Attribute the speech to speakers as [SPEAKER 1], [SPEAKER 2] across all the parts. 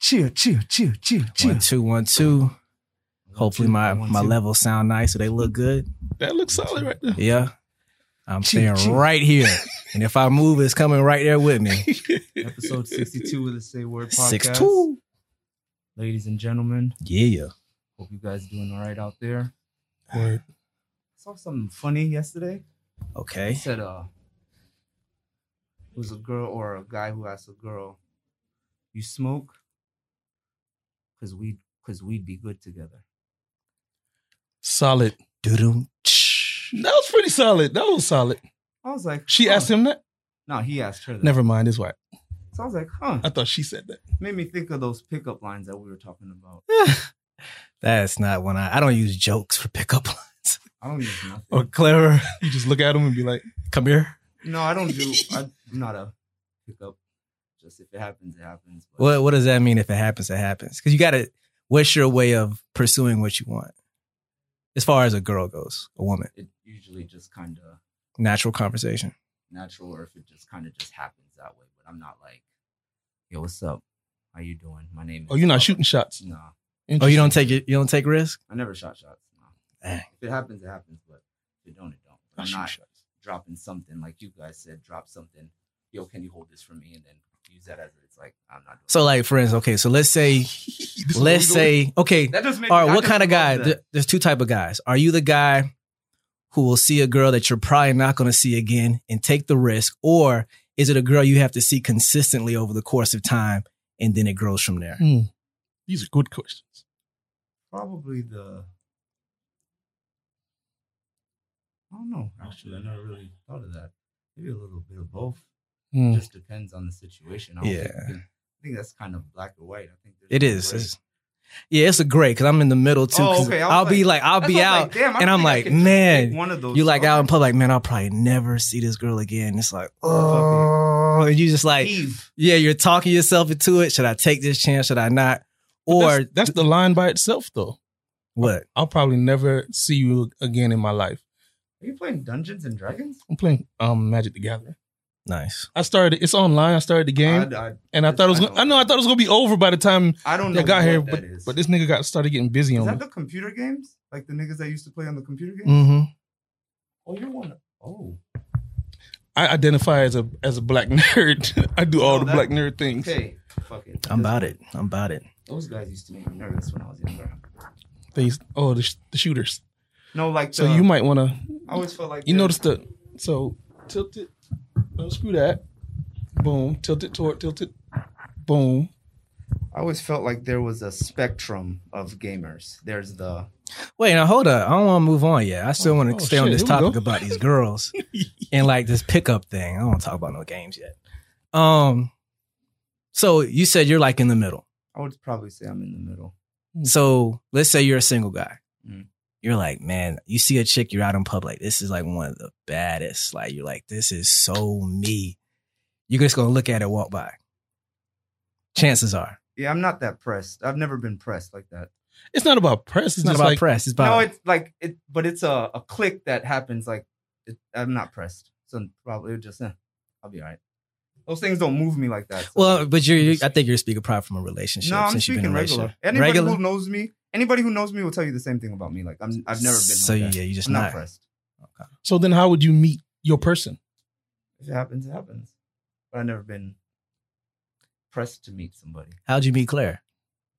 [SPEAKER 1] chill, chill, chill, chill, chill.
[SPEAKER 2] One two one two. Hopefully my my levels sound nice so they look good.
[SPEAKER 3] That looks solid right there.
[SPEAKER 2] Yeah. I'm
[SPEAKER 1] Chee,
[SPEAKER 2] staying
[SPEAKER 1] chee.
[SPEAKER 2] right here. And if I move, it's coming right there with me.
[SPEAKER 4] Episode 62 of the Say Word Podcast.
[SPEAKER 2] Six two.
[SPEAKER 4] Ladies and gentlemen,
[SPEAKER 2] Yeah.
[SPEAKER 4] hope you guys doing all right out there.
[SPEAKER 3] Word.
[SPEAKER 4] saw something funny yesterday. It
[SPEAKER 2] Okay.
[SPEAKER 4] said, uh, it was a girl or a guy who asked a girl, you smoke? Because we'd, cause we'd be good together.
[SPEAKER 3] Solid.
[SPEAKER 2] Doo-doo.
[SPEAKER 3] That was pretty solid. That was solid.
[SPEAKER 4] I was like,
[SPEAKER 3] She asked him that.
[SPEAKER 4] No, he asked her that.
[SPEAKER 3] Never Uh, mind. It's why
[SPEAKER 4] So I was like, huh.
[SPEAKER 3] I thought she said that.
[SPEAKER 4] Made me think of those pickup lines that we were talking about.
[SPEAKER 2] That's not when I I don't use jokes for pickup lines.
[SPEAKER 4] I don't use nothing.
[SPEAKER 3] Or clever. You just look at him and be like,
[SPEAKER 2] Come here.
[SPEAKER 4] No, I don't do. I, am not a pickup. Just if it happens, it happens. But
[SPEAKER 2] What what does that mean if it happens, it happens? Because you gotta what's your way of pursuing what you want? As far as a girl goes, a woman.
[SPEAKER 4] It usually just kind of
[SPEAKER 2] Natural conversation.
[SPEAKER 4] natural, or if it just kind of just happens that way. But I'm not like, yo, what's up? How you doing? My name. is
[SPEAKER 3] "Oh, you're not
[SPEAKER 4] Robert."
[SPEAKER 3] shooting shots."
[SPEAKER 4] No,
[SPEAKER 2] Oh, you don't take it you don't take risk?
[SPEAKER 4] I never shot shots. No.
[SPEAKER 2] Dang.
[SPEAKER 4] If it happens, it happens. But if it don't, it don't.
[SPEAKER 3] I
[SPEAKER 4] I'm
[SPEAKER 3] shoot
[SPEAKER 4] not
[SPEAKER 3] shots.
[SPEAKER 4] dropping something like you guys said. Drop something. Yo, can you hold this for me? And then use that as it's like I'm not. Doing
[SPEAKER 2] So like for instance, okay, so let's say
[SPEAKER 3] This is where
[SPEAKER 2] let's
[SPEAKER 3] we going.
[SPEAKER 2] say okay,
[SPEAKER 4] that just made
[SPEAKER 2] All
[SPEAKER 4] I
[SPEAKER 2] right, what
[SPEAKER 4] just
[SPEAKER 2] kind of guy?
[SPEAKER 4] love that.
[SPEAKER 2] There- There's two type of guys. Are you the guy who will see a girl that you're probably not going to see again and take the risk, or is it a girl you have to see consistently over the course of time and then it grows from there?
[SPEAKER 3] Hmm. these are good questions.
[SPEAKER 4] Probably the. I don't know. Actually, I never really thought of that. Maybe a little bit of both.
[SPEAKER 3] Hmm.
[SPEAKER 4] Just depends on the situation. I don't Think
[SPEAKER 2] Yeah.
[SPEAKER 4] you can- I think that's kind of black or white. I think there's
[SPEAKER 2] It
[SPEAKER 4] no
[SPEAKER 2] is.
[SPEAKER 4] gray.
[SPEAKER 2] It's- yeah, it's a great because I'm in the middle too.
[SPEAKER 4] Oh,
[SPEAKER 2] 'cause
[SPEAKER 4] okay. I was
[SPEAKER 2] I'll be like, I'll
[SPEAKER 4] That's
[SPEAKER 2] be
[SPEAKER 4] why I was
[SPEAKER 2] out.
[SPEAKER 4] like, damn, I
[SPEAKER 2] and
[SPEAKER 4] don't
[SPEAKER 2] I'm
[SPEAKER 4] think I
[SPEAKER 2] like,
[SPEAKER 4] could pick
[SPEAKER 2] man,
[SPEAKER 4] one of those.
[SPEAKER 2] you like
[SPEAKER 4] songs.
[SPEAKER 2] out in public, like, man, I'll probably never see this girl again. It's like, oh, and you just like,
[SPEAKER 4] Eve.
[SPEAKER 2] yeah, you're talking yourself into it. Should I take this chance? Should I not?
[SPEAKER 3] But
[SPEAKER 2] Or
[SPEAKER 3] that's, that's the line by itself, though.
[SPEAKER 2] what?
[SPEAKER 3] I'll probably never see you again in my life.
[SPEAKER 4] Are you playing Dungeons and Dragons?
[SPEAKER 3] I'm playing um Magic the Gathering.
[SPEAKER 2] Nice.
[SPEAKER 3] I started. It's online. I started the game,
[SPEAKER 4] I, I,
[SPEAKER 3] and I thought it was.
[SPEAKER 4] I
[SPEAKER 3] Gonna,
[SPEAKER 4] don't-
[SPEAKER 3] I know. I thought it was gonna be over by the time
[SPEAKER 4] I don't know.
[SPEAKER 3] I got
[SPEAKER 4] what
[SPEAKER 3] here,
[SPEAKER 4] that
[SPEAKER 3] but
[SPEAKER 4] is.
[SPEAKER 3] but this nigga got started getting busy
[SPEAKER 4] is
[SPEAKER 3] on
[SPEAKER 4] that
[SPEAKER 3] me.
[SPEAKER 4] the computer games, like the niggas that used to play on the computer games.
[SPEAKER 2] Mm-hmm.
[SPEAKER 4] Oh, you're one. Of, oh,
[SPEAKER 3] I identify as a as a black nerd. I do all
[SPEAKER 4] No, Oh,
[SPEAKER 3] the
[SPEAKER 4] that-
[SPEAKER 3] black nerd things.
[SPEAKER 4] okay. Fuck it.
[SPEAKER 2] I'm about it. I'm about it.
[SPEAKER 4] Those guys used to make me nervous when I was younger.
[SPEAKER 3] Things. Oh, the, sh- the shooters.
[SPEAKER 4] No, like
[SPEAKER 3] So
[SPEAKER 4] the-
[SPEAKER 3] you might want to.
[SPEAKER 4] I always felt like
[SPEAKER 3] You
[SPEAKER 4] the-
[SPEAKER 3] notice the. So tilt it. Oh, screw that. Boom. Tilt it toward. Tilt it. Boom.
[SPEAKER 4] I always felt like there was a spectrum of gamers. There's the
[SPEAKER 2] Wait, now hold up. I don't want to move on yet. I still want to
[SPEAKER 3] oh,
[SPEAKER 2] stay on
[SPEAKER 3] shit.
[SPEAKER 2] this
[SPEAKER 3] Here we
[SPEAKER 2] topic
[SPEAKER 3] go.
[SPEAKER 2] about these girls and like this pickup thing. I don't want to talk about no games yet. Um, so you said you're like in the middle.
[SPEAKER 4] I would probably say I'm in the middle.
[SPEAKER 2] So let's say you're a single guy.
[SPEAKER 4] Mm.
[SPEAKER 2] You're like, man, you see a chick, you're out in public. This is like one of the baddest. Like you're like, this is so me. You're just gonna look at it, walk by. Chances are,
[SPEAKER 4] Yeah, I'm not that pressed. I've never been pressed like that.
[SPEAKER 3] It's not about press. It's,
[SPEAKER 2] it's not
[SPEAKER 3] just
[SPEAKER 2] about
[SPEAKER 3] like,
[SPEAKER 2] press. It's about
[SPEAKER 4] no, it's like it, but it's a, a click that happens. Like it, I'm not pressed, so probably just eh, I'll be all right. Those things don't move me like that. so-
[SPEAKER 2] well, but you're. you're I think you're speaking pride from a relationship.
[SPEAKER 4] no, I'm
[SPEAKER 2] since you've been in
[SPEAKER 4] speaking
[SPEAKER 2] a
[SPEAKER 4] regular.
[SPEAKER 2] relationship.
[SPEAKER 4] Anybody who knows me, anybody who knows me will tell you the same thing about me. Like I'm, I've never been.
[SPEAKER 2] So
[SPEAKER 4] like
[SPEAKER 2] yeah,
[SPEAKER 4] that.
[SPEAKER 2] you just
[SPEAKER 4] I'm not
[SPEAKER 2] not.
[SPEAKER 4] pressed.
[SPEAKER 3] So then, how would you meet your person?
[SPEAKER 4] If it happens, it happens. But I've never been pressed to meet somebody.
[SPEAKER 2] How'd you meet Claire?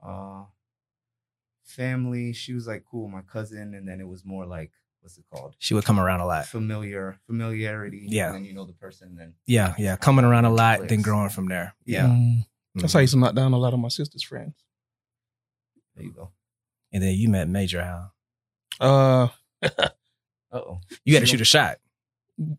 [SPEAKER 4] uh family she was like cool with my cousin and then it was more like what's it called
[SPEAKER 2] She would come around a lot.
[SPEAKER 4] familiar familiarity
[SPEAKER 2] Yeah.
[SPEAKER 4] and then you know the person then
[SPEAKER 2] Yeah, yeah, coming around a lot, then growing from there. Yeah,
[SPEAKER 3] Mm. That's how I
[SPEAKER 2] Mhm.
[SPEAKER 3] used to knock down a lot of my sister's friends.
[SPEAKER 4] there you go
[SPEAKER 2] And then you met Major. How
[SPEAKER 3] Uh,
[SPEAKER 4] uh-oh
[SPEAKER 2] you got to shoot a shot.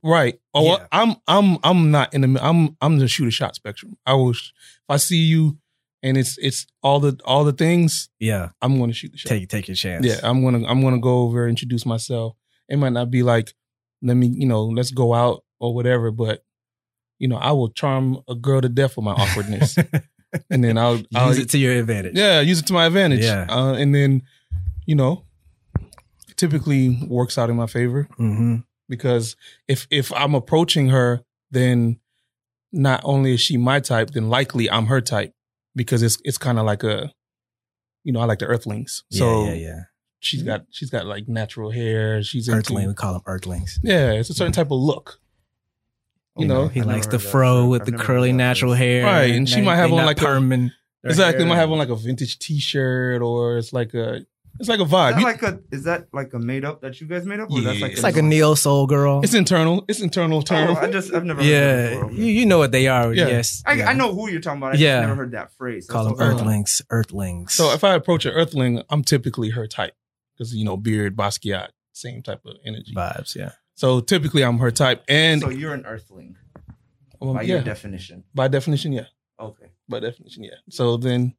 [SPEAKER 3] right. Oh, well,
[SPEAKER 2] Yeah.
[SPEAKER 3] I'm I'm I'm not in the mi- I'm I'm the shoot a shot spectrum. I will sh- if I see you and it's it's all the all the things
[SPEAKER 2] Yeah,
[SPEAKER 3] I'm going to shoot the shot.
[SPEAKER 2] take take your chance.
[SPEAKER 3] Yeah, I'm gonna I'm gonna go over introduce myself. It might not be like let me you know let's go out or whatever, but you know I will charm a girl to death with my awkwardness, and then I'll, I'll
[SPEAKER 2] use it to your advantage.
[SPEAKER 3] Uh, Yeah, use it to my advantage.
[SPEAKER 2] Yeah.
[SPEAKER 3] Uh, and then, you know, typically works out in my favor
[SPEAKER 2] hmm
[SPEAKER 3] because if if I'm approaching her, then not only is she my type, then likely I'm her type. because it's it's kind of like a, you know, I like the Earthlings. So
[SPEAKER 2] yeah, yeah,
[SPEAKER 3] she's got she's got like natural hair. She's
[SPEAKER 2] yeah.
[SPEAKER 3] into-
[SPEAKER 2] Earthling, we call them Earthlings.
[SPEAKER 3] Yeah, it's a certain type of look. You know,
[SPEAKER 2] he
[SPEAKER 4] I've
[SPEAKER 2] likes
[SPEAKER 4] never
[SPEAKER 2] the
[SPEAKER 4] heard that
[SPEAKER 2] fro
[SPEAKER 4] term.
[SPEAKER 2] with
[SPEAKER 4] I've
[SPEAKER 2] the
[SPEAKER 4] never
[SPEAKER 2] curly
[SPEAKER 4] heard that
[SPEAKER 2] natural
[SPEAKER 4] term.
[SPEAKER 2] hair.
[SPEAKER 3] Right, and she might have
[SPEAKER 2] they
[SPEAKER 3] on
[SPEAKER 2] not
[SPEAKER 3] like a-
[SPEAKER 2] perm and
[SPEAKER 4] Her
[SPEAKER 3] exactly.
[SPEAKER 4] hair
[SPEAKER 3] Might have on
[SPEAKER 4] is-
[SPEAKER 3] like a vintage T-shirt or it's like a it's like a
[SPEAKER 4] Is
[SPEAKER 3] vibe.
[SPEAKER 4] that
[SPEAKER 3] You-
[SPEAKER 4] like a is that like a made up that you guys made up? Or that's
[SPEAKER 3] Yeah.
[SPEAKER 4] like
[SPEAKER 2] it's like a neo soul girl.
[SPEAKER 3] it's internal. It's internal term.
[SPEAKER 4] Oh, I just I've never heard that
[SPEAKER 2] yeah,
[SPEAKER 4] before.
[SPEAKER 2] you, you know what they are.
[SPEAKER 3] Yeah.
[SPEAKER 2] Yes,
[SPEAKER 4] I,
[SPEAKER 2] yeah.
[SPEAKER 4] I know who you're talking about. I
[SPEAKER 2] Yeah.
[SPEAKER 4] just never heard that phrase.
[SPEAKER 2] Call them
[SPEAKER 4] That's what-
[SPEAKER 3] Earth.
[SPEAKER 2] Earthlings. Earthlings.
[SPEAKER 3] So if I approach an Earthling, I'm typically her type because you know beard, Basquiat, same type of energy.
[SPEAKER 2] vibes, yeah.
[SPEAKER 3] So typically, I'm her type, and
[SPEAKER 4] so you're an earthling
[SPEAKER 3] um,
[SPEAKER 4] by
[SPEAKER 3] yeah,
[SPEAKER 4] your definition.
[SPEAKER 3] by definition, yeah,
[SPEAKER 4] Okay.
[SPEAKER 3] by definition, yeah. So then,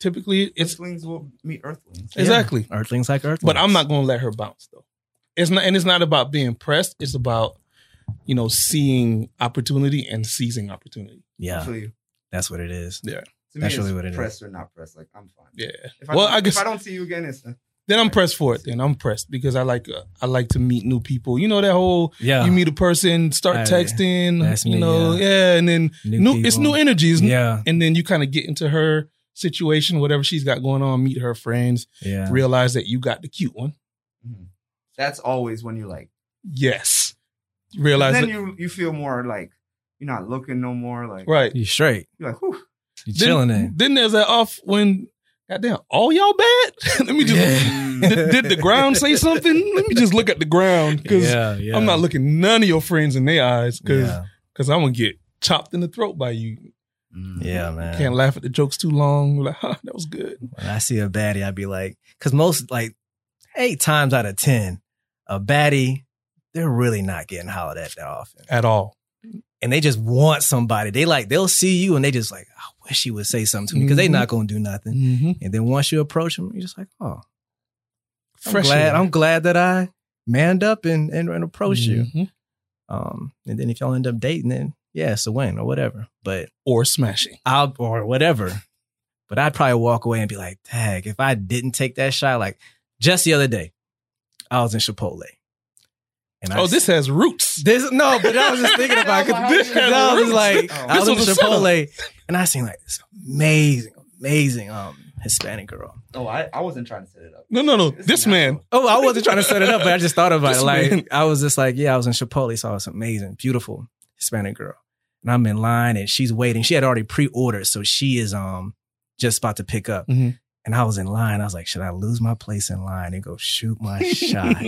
[SPEAKER 3] typically, it's
[SPEAKER 4] Earthlings will meet earthlings.
[SPEAKER 2] Yeah.
[SPEAKER 3] exactly.
[SPEAKER 2] Earthlings like Earthlings.
[SPEAKER 3] But I'm not going to let her bounce though. It's not, and it's not about being pressed. It's about you know seeing opportunity and seizing opportunity.
[SPEAKER 2] Yeah,
[SPEAKER 4] So you-
[SPEAKER 2] that's what it is.
[SPEAKER 4] to me,
[SPEAKER 2] That's
[SPEAKER 4] it's
[SPEAKER 2] really what it is.
[SPEAKER 4] press or not press. Like I'm fine.
[SPEAKER 3] Yeah.
[SPEAKER 4] If I
[SPEAKER 3] Well,
[SPEAKER 4] don't-
[SPEAKER 3] I guess-
[SPEAKER 4] if I don't see you again, it's uh,
[SPEAKER 3] Then I'm pressed for it. Then I'm pressed because I like uh, I like to meet new people. You know that whole
[SPEAKER 2] Yeah,
[SPEAKER 3] you meet a person, start
[SPEAKER 2] I-
[SPEAKER 3] texting,
[SPEAKER 2] that's
[SPEAKER 3] you
[SPEAKER 2] me,
[SPEAKER 3] know, yeah. and then new, it's
[SPEAKER 2] people.
[SPEAKER 3] new energy, it's new-
[SPEAKER 2] Yeah,
[SPEAKER 3] and then you kind of get into her situation, whatever she's got going on, meet her friends,
[SPEAKER 2] yeah.
[SPEAKER 3] realize that you got the cute one.
[SPEAKER 4] Mhm. that's always when you're like.
[SPEAKER 3] Yes,
[SPEAKER 4] Then
[SPEAKER 3] realize that,
[SPEAKER 4] you you feel more like you're not looking no more. Like
[SPEAKER 3] right?
[SPEAKER 2] You straight.
[SPEAKER 4] You're like, whew.
[SPEAKER 2] You
[SPEAKER 3] Then-
[SPEAKER 2] chilling eh? in.
[SPEAKER 3] Then there's that off when goddamn all y'all bad. Let me just did, did the ground say something? Let me just look at the ground because
[SPEAKER 2] Yeah, yeah.
[SPEAKER 3] I'm not looking none of your friends in their eyes because
[SPEAKER 2] Yeah,
[SPEAKER 3] because I'm gonna get chopped in the throat by you.
[SPEAKER 2] Mm. yeah man.
[SPEAKER 3] Can't laugh at the jokes too long. Like, "Huh, that was good.
[SPEAKER 2] When I see a baddie, I'd be like, because most, like, eight times out of 10, a baddie, they're really not getting hollered at that often.
[SPEAKER 3] At all.
[SPEAKER 2] And they just want somebody. They like, they'll see you and they just like, I wish he would say something to me because they
[SPEAKER 3] Mhm.
[SPEAKER 2] not going to do nothing. And then once you approach them, you're just like, oh, I'm
[SPEAKER 3] Fresh
[SPEAKER 2] glad,
[SPEAKER 3] air.
[SPEAKER 2] I'm glad that I manned up and, and, and approached you.
[SPEAKER 3] Mhm.
[SPEAKER 2] Um, and then if y'all end up dating, then yeah, it's a win or whatever. But
[SPEAKER 3] or smashing.
[SPEAKER 2] I'll or whatever. But I'd probably walk away and be like, "Tag, if I didn't take that shot, like just the other day, I was in Chipotle, and I
[SPEAKER 3] Oh, this has roots.
[SPEAKER 2] this no, but I was just thinking about because
[SPEAKER 3] This
[SPEAKER 2] this I was
[SPEAKER 3] has
[SPEAKER 2] just like,
[SPEAKER 4] roots.
[SPEAKER 2] I was
[SPEAKER 3] This
[SPEAKER 2] in
[SPEAKER 3] was a setup.
[SPEAKER 2] Chipotle, and I seen like this amazing, amazing um Hispanic girl.
[SPEAKER 4] Oh, I, I wasn't trying to set it up.
[SPEAKER 3] No, no, no.
[SPEAKER 4] It's
[SPEAKER 3] This
[SPEAKER 4] natural.
[SPEAKER 3] man.
[SPEAKER 2] Oh, I wasn't trying to set it up, but I just thought about
[SPEAKER 3] This
[SPEAKER 2] it. Like
[SPEAKER 3] man.
[SPEAKER 2] I was just like, yeah, I was in Chipotle, saw this amazing, beautiful Hispanic girl, and I'm in line, and she's waiting. She had already pre-ordered, so she is um just about to pick up.
[SPEAKER 3] Mhm.
[SPEAKER 2] And I was in line. I was like, should I lose my place in line and go shoot my shot?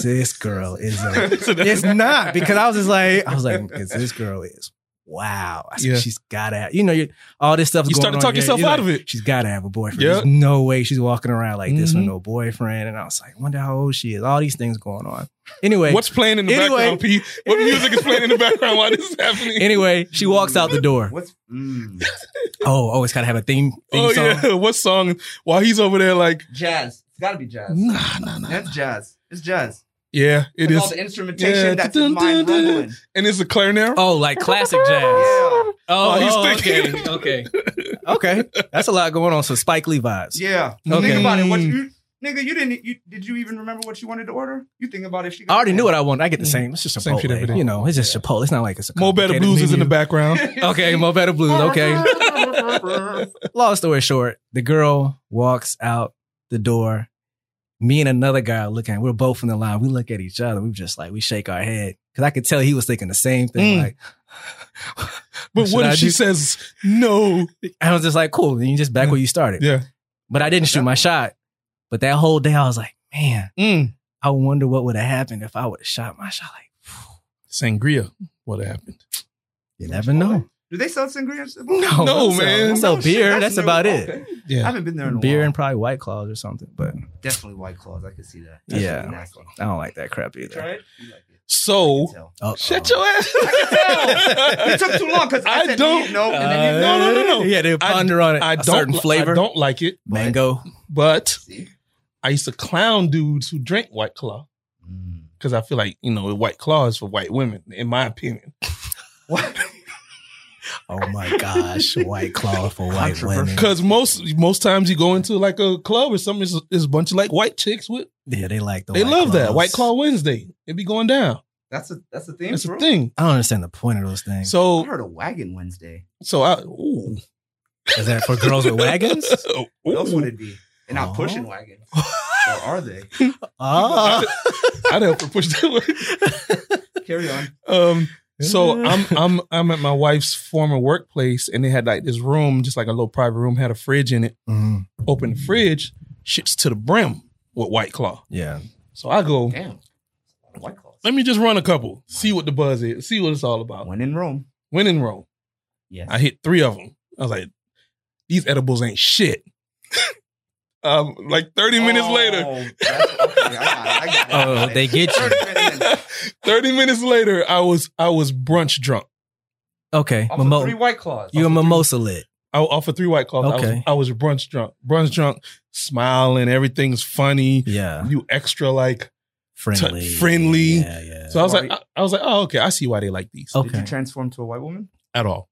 [SPEAKER 2] this girl is a.
[SPEAKER 3] So that's-
[SPEAKER 2] It's not because I was just like, I was like, because this girl is wow. I said,
[SPEAKER 3] Yeah.
[SPEAKER 2] she's got to, have, you know, you all this stuff.
[SPEAKER 3] You start to talk yourself out of it.
[SPEAKER 2] She's got to have a boyfriend.
[SPEAKER 3] Yeah.
[SPEAKER 2] There's no way she's walking around like this with
[SPEAKER 3] Mhm.
[SPEAKER 2] no boyfriend. And I was like, wonder how old she is. All these things going on. Anyway,
[SPEAKER 3] What's playing in the
[SPEAKER 2] Anyway.
[SPEAKER 3] background, P? What music is playing in the background while this is happening?
[SPEAKER 2] anyway, she walks out the door.
[SPEAKER 4] What's mm,
[SPEAKER 2] Oh, always got to have a theme, theme
[SPEAKER 3] oh
[SPEAKER 2] song.
[SPEAKER 3] yeah, what song? While he's over there, like
[SPEAKER 4] jazz? It's got to be jazz.
[SPEAKER 3] nah, nah, nah.
[SPEAKER 4] That's jazz. It's jazz.
[SPEAKER 3] Yeah, it
[SPEAKER 4] With all
[SPEAKER 3] is,
[SPEAKER 4] the instrumentation
[SPEAKER 3] Yeah.
[SPEAKER 4] that's his mind
[SPEAKER 3] Dun, dun, dun.
[SPEAKER 4] rumbling.
[SPEAKER 3] and it's a clarinet.
[SPEAKER 2] Oh, like classic jazz.
[SPEAKER 4] Yeah.
[SPEAKER 2] Oh,
[SPEAKER 3] Oh, he's
[SPEAKER 2] oh, okay,
[SPEAKER 3] thinking.
[SPEAKER 2] okay, okay. That's a lot going on. So Spike Lee vibes.
[SPEAKER 4] Yeah.
[SPEAKER 2] Okay.
[SPEAKER 4] Think about it. What
[SPEAKER 3] Mm.
[SPEAKER 4] you, nigga, you didn't you did you even remember what you wanted to order? You think about it. She
[SPEAKER 2] I already knew what I wanted. I get the same. It's just
[SPEAKER 3] Same shit every
[SPEAKER 2] Chipotle.
[SPEAKER 3] day.
[SPEAKER 2] You know, it's just Chipotle. It's not like it's a
[SPEAKER 3] Mo Better Blues is in the
[SPEAKER 2] complicated
[SPEAKER 3] background.
[SPEAKER 2] menu. Okay, mm, Mo Better Blues. Okay. Long story short, the girl walks out the door. Me and another guy are looking. We're both in the line. We look at each other. We just like we shake our head because I could tell he was thinking the same thing.
[SPEAKER 3] Mm.
[SPEAKER 2] Like,
[SPEAKER 3] But
[SPEAKER 2] should
[SPEAKER 3] what
[SPEAKER 2] I
[SPEAKER 3] if she
[SPEAKER 2] do?
[SPEAKER 3] says no?
[SPEAKER 2] I was just like, cool. Then you just back where you started.
[SPEAKER 3] Yeah.
[SPEAKER 2] But I didn't shoot my shot. But that whole day, I was like, man,
[SPEAKER 3] Mm.
[SPEAKER 2] I wonder what would have happened if I would have shot my shot. Like,
[SPEAKER 3] Sangria. What happened?
[SPEAKER 2] you never know.
[SPEAKER 4] Do they sell sangria?
[SPEAKER 2] No,
[SPEAKER 3] No,
[SPEAKER 2] that's a-
[SPEAKER 3] man.
[SPEAKER 2] that's a
[SPEAKER 4] shit,
[SPEAKER 2] beer.
[SPEAKER 4] that's
[SPEAKER 2] That's,
[SPEAKER 4] new.
[SPEAKER 2] about it.
[SPEAKER 4] Okay. I
[SPEAKER 3] Yeah.
[SPEAKER 4] haven't been there in a
[SPEAKER 2] beer
[SPEAKER 4] while.
[SPEAKER 2] and probably white claws or something. But
[SPEAKER 4] Definitely white claws. I could see that.
[SPEAKER 2] Yeah.
[SPEAKER 4] really nasty.
[SPEAKER 2] I don't like that crap
[SPEAKER 4] You try
[SPEAKER 2] either.
[SPEAKER 4] it? You like it. I
[SPEAKER 2] Oh.
[SPEAKER 3] So
[SPEAKER 4] can tell.
[SPEAKER 2] Uh-oh.
[SPEAKER 3] shut your ass.
[SPEAKER 4] It took too long because I,
[SPEAKER 3] I
[SPEAKER 4] said,
[SPEAKER 3] don't-
[SPEAKER 4] No, and then you
[SPEAKER 3] Uh,
[SPEAKER 4] no, no, no.
[SPEAKER 3] no, no.
[SPEAKER 2] Yeah, they ponder on it.
[SPEAKER 3] I
[SPEAKER 2] a
[SPEAKER 3] don't.
[SPEAKER 2] certain
[SPEAKER 3] li-
[SPEAKER 2] flavor.
[SPEAKER 3] I don't like it.
[SPEAKER 2] mango.
[SPEAKER 3] But
[SPEAKER 4] See?
[SPEAKER 3] I used to clown dudes who drink White Claw
[SPEAKER 4] Mm.
[SPEAKER 3] because I feel like you know White Claw is for white women, in my opinion.
[SPEAKER 4] What?
[SPEAKER 2] Oh my gosh, white claw for white women.
[SPEAKER 3] Because most most times you go into like a club or something, it's, it's a bunch of like white chicks with.
[SPEAKER 2] Yeah, they like the.
[SPEAKER 3] They
[SPEAKER 2] white
[SPEAKER 3] love that
[SPEAKER 2] claws.
[SPEAKER 3] White Claw Wednesday. It be going down.
[SPEAKER 4] That's a that's a thing.
[SPEAKER 3] That's a
[SPEAKER 4] bro.
[SPEAKER 3] thing.
[SPEAKER 2] I don't understand the point of those things.
[SPEAKER 4] I
[SPEAKER 3] So
[SPEAKER 4] heard a wagon Wednesday.
[SPEAKER 3] so I ooh,
[SPEAKER 2] Is that for girls with wagons?
[SPEAKER 4] What else would it be? They're not
[SPEAKER 2] Oh.
[SPEAKER 4] pushing wagons. or are they?
[SPEAKER 2] Oh.
[SPEAKER 3] I'd help her push that way.
[SPEAKER 4] Carry on.
[SPEAKER 3] Um, so I'm I'm I'm at my wife's former workplace, and they had like this room, just like a little private room, had a fridge in it.
[SPEAKER 2] Mm,
[SPEAKER 3] Open the fridge, shit's to the brim with White Claw.
[SPEAKER 2] yeah.
[SPEAKER 3] So I go,
[SPEAKER 4] Damn. White claws.
[SPEAKER 3] let me just run a couple, see what the buzz is, see what it's all about.
[SPEAKER 4] When in Rome.
[SPEAKER 3] Win and roll.
[SPEAKER 4] Yes.
[SPEAKER 3] I hit three of them. I was like, these edibles ain't shit. um, like 30 minutes
[SPEAKER 4] Oh,
[SPEAKER 3] later,
[SPEAKER 4] that's- okay, I got it, I got it, I
[SPEAKER 2] Oh,
[SPEAKER 4] got it.
[SPEAKER 2] they get you.
[SPEAKER 4] 30 minutes in.
[SPEAKER 3] 30 minutes later, I was I was brunch drunk.
[SPEAKER 2] Okay.
[SPEAKER 4] Off of
[SPEAKER 2] Mimo-
[SPEAKER 4] three white claws.
[SPEAKER 2] you a mimosa lit.
[SPEAKER 3] I offered Oh, three white claws.
[SPEAKER 2] Okay.
[SPEAKER 3] I, was, I was brunch drunk. Brunch drunk, smiling, everything's funny.
[SPEAKER 2] Yeah.
[SPEAKER 3] You extra like
[SPEAKER 2] Friendly.
[SPEAKER 3] friendly.
[SPEAKER 2] Yeah, Oh. yeah.
[SPEAKER 3] so I was like I,
[SPEAKER 4] Right.
[SPEAKER 3] I was like, oh okay, I see why they like these
[SPEAKER 4] Did
[SPEAKER 2] okay.
[SPEAKER 4] you transform to a white woman?
[SPEAKER 3] at all.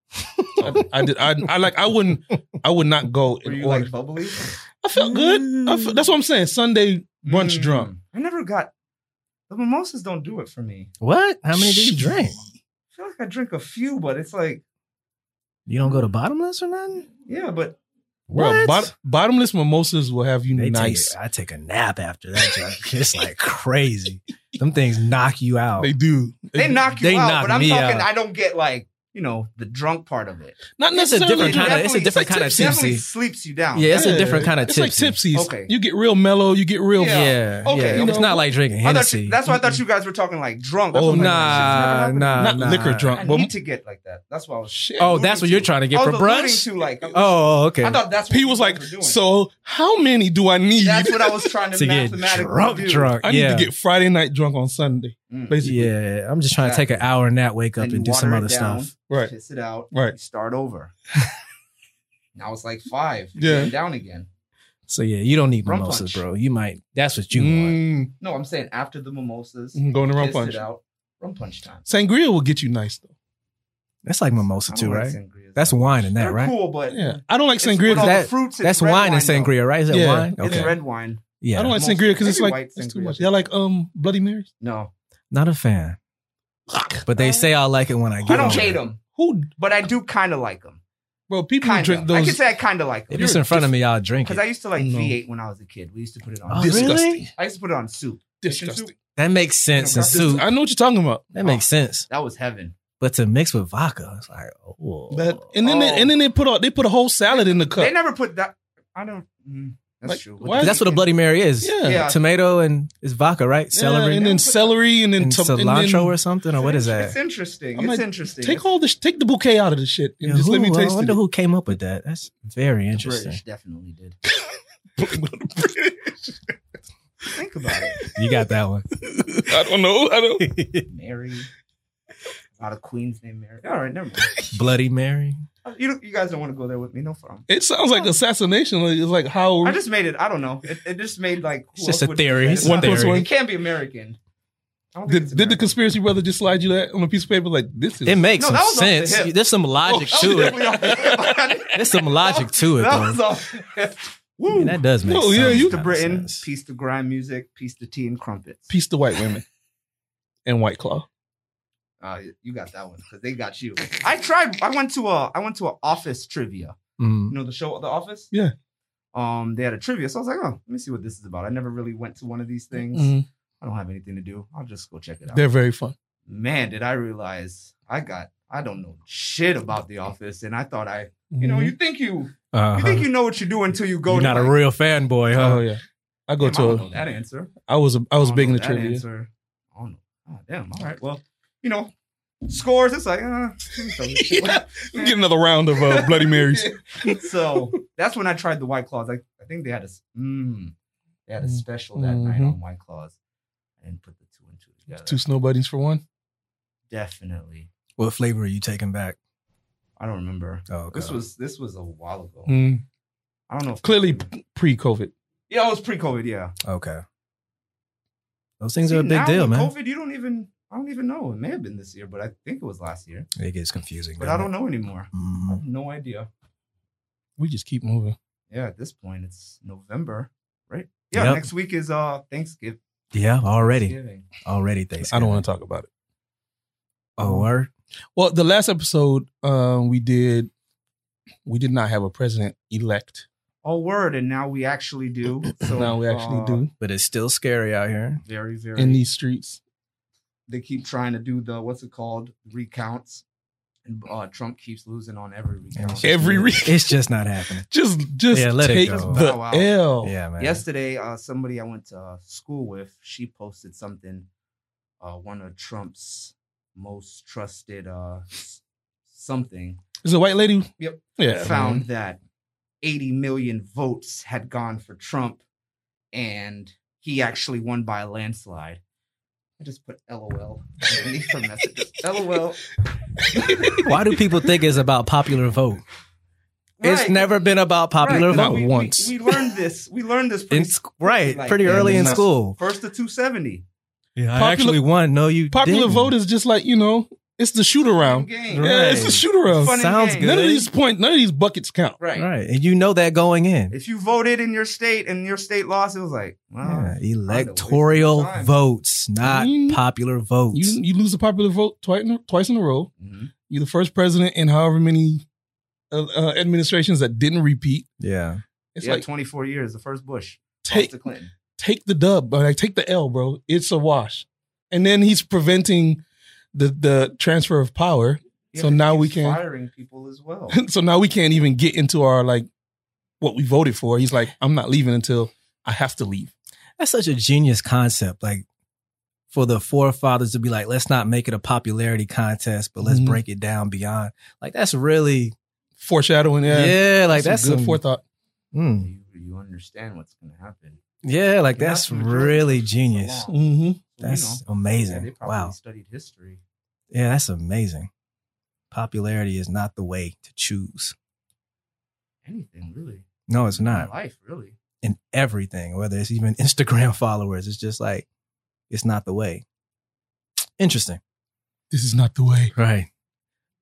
[SPEAKER 3] I, I did I, I like I wouldn't I would not go
[SPEAKER 4] Were
[SPEAKER 3] in
[SPEAKER 4] you
[SPEAKER 3] order.
[SPEAKER 4] like bubbly?
[SPEAKER 3] I felt good. I fe-
[SPEAKER 2] Mm.
[SPEAKER 3] that's what I'm saying. Sunday brunch
[SPEAKER 4] Mm.
[SPEAKER 3] drunk.
[SPEAKER 4] I never got the mimosas don't do it for me.
[SPEAKER 2] what? How many do you drink?
[SPEAKER 4] I feel like I drink a few, but it's like,
[SPEAKER 2] You don't go to bottomless or nothing?
[SPEAKER 4] yeah, but
[SPEAKER 3] Bro,
[SPEAKER 2] What?
[SPEAKER 3] bot- bottomless mimosas will have you
[SPEAKER 2] They
[SPEAKER 3] nice.
[SPEAKER 2] Take, I take a nap after that. Job. It's like crazy. Them things knock you out.
[SPEAKER 3] They do.
[SPEAKER 4] they knock you
[SPEAKER 2] They
[SPEAKER 4] out.
[SPEAKER 2] knock
[SPEAKER 4] but I'm
[SPEAKER 2] me
[SPEAKER 4] talking,
[SPEAKER 2] out.
[SPEAKER 4] I don't get like, you know, the drunk part of it.
[SPEAKER 3] Not
[SPEAKER 2] It's a
[SPEAKER 3] necessarily.
[SPEAKER 2] different kind of. It's
[SPEAKER 4] Definitely-
[SPEAKER 2] a different kind of
[SPEAKER 4] It definitely
[SPEAKER 2] tipsy.
[SPEAKER 4] sleeps you down.
[SPEAKER 2] Yeah, it's
[SPEAKER 3] Yeah.
[SPEAKER 2] a different kind of
[SPEAKER 3] It's
[SPEAKER 2] tipsy.
[SPEAKER 3] like tipsies.
[SPEAKER 4] Okay.
[SPEAKER 3] You get real mellow. You get real.
[SPEAKER 4] Yeah.
[SPEAKER 2] Yeah,
[SPEAKER 4] Okay,
[SPEAKER 2] yeah.
[SPEAKER 4] you
[SPEAKER 2] it's
[SPEAKER 4] know.
[SPEAKER 2] not like drinking
[SPEAKER 4] I thought
[SPEAKER 2] Hennessy.
[SPEAKER 4] you, that's why I thought you guys were talking like drunk. That's
[SPEAKER 3] Oh,
[SPEAKER 4] what I'm like,
[SPEAKER 2] nah,
[SPEAKER 4] shit's never
[SPEAKER 2] nah,
[SPEAKER 4] happened
[SPEAKER 3] Not
[SPEAKER 2] nah.
[SPEAKER 3] liquor drunk.
[SPEAKER 4] to me. I
[SPEAKER 3] Well,
[SPEAKER 4] need to get like that. That's why I was
[SPEAKER 3] shit.
[SPEAKER 2] Oh, that's what
[SPEAKER 4] alluding
[SPEAKER 2] you're
[SPEAKER 4] to.
[SPEAKER 2] trying to get
[SPEAKER 4] I
[SPEAKER 2] for
[SPEAKER 4] was alluding
[SPEAKER 2] brunch.
[SPEAKER 4] to like
[SPEAKER 2] Oh, okay.
[SPEAKER 4] I thought that's what
[SPEAKER 3] P
[SPEAKER 4] you
[SPEAKER 3] was
[SPEAKER 4] guys
[SPEAKER 3] like,
[SPEAKER 4] were doing.
[SPEAKER 3] so how many do I need?
[SPEAKER 4] That's what I was trying to,
[SPEAKER 2] to get
[SPEAKER 4] mathematically
[SPEAKER 2] drunk,
[SPEAKER 4] do.
[SPEAKER 2] drunk.
[SPEAKER 3] I need
[SPEAKER 2] yeah,
[SPEAKER 3] to get Friday night drunk on Sunday,
[SPEAKER 4] Mm.
[SPEAKER 3] basically.
[SPEAKER 2] yeah. I'm just trying to take an hour nap, wake up,
[SPEAKER 4] Then
[SPEAKER 2] and,
[SPEAKER 4] you
[SPEAKER 2] do some
[SPEAKER 4] water
[SPEAKER 2] other
[SPEAKER 4] it down,
[SPEAKER 2] stuff.
[SPEAKER 3] Right.
[SPEAKER 4] Piss it out.
[SPEAKER 3] Right.
[SPEAKER 4] you start over. now it's like five.
[SPEAKER 3] Yeah.
[SPEAKER 4] Yeah, down again.
[SPEAKER 2] So yeah, you don't need
[SPEAKER 4] Rum
[SPEAKER 2] mimosas,
[SPEAKER 4] punch.
[SPEAKER 2] bro. You might. That's what you want.
[SPEAKER 3] Mm,
[SPEAKER 4] No, I'm saying after the mimosas,
[SPEAKER 2] Mm-hmm.
[SPEAKER 3] I'm going to rum
[SPEAKER 4] piss
[SPEAKER 3] punch.
[SPEAKER 4] it out. Rum punch time.
[SPEAKER 3] Sangria will get you nice though.
[SPEAKER 2] That's like mimosa
[SPEAKER 4] I
[SPEAKER 2] too,
[SPEAKER 4] don't like
[SPEAKER 2] right?
[SPEAKER 4] sangrias.
[SPEAKER 2] That's wine in
[SPEAKER 4] They're
[SPEAKER 2] that, right?
[SPEAKER 4] cool, but
[SPEAKER 3] Yeah, I don't like
[SPEAKER 4] it's with
[SPEAKER 3] sangria.
[SPEAKER 4] all the
[SPEAKER 2] That-
[SPEAKER 4] fruits, it's
[SPEAKER 2] That's
[SPEAKER 4] red
[SPEAKER 2] wine and
[SPEAKER 4] though.
[SPEAKER 2] sangria, right? Is that
[SPEAKER 3] Yeah.
[SPEAKER 2] wine?
[SPEAKER 4] It's
[SPEAKER 2] Okay.
[SPEAKER 4] red wine.
[SPEAKER 2] Yeah,
[SPEAKER 3] I don't like
[SPEAKER 4] Most-
[SPEAKER 3] sangria because it's
[SPEAKER 4] maybe
[SPEAKER 3] like
[SPEAKER 4] white
[SPEAKER 3] it's too
[SPEAKER 4] sangria.
[SPEAKER 3] much. Yeah, like um Bloody Marys.
[SPEAKER 4] No,
[SPEAKER 2] not a fan. But they say I like it when I get.
[SPEAKER 4] I don't
[SPEAKER 2] one.
[SPEAKER 4] hate them,
[SPEAKER 3] Who,
[SPEAKER 4] but I do kind of like them.
[SPEAKER 3] bro? People who
[SPEAKER 4] Kind
[SPEAKER 3] drink
[SPEAKER 4] of. I
[SPEAKER 3] those.
[SPEAKER 4] can say I kind of like
[SPEAKER 2] If
[SPEAKER 4] them
[SPEAKER 2] it's in front of me, I'll drink
[SPEAKER 4] because I
[SPEAKER 2] it.
[SPEAKER 4] used to like
[SPEAKER 3] No.
[SPEAKER 4] V8 when I was a kid. We used to put it on.
[SPEAKER 2] Oh,
[SPEAKER 4] soup.
[SPEAKER 3] disgusting.
[SPEAKER 2] really?
[SPEAKER 4] I used to put it on soup.
[SPEAKER 3] Disgusting.
[SPEAKER 2] That makes sense in
[SPEAKER 4] Disgusting.
[SPEAKER 2] soup.
[SPEAKER 3] I know what you're talking about.
[SPEAKER 2] That makes
[SPEAKER 4] oh.
[SPEAKER 2] sense.
[SPEAKER 4] That was heaven.
[SPEAKER 2] But to mix with vodka, it's like, oh,
[SPEAKER 3] That and then they, and then they put a, they put a whole salad in the cup.
[SPEAKER 4] They never put that. I don't. mm, that's
[SPEAKER 3] Like,
[SPEAKER 4] true.
[SPEAKER 3] why-
[SPEAKER 2] that's what a Bloody Mary is.
[SPEAKER 3] yeah.
[SPEAKER 4] Yeah.
[SPEAKER 2] Tomato and it's vodka, right?
[SPEAKER 3] Yeah,
[SPEAKER 2] Celery
[SPEAKER 3] and
[SPEAKER 2] and,
[SPEAKER 3] then celery and then, to- and
[SPEAKER 2] cilantro
[SPEAKER 3] then-
[SPEAKER 2] or something, or what is
[SPEAKER 4] It's
[SPEAKER 2] that?
[SPEAKER 4] interesting.
[SPEAKER 3] I'm
[SPEAKER 4] it's
[SPEAKER 3] like,
[SPEAKER 4] interesting.
[SPEAKER 3] Take all the sh- take the bouquet out of the shit and
[SPEAKER 2] Yeah,
[SPEAKER 3] just let me
[SPEAKER 2] who-
[SPEAKER 3] taste
[SPEAKER 2] I wonder
[SPEAKER 3] it.
[SPEAKER 2] who came up with that. That's very
[SPEAKER 4] The British
[SPEAKER 2] interesting.
[SPEAKER 4] definitely did.
[SPEAKER 3] I
[SPEAKER 4] Think about it.
[SPEAKER 2] You got that one.
[SPEAKER 3] don't know. I don't.
[SPEAKER 4] Mary. A lot of queens named Mary. All right, never mind. Uh,
[SPEAKER 2] Bloody Mary.
[SPEAKER 4] You, don't- you guys don't want to go there with me, no problem.
[SPEAKER 3] It sounds like assassination. Like, It's like how
[SPEAKER 4] I just made it. I don't know. It, it just made like. who
[SPEAKER 2] It's just
[SPEAKER 4] else
[SPEAKER 2] a
[SPEAKER 4] would-
[SPEAKER 2] theory. It's
[SPEAKER 4] It's
[SPEAKER 3] One
[SPEAKER 4] one
[SPEAKER 3] plus
[SPEAKER 2] theory.
[SPEAKER 3] one.
[SPEAKER 4] It can't be American. I don't think
[SPEAKER 3] did,
[SPEAKER 4] it's
[SPEAKER 3] did the
[SPEAKER 4] American.
[SPEAKER 3] conspiracy brother just slide you that on a piece of paper? Like this is
[SPEAKER 2] It makes
[SPEAKER 4] No,
[SPEAKER 2] some
[SPEAKER 4] that was off the
[SPEAKER 2] sense.
[SPEAKER 4] hip.
[SPEAKER 2] There's some logic
[SPEAKER 3] Oh,
[SPEAKER 2] to it.
[SPEAKER 4] That was definitely off-
[SPEAKER 2] There's some logic to it,
[SPEAKER 4] That
[SPEAKER 2] though.
[SPEAKER 4] was off.
[SPEAKER 2] I mean,
[SPEAKER 4] Woo.
[SPEAKER 2] that does make
[SPEAKER 3] Oh,
[SPEAKER 2] sense.
[SPEAKER 3] yeah, you-
[SPEAKER 4] Peace to Britain, peace to grime music, peace to tea and crumpets.
[SPEAKER 3] piece to white women and white claw.
[SPEAKER 4] Uh, you got that one because they got you. I tried. I went to a. I went to an office trivia.
[SPEAKER 2] Mm.
[SPEAKER 4] You know the show, The Office.
[SPEAKER 3] Yeah.
[SPEAKER 4] Um, they had a trivia, so I was like, oh, let me see what this is about. I never really went to one of these things.
[SPEAKER 2] Mm-hmm.
[SPEAKER 3] Mhm.
[SPEAKER 4] I don't have anything to do. I'll just go check it out.
[SPEAKER 3] They're very fun.
[SPEAKER 4] Man, did I realize I got. I don't know shit about The Office, and I thought I. You know, you think you. You
[SPEAKER 2] Mm-hmm. Uh-huh.
[SPEAKER 4] think you know what you do until you go.
[SPEAKER 2] You're
[SPEAKER 4] to
[SPEAKER 2] not a
[SPEAKER 4] like,
[SPEAKER 2] real fanboy,
[SPEAKER 3] Oh
[SPEAKER 2] huh?
[SPEAKER 3] yeah, I go
[SPEAKER 4] damn, I don't
[SPEAKER 3] to.
[SPEAKER 4] know
[SPEAKER 3] A,
[SPEAKER 4] that answer.
[SPEAKER 3] I was a, I was
[SPEAKER 4] don't
[SPEAKER 3] big in
[SPEAKER 4] know
[SPEAKER 3] the
[SPEAKER 4] that
[SPEAKER 3] trivia.
[SPEAKER 4] Answer. I don't know. Oh, damn. All right. Well, you know, scores. It's like, uh,
[SPEAKER 3] Yeah. Get another round of uh, Bloody Marys.
[SPEAKER 4] so that's when I tried the White Claws. I, I think they had a s- mm, they had a
[SPEAKER 3] Mm.
[SPEAKER 4] special that night
[SPEAKER 3] Mhm.
[SPEAKER 4] on White Claws, and put the two and two together.
[SPEAKER 3] Two snow buddies for one.
[SPEAKER 4] Definitely.
[SPEAKER 2] What flavor are you taking back?
[SPEAKER 4] I don't remember.
[SPEAKER 2] Oh, okay.
[SPEAKER 4] This was this was a while ago.
[SPEAKER 3] Uh, Mm.
[SPEAKER 4] I don't know. If
[SPEAKER 3] Clearly pre-COVID.
[SPEAKER 4] yeah, it was pre-COVID. Yeah,
[SPEAKER 2] okay. Those things
[SPEAKER 4] See,
[SPEAKER 2] are a
[SPEAKER 4] now
[SPEAKER 2] big deal,
[SPEAKER 4] with
[SPEAKER 2] man.
[SPEAKER 4] COVID, you don't even. I don't even know. It may have been this year, but I think it was last year.
[SPEAKER 2] It gets confusing.
[SPEAKER 4] But I don't know anymore. I
[SPEAKER 2] Mm-hmm.
[SPEAKER 4] have no idea.
[SPEAKER 3] We just keep moving.
[SPEAKER 4] yeah, at this point it's November, right? Yeah,
[SPEAKER 2] Yep.
[SPEAKER 4] next week is uh Thanksgiving.
[SPEAKER 2] Yeah, already,
[SPEAKER 4] Thanksgiving.
[SPEAKER 2] already. Thanksgiving.
[SPEAKER 3] I don't want to talk about it.
[SPEAKER 2] Oh, word.
[SPEAKER 3] Well, the last episode um, we did we did not have a president elect.
[SPEAKER 4] Oh, word. And now we actually do. So
[SPEAKER 3] now we actually
[SPEAKER 4] uh,
[SPEAKER 3] do
[SPEAKER 2] But it's still scary out here.
[SPEAKER 4] Very, very.
[SPEAKER 3] in these streets.
[SPEAKER 4] they keep trying to do the, what's it called? Recounts. And uh, Trump keeps losing on every recount.
[SPEAKER 3] Every re-
[SPEAKER 2] It's just not happening.
[SPEAKER 3] Just just
[SPEAKER 2] Yeah, let it
[SPEAKER 3] take
[SPEAKER 2] go.
[SPEAKER 3] the
[SPEAKER 4] Bow out.
[SPEAKER 3] L.
[SPEAKER 2] Yeah, man.
[SPEAKER 4] Yesterday, uh, somebody I went to uh, school with, she posted something. Uh, one of Trump's most trusted uh, s- something
[SPEAKER 3] Is it a white lady?
[SPEAKER 4] Yep.
[SPEAKER 3] Yeah.
[SPEAKER 4] found that 80 million votes had gone for Trump, and he actually won by a landslide. I just put LOL underneath her messages. LOL.
[SPEAKER 2] Why do people think it's about popular vote? It's
[SPEAKER 4] Right.
[SPEAKER 2] never been about popular
[SPEAKER 4] Right. No,
[SPEAKER 2] vote.
[SPEAKER 4] we- we-
[SPEAKER 3] once.
[SPEAKER 4] We, learned this. We learned this pretty,
[SPEAKER 2] In sc- right,
[SPEAKER 4] like-
[SPEAKER 2] pretty
[SPEAKER 4] Yeah,
[SPEAKER 2] early in
[SPEAKER 3] that's-
[SPEAKER 2] school.
[SPEAKER 4] first to 270.
[SPEAKER 2] Yeah, I
[SPEAKER 3] Popular-
[SPEAKER 2] actually won. No, you
[SPEAKER 3] Popular
[SPEAKER 2] didn't.
[SPEAKER 3] vote is just like, you know, it's the shoot around.
[SPEAKER 4] Game.
[SPEAKER 2] Right.
[SPEAKER 3] Yeah, it's a shoot around.
[SPEAKER 4] Funny
[SPEAKER 2] Sounds
[SPEAKER 4] game.
[SPEAKER 2] good.
[SPEAKER 3] None of these point none of these buckets count.
[SPEAKER 4] Right.
[SPEAKER 2] right, and you know that going in.
[SPEAKER 4] If you voted in your state and your state lost, it was like, wow.
[SPEAKER 2] Yeah,
[SPEAKER 4] Kinda
[SPEAKER 2] electoral
[SPEAKER 4] wasted time.
[SPEAKER 2] votes, not
[SPEAKER 3] Mm.
[SPEAKER 2] popular votes.
[SPEAKER 3] You you lose the popular vote twice in, twice in a row.
[SPEAKER 4] Mhm.
[SPEAKER 3] You're the first president in however many uh, uh, administrations that didn't repeat.
[SPEAKER 2] yeah,
[SPEAKER 3] It's
[SPEAKER 4] yeah,
[SPEAKER 3] like
[SPEAKER 4] 24 years, the first Bush,
[SPEAKER 3] take
[SPEAKER 4] to Clinton.
[SPEAKER 3] take the dub, bro. Like take the L, bro. It's a wash. And then he's preventing the the transfer of power. So
[SPEAKER 4] but
[SPEAKER 3] now
[SPEAKER 4] he's
[SPEAKER 3] we can-
[SPEAKER 4] firing people as well.
[SPEAKER 3] so now we can't even get into our like what we voted for. He's like, I'm not leaving until I have to leave.
[SPEAKER 2] that's such a genius concept. Like for the forefathers to be like, let's not make it a popularity contest, but let's
[SPEAKER 4] Mm-hmm.
[SPEAKER 3] Mhm.
[SPEAKER 2] break it down beyond. Like that's really
[SPEAKER 3] Foreshadowing, yeah.
[SPEAKER 2] yeah, like
[SPEAKER 3] Some
[SPEAKER 2] that's
[SPEAKER 3] good
[SPEAKER 2] some-
[SPEAKER 3] forethought.
[SPEAKER 2] mm.
[SPEAKER 4] you, you understand what's going to happen.
[SPEAKER 2] Yeah, like
[SPEAKER 4] You're
[SPEAKER 2] that's
[SPEAKER 4] not gonna do it
[SPEAKER 2] really
[SPEAKER 4] for
[SPEAKER 2] genius.
[SPEAKER 4] long.
[SPEAKER 3] hmm
[SPEAKER 4] So, you
[SPEAKER 2] That's
[SPEAKER 4] know, yeah, they
[SPEAKER 2] amazing.
[SPEAKER 4] probably
[SPEAKER 2] Wow.
[SPEAKER 4] studied history.
[SPEAKER 2] Yeah, that's amazing. Popularity is not the way to choose.
[SPEAKER 4] Anything really?
[SPEAKER 2] No, it's
[SPEAKER 4] My
[SPEAKER 2] not.
[SPEAKER 4] Life really?
[SPEAKER 2] In everything, whether it's even Instagram followers, it's just like it's not the way. Interesting.
[SPEAKER 3] This is not the way,
[SPEAKER 2] Right.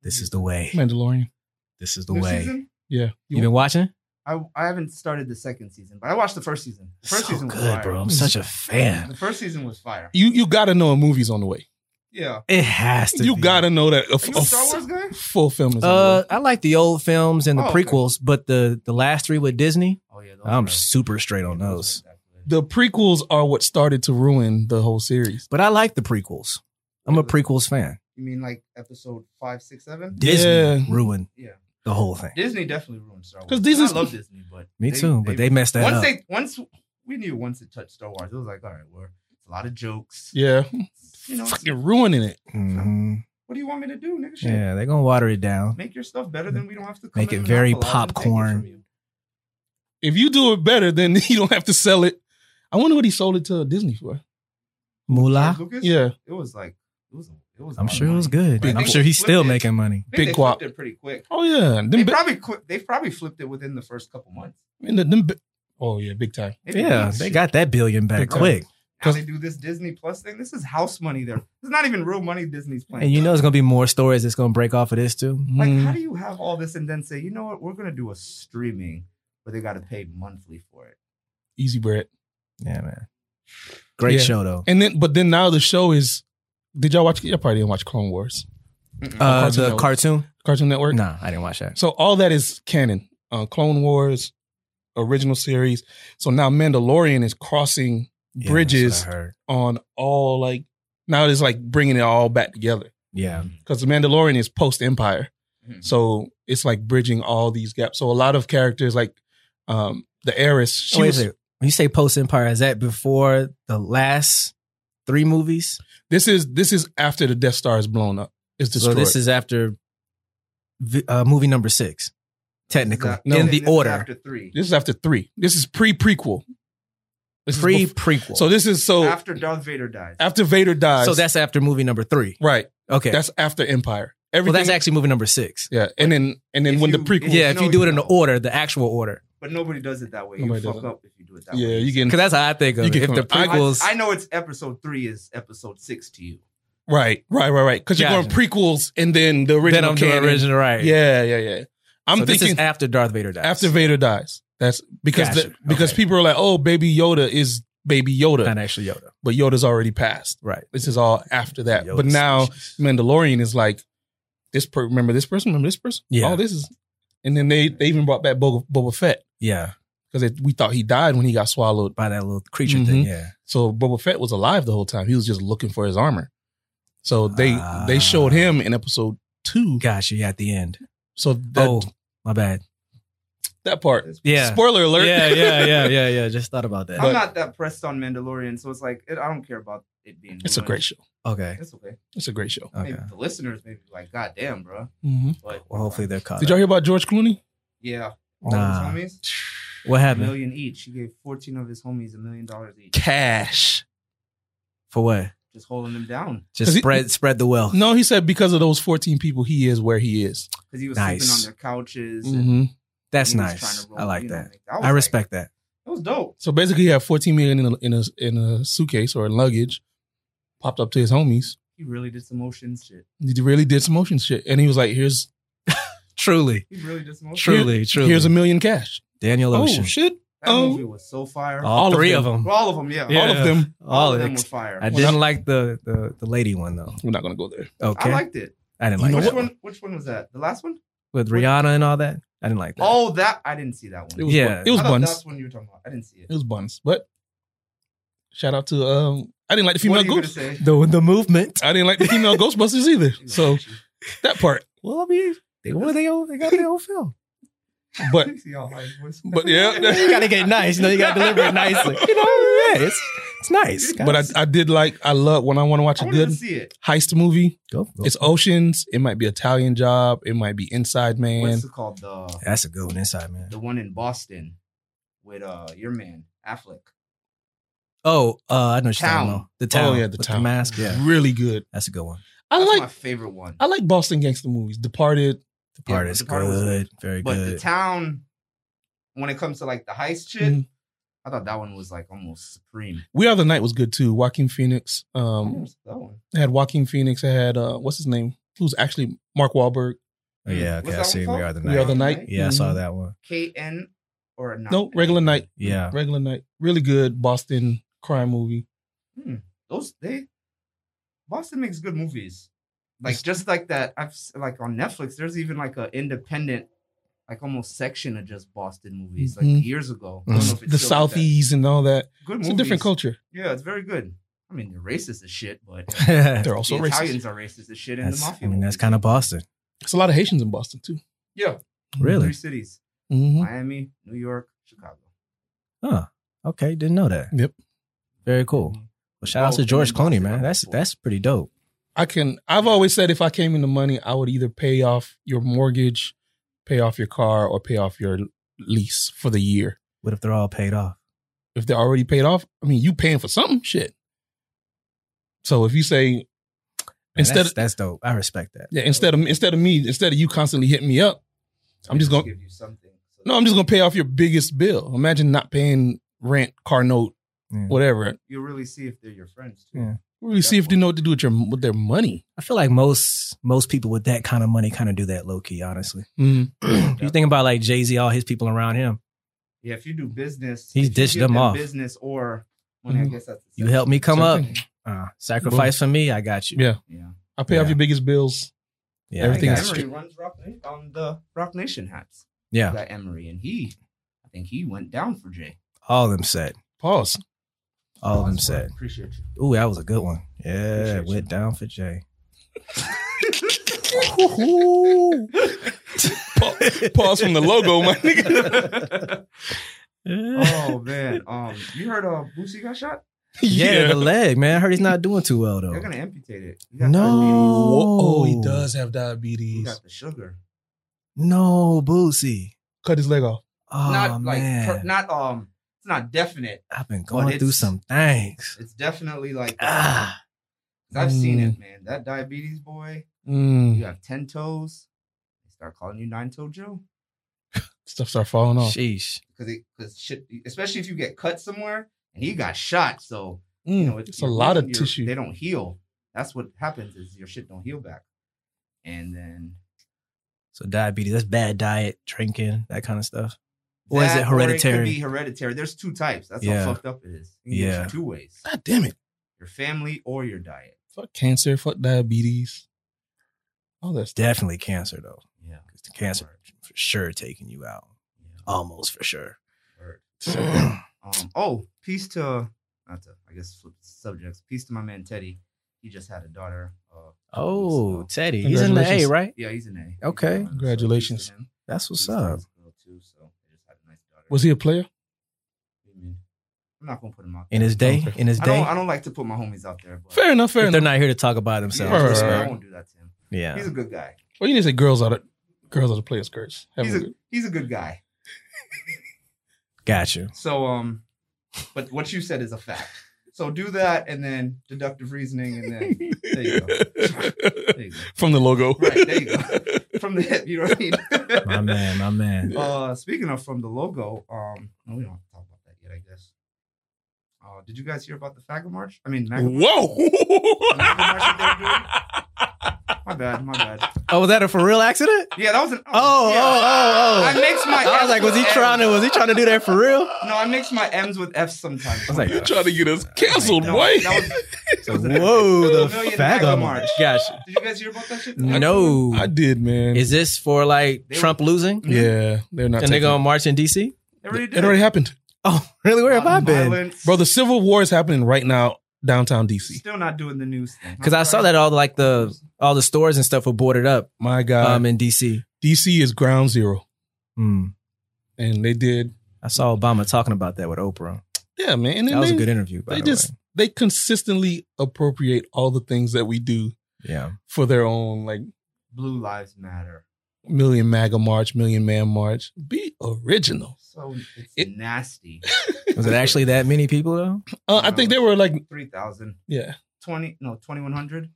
[SPEAKER 2] This is the way.
[SPEAKER 3] Mandalorian.
[SPEAKER 2] This is the
[SPEAKER 4] New
[SPEAKER 2] way.
[SPEAKER 4] season?
[SPEAKER 3] Yeah,
[SPEAKER 2] You been watching?
[SPEAKER 4] I I haven't started the second season, but I watched the first season. The first
[SPEAKER 2] So
[SPEAKER 4] season was
[SPEAKER 2] good,
[SPEAKER 4] fire.
[SPEAKER 2] bro. I'm such a fan.
[SPEAKER 4] The first season was fire.
[SPEAKER 3] you you gotta know a movie's on the way.
[SPEAKER 4] Yeah.
[SPEAKER 2] It has to
[SPEAKER 3] You
[SPEAKER 2] be.
[SPEAKER 3] gotta know that a, f-
[SPEAKER 4] Are you
[SPEAKER 3] a
[SPEAKER 2] Oh,
[SPEAKER 4] a
[SPEAKER 3] f-
[SPEAKER 4] Star Wars guy?
[SPEAKER 3] full film is on the
[SPEAKER 2] uh
[SPEAKER 3] way.
[SPEAKER 2] I like the old films and the
[SPEAKER 4] Oh, okay.
[SPEAKER 2] prequels, but the the last three with Disney,
[SPEAKER 4] Oh yeah. those
[SPEAKER 2] I'm
[SPEAKER 4] were-
[SPEAKER 2] super straight on
[SPEAKER 4] yeah,
[SPEAKER 2] those.
[SPEAKER 4] weren't that good.
[SPEAKER 3] The prequels are what started to ruin the whole series.
[SPEAKER 2] But I like the prequels. I'm a prequels fan.
[SPEAKER 4] You mean like episode five, six, seven?
[SPEAKER 2] Disney
[SPEAKER 3] Yeah.
[SPEAKER 2] ruined
[SPEAKER 4] Yeah.
[SPEAKER 2] the whole thing.
[SPEAKER 4] Disney definitely ruined Star Wars.
[SPEAKER 3] 'Cause Disney's-
[SPEAKER 4] I love Disney, but
[SPEAKER 2] Me too, but they messed that
[SPEAKER 4] once
[SPEAKER 2] up.
[SPEAKER 4] they once we knew once it touched Star Wars, it was like all right, we're it's a lot of jokes.
[SPEAKER 3] Yeah,
[SPEAKER 4] You know, it's-
[SPEAKER 3] fucking ruining it.
[SPEAKER 2] Mhm.
[SPEAKER 4] what do you want me to do, nigga? Shit.
[SPEAKER 2] Yeah, they're gonna water it down.
[SPEAKER 4] Make your stuff better than we don't have to come
[SPEAKER 2] Make
[SPEAKER 4] in
[SPEAKER 2] it
[SPEAKER 4] and
[SPEAKER 2] very
[SPEAKER 4] monopolize and take it from
[SPEAKER 2] popcorn.
[SPEAKER 4] you.
[SPEAKER 3] If you do it better, then you don't have to sell it. I wonder what he sold it to Disney for.
[SPEAKER 2] Moolah.
[SPEAKER 4] Lucas,
[SPEAKER 3] Yeah,
[SPEAKER 4] it was like it was it was. a
[SPEAKER 2] I'm
[SPEAKER 4] lot of
[SPEAKER 2] sure it was
[SPEAKER 4] money.
[SPEAKER 2] good.
[SPEAKER 4] Big
[SPEAKER 2] And I'm
[SPEAKER 4] whoop.
[SPEAKER 2] sure he's still
[SPEAKER 4] Flipped it.
[SPEAKER 2] making money.
[SPEAKER 4] I think
[SPEAKER 3] Big
[SPEAKER 4] they
[SPEAKER 3] guap.
[SPEAKER 4] flipped it pretty quick.
[SPEAKER 3] oh yeah, them,
[SPEAKER 4] They
[SPEAKER 3] bi-
[SPEAKER 4] probably quit, they probably flipped it within the first couple months.
[SPEAKER 3] and the- them bi- oh yeah, big time.
[SPEAKER 4] They did
[SPEAKER 2] Yeah,
[SPEAKER 4] this
[SPEAKER 2] they
[SPEAKER 4] shit.
[SPEAKER 2] got that billion back
[SPEAKER 3] Big time.
[SPEAKER 2] quick.
[SPEAKER 4] now they do this Disney Plus thing. This is house money. There, it's not even real money. Disney's playing.
[SPEAKER 2] And you know there's gonna be more stories that's gonna break off of this too.
[SPEAKER 4] like,
[SPEAKER 3] Mm.
[SPEAKER 4] how do you have all this and then say, you know what, we're gonna do a streaming, but they got to pay monthly for it.
[SPEAKER 3] Easy bread.
[SPEAKER 2] Yeah, man. Great
[SPEAKER 3] Yeah.
[SPEAKER 2] show though.
[SPEAKER 3] And then, but then now the show is. Did y'all watch? Y'all probably didn't watch Clone Wars,
[SPEAKER 2] Uh,
[SPEAKER 3] Cartoon
[SPEAKER 2] the
[SPEAKER 3] Network.
[SPEAKER 2] cartoon?
[SPEAKER 3] Cartoon Network.
[SPEAKER 2] Nah, I didn't watch that.
[SPEAKER 3] So all that is canon. Uh, Clone Wars, original series. So now Mandalorian is crossing
[SPEAKER 2] Yeah,
[SPEAKER 3] Bridges.
[SPEAKER 2] that's what I heard.
[SPEAKER 3] on all like now it's like bringing it all back together
[SPEAKER 2] Yeah.
[SPEAKER 3] because the Mandalorian is post Empire,
[SPEAKER 4] Mhm.
[SPEAKER 3] so it's like bridging all these gaps. So a lot of characters like um the heiress. She
[SPEAKER 2] Oh, Wait
[SPEAKER 3] was,
[SPEAKER 2] a second. When you say post Empire, is that before the last three movies?
[SPEAKER 3] this is this is after the Death Star is blown up. It's destroyed.
[SPEAKER 2] So this is after vi- uh, movie number six, technically
[SPEAKER 4] This is
[SPEAKER 3] No.
[SPEAKER 4] after-
[SPEAKER 2] in
[SPEAKER 4] this
[SPEAKER 2] the
[SPEAKER 4] is
[SPEAKER 2] order
[SPEAKER 4] after three.
[SPEAKER 3] this is after three. This is pre prequel.
[SPEAKER 2] pre prequel.
[SPEAKER 3] So
[SPEAKER 2] So,
[SPEAKER 3] this is so
[SPEAKER 4] After Darth Vader dies,
[SPEAKER 3] Oh. after Vader dies.
[SPEAKER 2] so that's after movie number three.
[SPEAKER 3] right.
[SPEAKER 2] Okay,
[SPEAKER 3] That's after Empire.
[SPEAKER 2] well,
[SPEAKER 3] Everything.
[SPEAKER 2] that's actually movie number six.
[SPEAKER 3] yeah, and then and then
[SPEAKER 4] If
[SPEAKER 3] when the
[SPEAKER 4] you-
[SPEAKER 3] prequel.
[SPEAKER 4] Well,
[SPEAKER 2] Yeah, if
[SPEAKER 4] no,
[SPEAKER 2] you do it in the
[SPEAKER 4] no.
[SPEAKER 2] order, the actual order,
[SPEAKER 4] but nobody does it that way. You
[SPEAKER 3] Nobody does
[SPEAKER 4] fuck
[SPEAKER 3] it.
[SPEAKER 4] up if you do it that
[SPEAKER 3] yeah,
[SPEAKER 4] way.
[SPEAKER 3] you getting
[SPEAKER 2] because that's how I think of
[SPEAKER 3] You
[SPEAKER 2] it.
[SPEAKER 3] get
[SPEAKER 2] If the
[SPEAKER 3] confused.
[SPEAKER 4] I-
[SPEAKER 2] prequels,
[SPEAKER 4] I, know it's episode three is episode six to you.
[SPEAKER 3] right, right, right, right. Because you're
[SPEAKER 2] Gotcha.
[SPEAKER 3] going prequels and then the
[SPEAKER 2] then
[SPEAKER 3] original.
[SPEAKER 2] I'm doing
[SPEAKER 3] canon.
[SPEAKER 2] original right.
[SPEAKER 3] Yeah, yeah, yeah. I'm
[SPEAKER 2] So this
[SPEAKER 3] thinking
[SPEAKER 2] is after Darth Vader dies.
[SPEAKER 3] after Vader dies. That's because
[SPEAKER 2] Gotcha.
[SPEAKER 3] the, because
[SPEAKER 2] Okay.
[SPEAKER 3] people are like, oh, Baby Yoda is Baby Yoda,
[SPEAKER 2] not actually Yoda,
[SPEAKER 3] but Yoda's already passed.
[SPEAKER 2] right?
[SPEAKER 3] This is all after that.
[SPEAKER 2] Yoda
[SPEAKER 3] but now
[SPEAKER 2] species.
[SPEAKER 3] Mandalorian is like this. Per- remember this person. Remember this person.
[SPEAKER 2] Yeah.
[SPEAKER 3] Oh, this is And then they, they even brought back Boba, Boba Fett
[SPEAKER 2] Yeah,
[SPEAKER 3] because we thought he died when he got swallowed.
[SPEAKER 2] by that little creature
[SPEAKER 3] Mm-hmm.
[SPEAKER 2] thing. Yeah,
[SPEAKER 3] So Boba Fett was alive the whole time. He was just looking for his armor. So they
[SPEAKER 2] Ah.
[SPEAKER 3] they showed him in episode two.
[SPEAKER 2] gotcha. Yeah, at the end.
[SPEAKER 3] So that
[SPEAKER 2] oh, my bad.
[SPEAKER 3] that part.
[SPEAKER 2] Yeah.
[SPEAKER 3] Spoiler alert.
[SPEAKER 2] Yeah, yeah, yeah, yeah, yeah. Just thought about that.
[SPEAKER 3] But-
[SPEAKER 4] I'm not that pressed on Mandalorian, so it's like it, I don't care about it being.
[SPEAKER 3] It's a
[SPEAKER 4] ruined.
[SPEAKER 3] great show.
[SPEAKER 2] Okay,
[SPEAKER 4] It's okay.
[SPEAKER 3] It's a great show.
[SPEAKER 2] okay.
[SPEAKER 4] Maybe the listeners may be like, "God damn, bro!"
[SPEAKER 2] Mm-hmm.
[SPEAKER 4] But
[SPEAKER 2] Well, hopefully they're caught.
[SPEAKER 3] Did y'all
[SPEAKER 2] up.
[SPEAKER 3] hear about George Clooney?
[SPEAKER 4] yeah, all
[SPEAKER 2] Nah.
[SPEAKER 4] of his homies,
[SPEAKER 2] What
[SPEAKER 4] a
[SPEAKER 2] happened?
[SPEAKER 4] million each. He gave 14 of his homies a million dollars each,
[SPEAKER 3] Cash.
[SPEAKER 2] For what?
[SPEAKER 4] just holding them down
[SPEAKER 2] Just
[SPEAKER 3] he-
[SPEAKER 2] spread spread the wealth.
[SPEAKER 3] No, he said because of those 14 people, he is where he is.
[SPEAKER 4] because he was sleeping on
[SPEAKER 2] Nice. Mm,
[SPEAKER 4] their couches. and
[SPEAKER 2] Mm-hmm.
[SPEAKER 3] hmm
[SPEAKER 2] That's
[SPEAKER 4] he was trying
[SPEAKER 2] nice.
[SPEAKER 4] to roll,
[SPEAKER 2] I like
[SPEAKER 4] you know,
[SPEAKER 2] that.
[SPEAKER 4] was
[SPEAKER 2] I
[SPEAKER 4] like-
[SPEAKER 2] respect that.
[SPEAKER 4] That was dope.
[SPEAKER 3] So basically, he had 14 million in a, in a in a suitcase or in luggage, popped up to his homies.
[SPEAKER 4] He really did some motion shit.
[SPEAKER 3] He really did some motion shit, and he was like, "Here's
[SPEAKER 2] Truly,
[SPEAKER 4] He really did some motion.
[SPEAKER 3] True.
[SPEAKER 2] truly, truly.
[SPEAKER 3] here's a million cash."
[SPEAKER 2] Daniel Ocean.
[SPEAKER 3] Oh shit!
[SPEAKER 4] That
[SPEAKER 3] Oh.
[SPEAKER 4] movie was so fire.
[SPEAKER 2] all,
[SPEAKER 3] all of
[SPEAKER 2] three
[SPEAKER 3] them.
[SPEAKER 2] of them.
[SPEAKER 4] All of them, yeah.
[SPEAKER 2] Yeah.
[SPEAKER 3] All of them.
[SPEAKER 4] All of them were
[SPEAKER 2] ex-
[SPEAKER 4] fire.
[SPEAKER 2] I didn't like the, the the lady one though.
[SPEAKER 3] We're not gonna go there.
[SPEAKER 2] Okay,
[SPEAKER 4] I liked it.
[SPEAKER 2] I didn't
[SPEAKER 3] You
[SPEAKER 2] like
[SPEAKER 3] know
[SPEAKER 4] which
[SPEAKER 2] that
[SPEAKER 3] what?
[SPEAKER 2] one.
[SPEAKER 4] one? Which one was that? The last one?
[SPEAKER 2] with Rihanna and all that. I didn't like that.
[SPEAKER 4] Oh, that I didn't see that
[SPEAKER 3] It
[SPEAKER 4] one.
[SPEAKER 3] was
[SPEAKER 2] Yeah.
[SPEAKER 3] bun- it was
[SPEAKER 4] I thought
[SPEAKER 3] buns.
[SPEAKER 4] That's one you were talking about. I didn't see it.
[SPEAKER 3] It was buns. But shout out to um, I didn't like the female
[SPEAKER 4] what are you gonna
[SPEAKER 3] ghost.
[SPEAKER 4] say?
[SPEAKER 2] the the movement.
[SPEAKER 3] I didn't like the female Ghostbusters either. So that part.
[SPEAKER 2] Well, I mean, they what they own, they got their own film.
[SPEAKER 3] But
[SPEAKER 4] See how high his voice was?
[SPEAKER 3] but yeah.
[SPEAKER 2] you gotta get nice. You know, you gotta deliver it nicely. You know, yeah, it's it's nice.
[SPEAKER 3] But I, I did like I love when I want to watch
[SPEAKER 4] I
[SPEAKER 3] a
[SPEAKER 4] wanted
[SPEAKER 3] good
[SPEAKER 4] to see it.
[SPEAKER 3] heist movie.
[SPEAKER 2] go, go.
[SPEAKER 3] It's Oceans. It might be Italian Job. It might be Inside Man.
[SPEAKER 4] What's it called? The
[SPEAKER 2] that's a good one inside man.
[SPEAKER 4] the one in Boston with uh your man Affleck.
[SPEAKER 2] Oh, uh, I know what you're talking
[SPEAKER 4] Town.
[SPEAKER 2] about. The town.
[SPEAKER 3] Oh yeah, the
[SPEAKER 2] with
[SPEAKER 3] town.
[SPEAKER 2] The mask. Yeah,
[SPEAKER 3] really good.
[SPEAKER 2] that's a good one.
[SPEAKER 3] I
[SPEAKER 4] That's
[SPEAKER 3] like
[SPEAKER 4] my favorite one.
[SPEAKER 3] I like Boston gangster movies. Departed.
[SPEAKER 2] The part
[SPEAKER 4] but
[SPEAKER 2] is
[SPEAKER 4] the part was-
[SPEAKER 2] good. Very
[SPEAKER 4] but the
[SPEAKER 2] good.
[SPEAKER 4] town, when it comes to like the heist shit,
[SPEAKER 3] Mhm.
[SPEAKER 4] I thought that one was like almost supreme.
[SPEAKER 3] We Are the Night was good too. Joaquin Phoenix.
[SPEAKER 4] I
[SPEAKER 3] Um,
[SPEAKER 4] didn't see that one.
[SPEAKER 3] I had Joaquin Phoenix. I had uh, what's his name? Who's actually Mark Wahlberg?
[SPEAKER 2] Oh, yeah,
[SPEAKER 4] What's
[SPEAKER 2] okay. I
[SPEAKER 4] that one
[SPEAKER 2] see. We
[SPEAKER 4] called?
[SPEAKER 2] are the
[SPEAKER 3] We Are
[SPEAKER 2] night.
[SPEAKER 3] the Night.
[SPEAKER 2] Yeah, I saw
[SPEAKER 3] Mhm.
[SPEAKER 2] that one.
[SPEAKER 4] K N or not?
[SPEAKER 3] No, regular night.
[SPEAKER 2] Yeah.
[SPEAKER 3] regular night. Really good Boston crime movie.
[SPEAKER 4] Those they Boston makes good movies. Like
[SPEAKER 3] It's-
[SPEAKER 4] just like that. I've s- like on Netflix. There's even like a independent, like almost section of just Boston movies.
[SPEAKER 3] Mhm.
[SPEAKER 4] Like years ago, I don't know
[SPEAKER 3] The,
[SPEAKER 4] if it's
[SPEAKER 3] the
[SPEAKER 4] still like that.
[SPEAKER 3] southeast and all that.
[SPEAKER 4] Good
[SPEAKER 3] It's
[SPEAKER 4] movies.
[SPEAKER 3] a different culture.
[SPEAKER 4] Yeah, it's very good. I mean, they're racist as shit, but
[SPEAKER 3] They're also
[SPEAKER 4] the
[SPEAKER 3] racist.
[SPEAKER 4] Italians are racist as shit, and the
[SPEAKER 2] That's,
[SPEAKER 4] mafia.
[SPEAKER 2] I mean, that's
[SPEAKER 4] movies.
[SPEAKER 2] kind of Boston.
[SPEAKER 3] It's a lot of Haitians in Boston too.
[SPEAKER 4] yeah. Three
[SPEAKER 2] Really?
[SPEAKER 4] cities:
[SPEAKER 3] hmm
[SPEAKER 4] Miami, New York, Chicago.
[SPEAKER 2] Huh. Okay. Didn't know that.
[SPEAKER 3] Yep.
[SPEAKER 2] Very cool. Well, shout out
[SPEAKER 4] Oh,
[SPEAKER 2] to George
[SPEAKER 4] Boston,
[SPEAKER 2] Clooney, man.
[SPEAKER 4] I'm
[SPEAKER 2] That's
[SPEAKER 4] cool.
[SPEAKER 2] that's pretty dope.
[SPEAKER 3] I can. I've always said if I came into money, I would either pay off your mortgage, pay off your car, or pay off your lease for the year.
[SPEAKER 2] What if they're all paid off?
[SPEAKER 3] if they're already paid off, I mean, you paying for something, shit. So if you say
[SPEAKER 2] Man,
[SPEAKER 3] instead
[SPEAKER 2] that's,
[SPEAKER 3] of
[SPEAKER 2] that's dope. I respect that.
[SPEAKER 3] yeah, instead of instead of me, instead of you constantly hitting me up, I'm just gonna
[SPEAKER 4] give you something. So
[SPEAKER 3] no, I'm just gonna pay off your biggest bill. Imagine not paying rent, car note,
[SPEAKER 2] Yeah.
[SPEAKER 3] whatever.
[SPEAKER 4] you'll really see if they're your friends too.
[SPEAKER 2] Yeah.
[SPEAKER 3] Really see if they know what to do with your with their money.
[SPEAKER 2] I feel like most most people with that kind of money kind of do that low key. Honestly, you think about like Jay Z, all his people around him.
[SPEAKER 4] Yeah, if you do business,
[SPEAKER 2] He's
[SPEAKER 4] if you
[SPEAKER 2] dished
[SPEAKER 4] give
[SPEAKER 2] them off.
[SPEAKER 4] Business or money, I
[SPEAKER 3] Mhm.
[SPEAKER 4] guess that's the
[SPEAKER 2] You
[SPEAKER 4] same.
[SPEAKER 2] help me come
[SPEAKER 3] Same
[SPEAKER 2] up,
[SPEAKER 3] thing.
[SPEAKER 2] uh, sacrifice for me. I got you.
[SPEAKER 3] Yeah.
[SPEAKER 4] Yeah,
[SPEAKER 3] I pay off
[SPEAKER 2] Yeah.
[SPEAKER 3] your biggest bills.
[SPEAKER 2] yeah
[SPEAKER 3] Everything
[SPEAKER 2] I
[SPEAKER 3] is
[SPEAKER 2] got you.
[SPEAKER 4] Emery runs Rock Nation on the Rock Nation hats.
[SPEAKER 2] Yeah,
[SPEAKER 4] That Emery and he, I think he went down for Jay.
[SPEAKER 2] all of them said.
[SPEAKER 3] Pause.
[SPEAKER 2] All of them
[SPEAKER 4] That's what I
[SPEAKER 2] said.
[SPEAKER 4] Appreciate you.
[SPEAKER 2] Ooh, that was a good one. Yeah,
[SPEAKER 4] Appreciate
[SPEAKER 2] went down for Jay.
[SPEAKER 3] Pa- Pause from the logo, my nigga.
[SPEAKER 2] yeah,
[SPEAKER 4] oh man, um, you heard uh Boosie got shot?
[SPEAKER 2] the leg, man. I heard he's not doing too well though.
[SPEAKER 4] They're gonna amputate it. He
[SPEAKER 2] No.
[SPEAKER 3] Whoa, oh, he
[SPEAKER 2] Oh.
[SPEAKER 3] does have
[SPEAKER 4] diabetes. He
[SPEAKER 3] diabetes.
[SPEAKER 4] got the sugar.
[SPEAKER 2] No, Boosie.
[SPEAKER 3] Cut his leg off.
[SPEAKER 2] Oh
[SPEAKER 4] not like
[SPEAKER 2] man,
[SPEAKER 4] per- not um, it's not definite.
[SPEAKER 2] I've been going
[SPEAKER 4] it's-
[SPEAKER 2] through some things.
[SPEAKER 4] It's definitely like
[SPEAKER 2] Ah,
[SPEAKER 4] I've seen
[SPEAKER 3] Mm.
[SPEAKER 4] it, man. That diabetes boy. You
[SPEAKER 3] Mm.
[SPEAKER 4] have ten toes. They start calling you nine toe Joe.
[SPEAKER 3] Stuff start falling off.
[SPEAKER 2] sheesh.
[SPEAKER 4] because it because shit, especially if you get cut somewhere and he got shot, so
[SPEAKER 3] Mm.
[SPEAKER 4] you know it-
[SPEAKER 3] it's a
[SPEAKER 4] your-
[SPEAKER 3] lot of
[SPEAKER 4] your-
[SPEAKER 3] tissue.
[SPEAKER 4] They don't heal. That's what happens is your shit don't heal back, and then
[SPEAKER 2] So diabetes, that's bad diet, drinking, that kind of stuff. Or is it
[SPEAKER 4] that,
[SPEAKER 2] hereditary?
[SPEAKER 4] could be hereditary. There's two types. That's
[SPEAKER 2] Yeah.
[SPEAKER 4] how fucked up it is. You can get
[SPEAKER 2] Yeah.
[SPEAKER 4] it two ways:
[SPEAKER 3] God damn it.
[SPEAKER 4] your family or your diet.
[SPEAKER 3] Fuck cancer, fuck diabetes. All that stuff.
[SPEAKER 2] Definitely cancer though.
[SPEAKER 4] Yeah,
[SPEAKER 2] cancer for sure taking you out. Almost for sure.
[SPEAKER 4] Um, oh, peace to not to I guess flip subjects. Peace to my man Teddy. He just had a daughter. Uh,
[SPEAKER 2] Oh, Teddy. He's in the A,
[SPEAKER 3] Congratulations.
[SPEAKER 2] right?
[SPEAKER 4] yeah, he's an A. He's a
[SPEAKER 2] Okay.
[SPEAKER 4] man, so peace to
[SPEAKER 3] Congratulations.
[SPEAKER 4] him.
[SPEAKER 2] That's what's
[SPEAKER 4] Peace to
[SPEAKER 2] up.
[SPEAKER 4] his girl, Too, so they just had a nice daughter.
[SPEAKER 3] Was he a player?
[SPEAKER 4] I mean, I'm not gonna put him out.
[SPEAKER 2] In his day, in his
[SPEAKER 4] I don't.
[SPEAKER 2] day.
[SPEAKER 4] I don't like to put my homies out there. But
[SPEAKER 3] Fair enough. Fair
[SPEAKER 2] If
[SPEAKER 3] enough.
[SPEAKER 2] they're not here to talk about
[SPEAKER 4] Yeah,
[SPEAKER 2] themselves.
[SPEAKER 3] Right,
[SPEAKER 2] that's
[SPEAKER 3] right,
[SPEAKER 4] I
[SPEAKER 2] fair.
[SPEAKER 4] won't do that to him. He's
[SPEAKER 2] Yeah.
[SPEAKER 4] a good guy.
[SPEAKER 3] Well, you need to say girls are the girls are the players' skirts. Have
[SPEAKER 4] He's
[SPEAKER 3] a
[SPEAKER 4] a
[SPEAKER 3] good-
[SPEAKER 4] he's a good guy.
[SPEAKER 2] Got you.
[SPEAKER 4] So um, but what you said is a fact. So do that, and then deductive reasoning, and then there you go. There you go.
[SPEAKER 3] From the logo.
[SPEAKER 4] Right, there you From the hip, you know what I mean?
[SPEAKER 2] My man, my man.
[SPEAKER 4] Uh, speaking of from the logo, um, no, we don't have to talk about that yet, I guess. Uh, did you guys hear about the Faggot March? I mean, MAGA March?
[SPEAKER 3] Whoa!
[SPEAKER 4] my bad, my bad.
[SPEAKER 2] Oh, was that a for real accident?
[SPEAKER 4] Yeah, that was an.
[SPEAKER 2] Oh,
[SPEAKER 4] yeah.
[SPEAKER 2] oh, oh, oh.
[SPEAKER 4] I mixed my.
[SPEAKER 2] I was like, was he trying to was he trying to do that for real? I
[SPEAKER 4] No, I mix my M's with F's sometimes.
[SPEAKER 2] was like,
[SPEAKER 3] You're trying to get us canceled,
[SPEAKER 4] No,
[SPEAKER 3] boy.
[SPEAKER 4] that was- that was an-
[SPEAKER 2] whoa, the
[SPEAKER 4] Million
[SPEAKER 2] faggot
[SPEAKER 4] MAGA
[SPEAKER 2] march.
[SPEAKER 4] march.
[SPEAKER 2] Gotcha.
[SPEAKER 4] Did you guys hear about that shit?
[SPEAKER 2] No.
[SPEAKER 3] I did, man.
[SPEAKER 2] Is this for like
[SPEAKER 4] They-
[SPEAKER 2] Trump losing?
[SPEAKER 3] yeah, they're not.
[SPEAKER 2] And they're
[SPEAKER 3] taking-
[SPEAKER 2] gonna march in DC?
[SPEAKER 4] They already did.
[SPEAKER 3] it already happened,
[SPEAKER 2] Oh, really? Where have I been?
[SPEAKER 4] Violence.
[SPEAKER 3] bro. The civil war is happening right now downtown DC.
[SPEAKER 4] Still not doing the news thing.
[SPEAKER 2] Because I saw that all like the all the stores and stuff were boarded up
[SPEAKER 3] My God,
[SPEAKER 2] um in DC.
[SPEAKER 3] DC is ground zero,
[SPEAKER 2] Hmm.
[SPEAKER 3] and they did.
[SPEAKER 2] I saw Obama talking about that with Oprah.
[SPEAKER 3] Yeah, man. And
[SPEAKER 2] That was
[SPEAKER 3] they,
[SPEAKER 2] a good interview. By
[SPEAKER 3] they
[SPEAKER 2] the
[SPEAKER 3] just
[SPEAKER 2] way.
[SPEAKER 3] they consistently appropriate all the things that we do
[SPEAKER 2] yeah.
[SPEAKER 3] for their own like
[SPEAKER 4] Blue Lives Matter.
[SPEAKER 3] million MAGA march, million man march. Be original.
[SPEAKER 4] So it's
[SPEAKER 3] It-
[SPEAKER 4] nasty.
[SPEAKER 2] Was it actually that many people though?
[SPEAKER 3] Uh, I think they were like,
[SPEAKER 4] 3,000,
[SPEAKER 3] yeah,
[SPEAKER 4] 20, no, 2,100.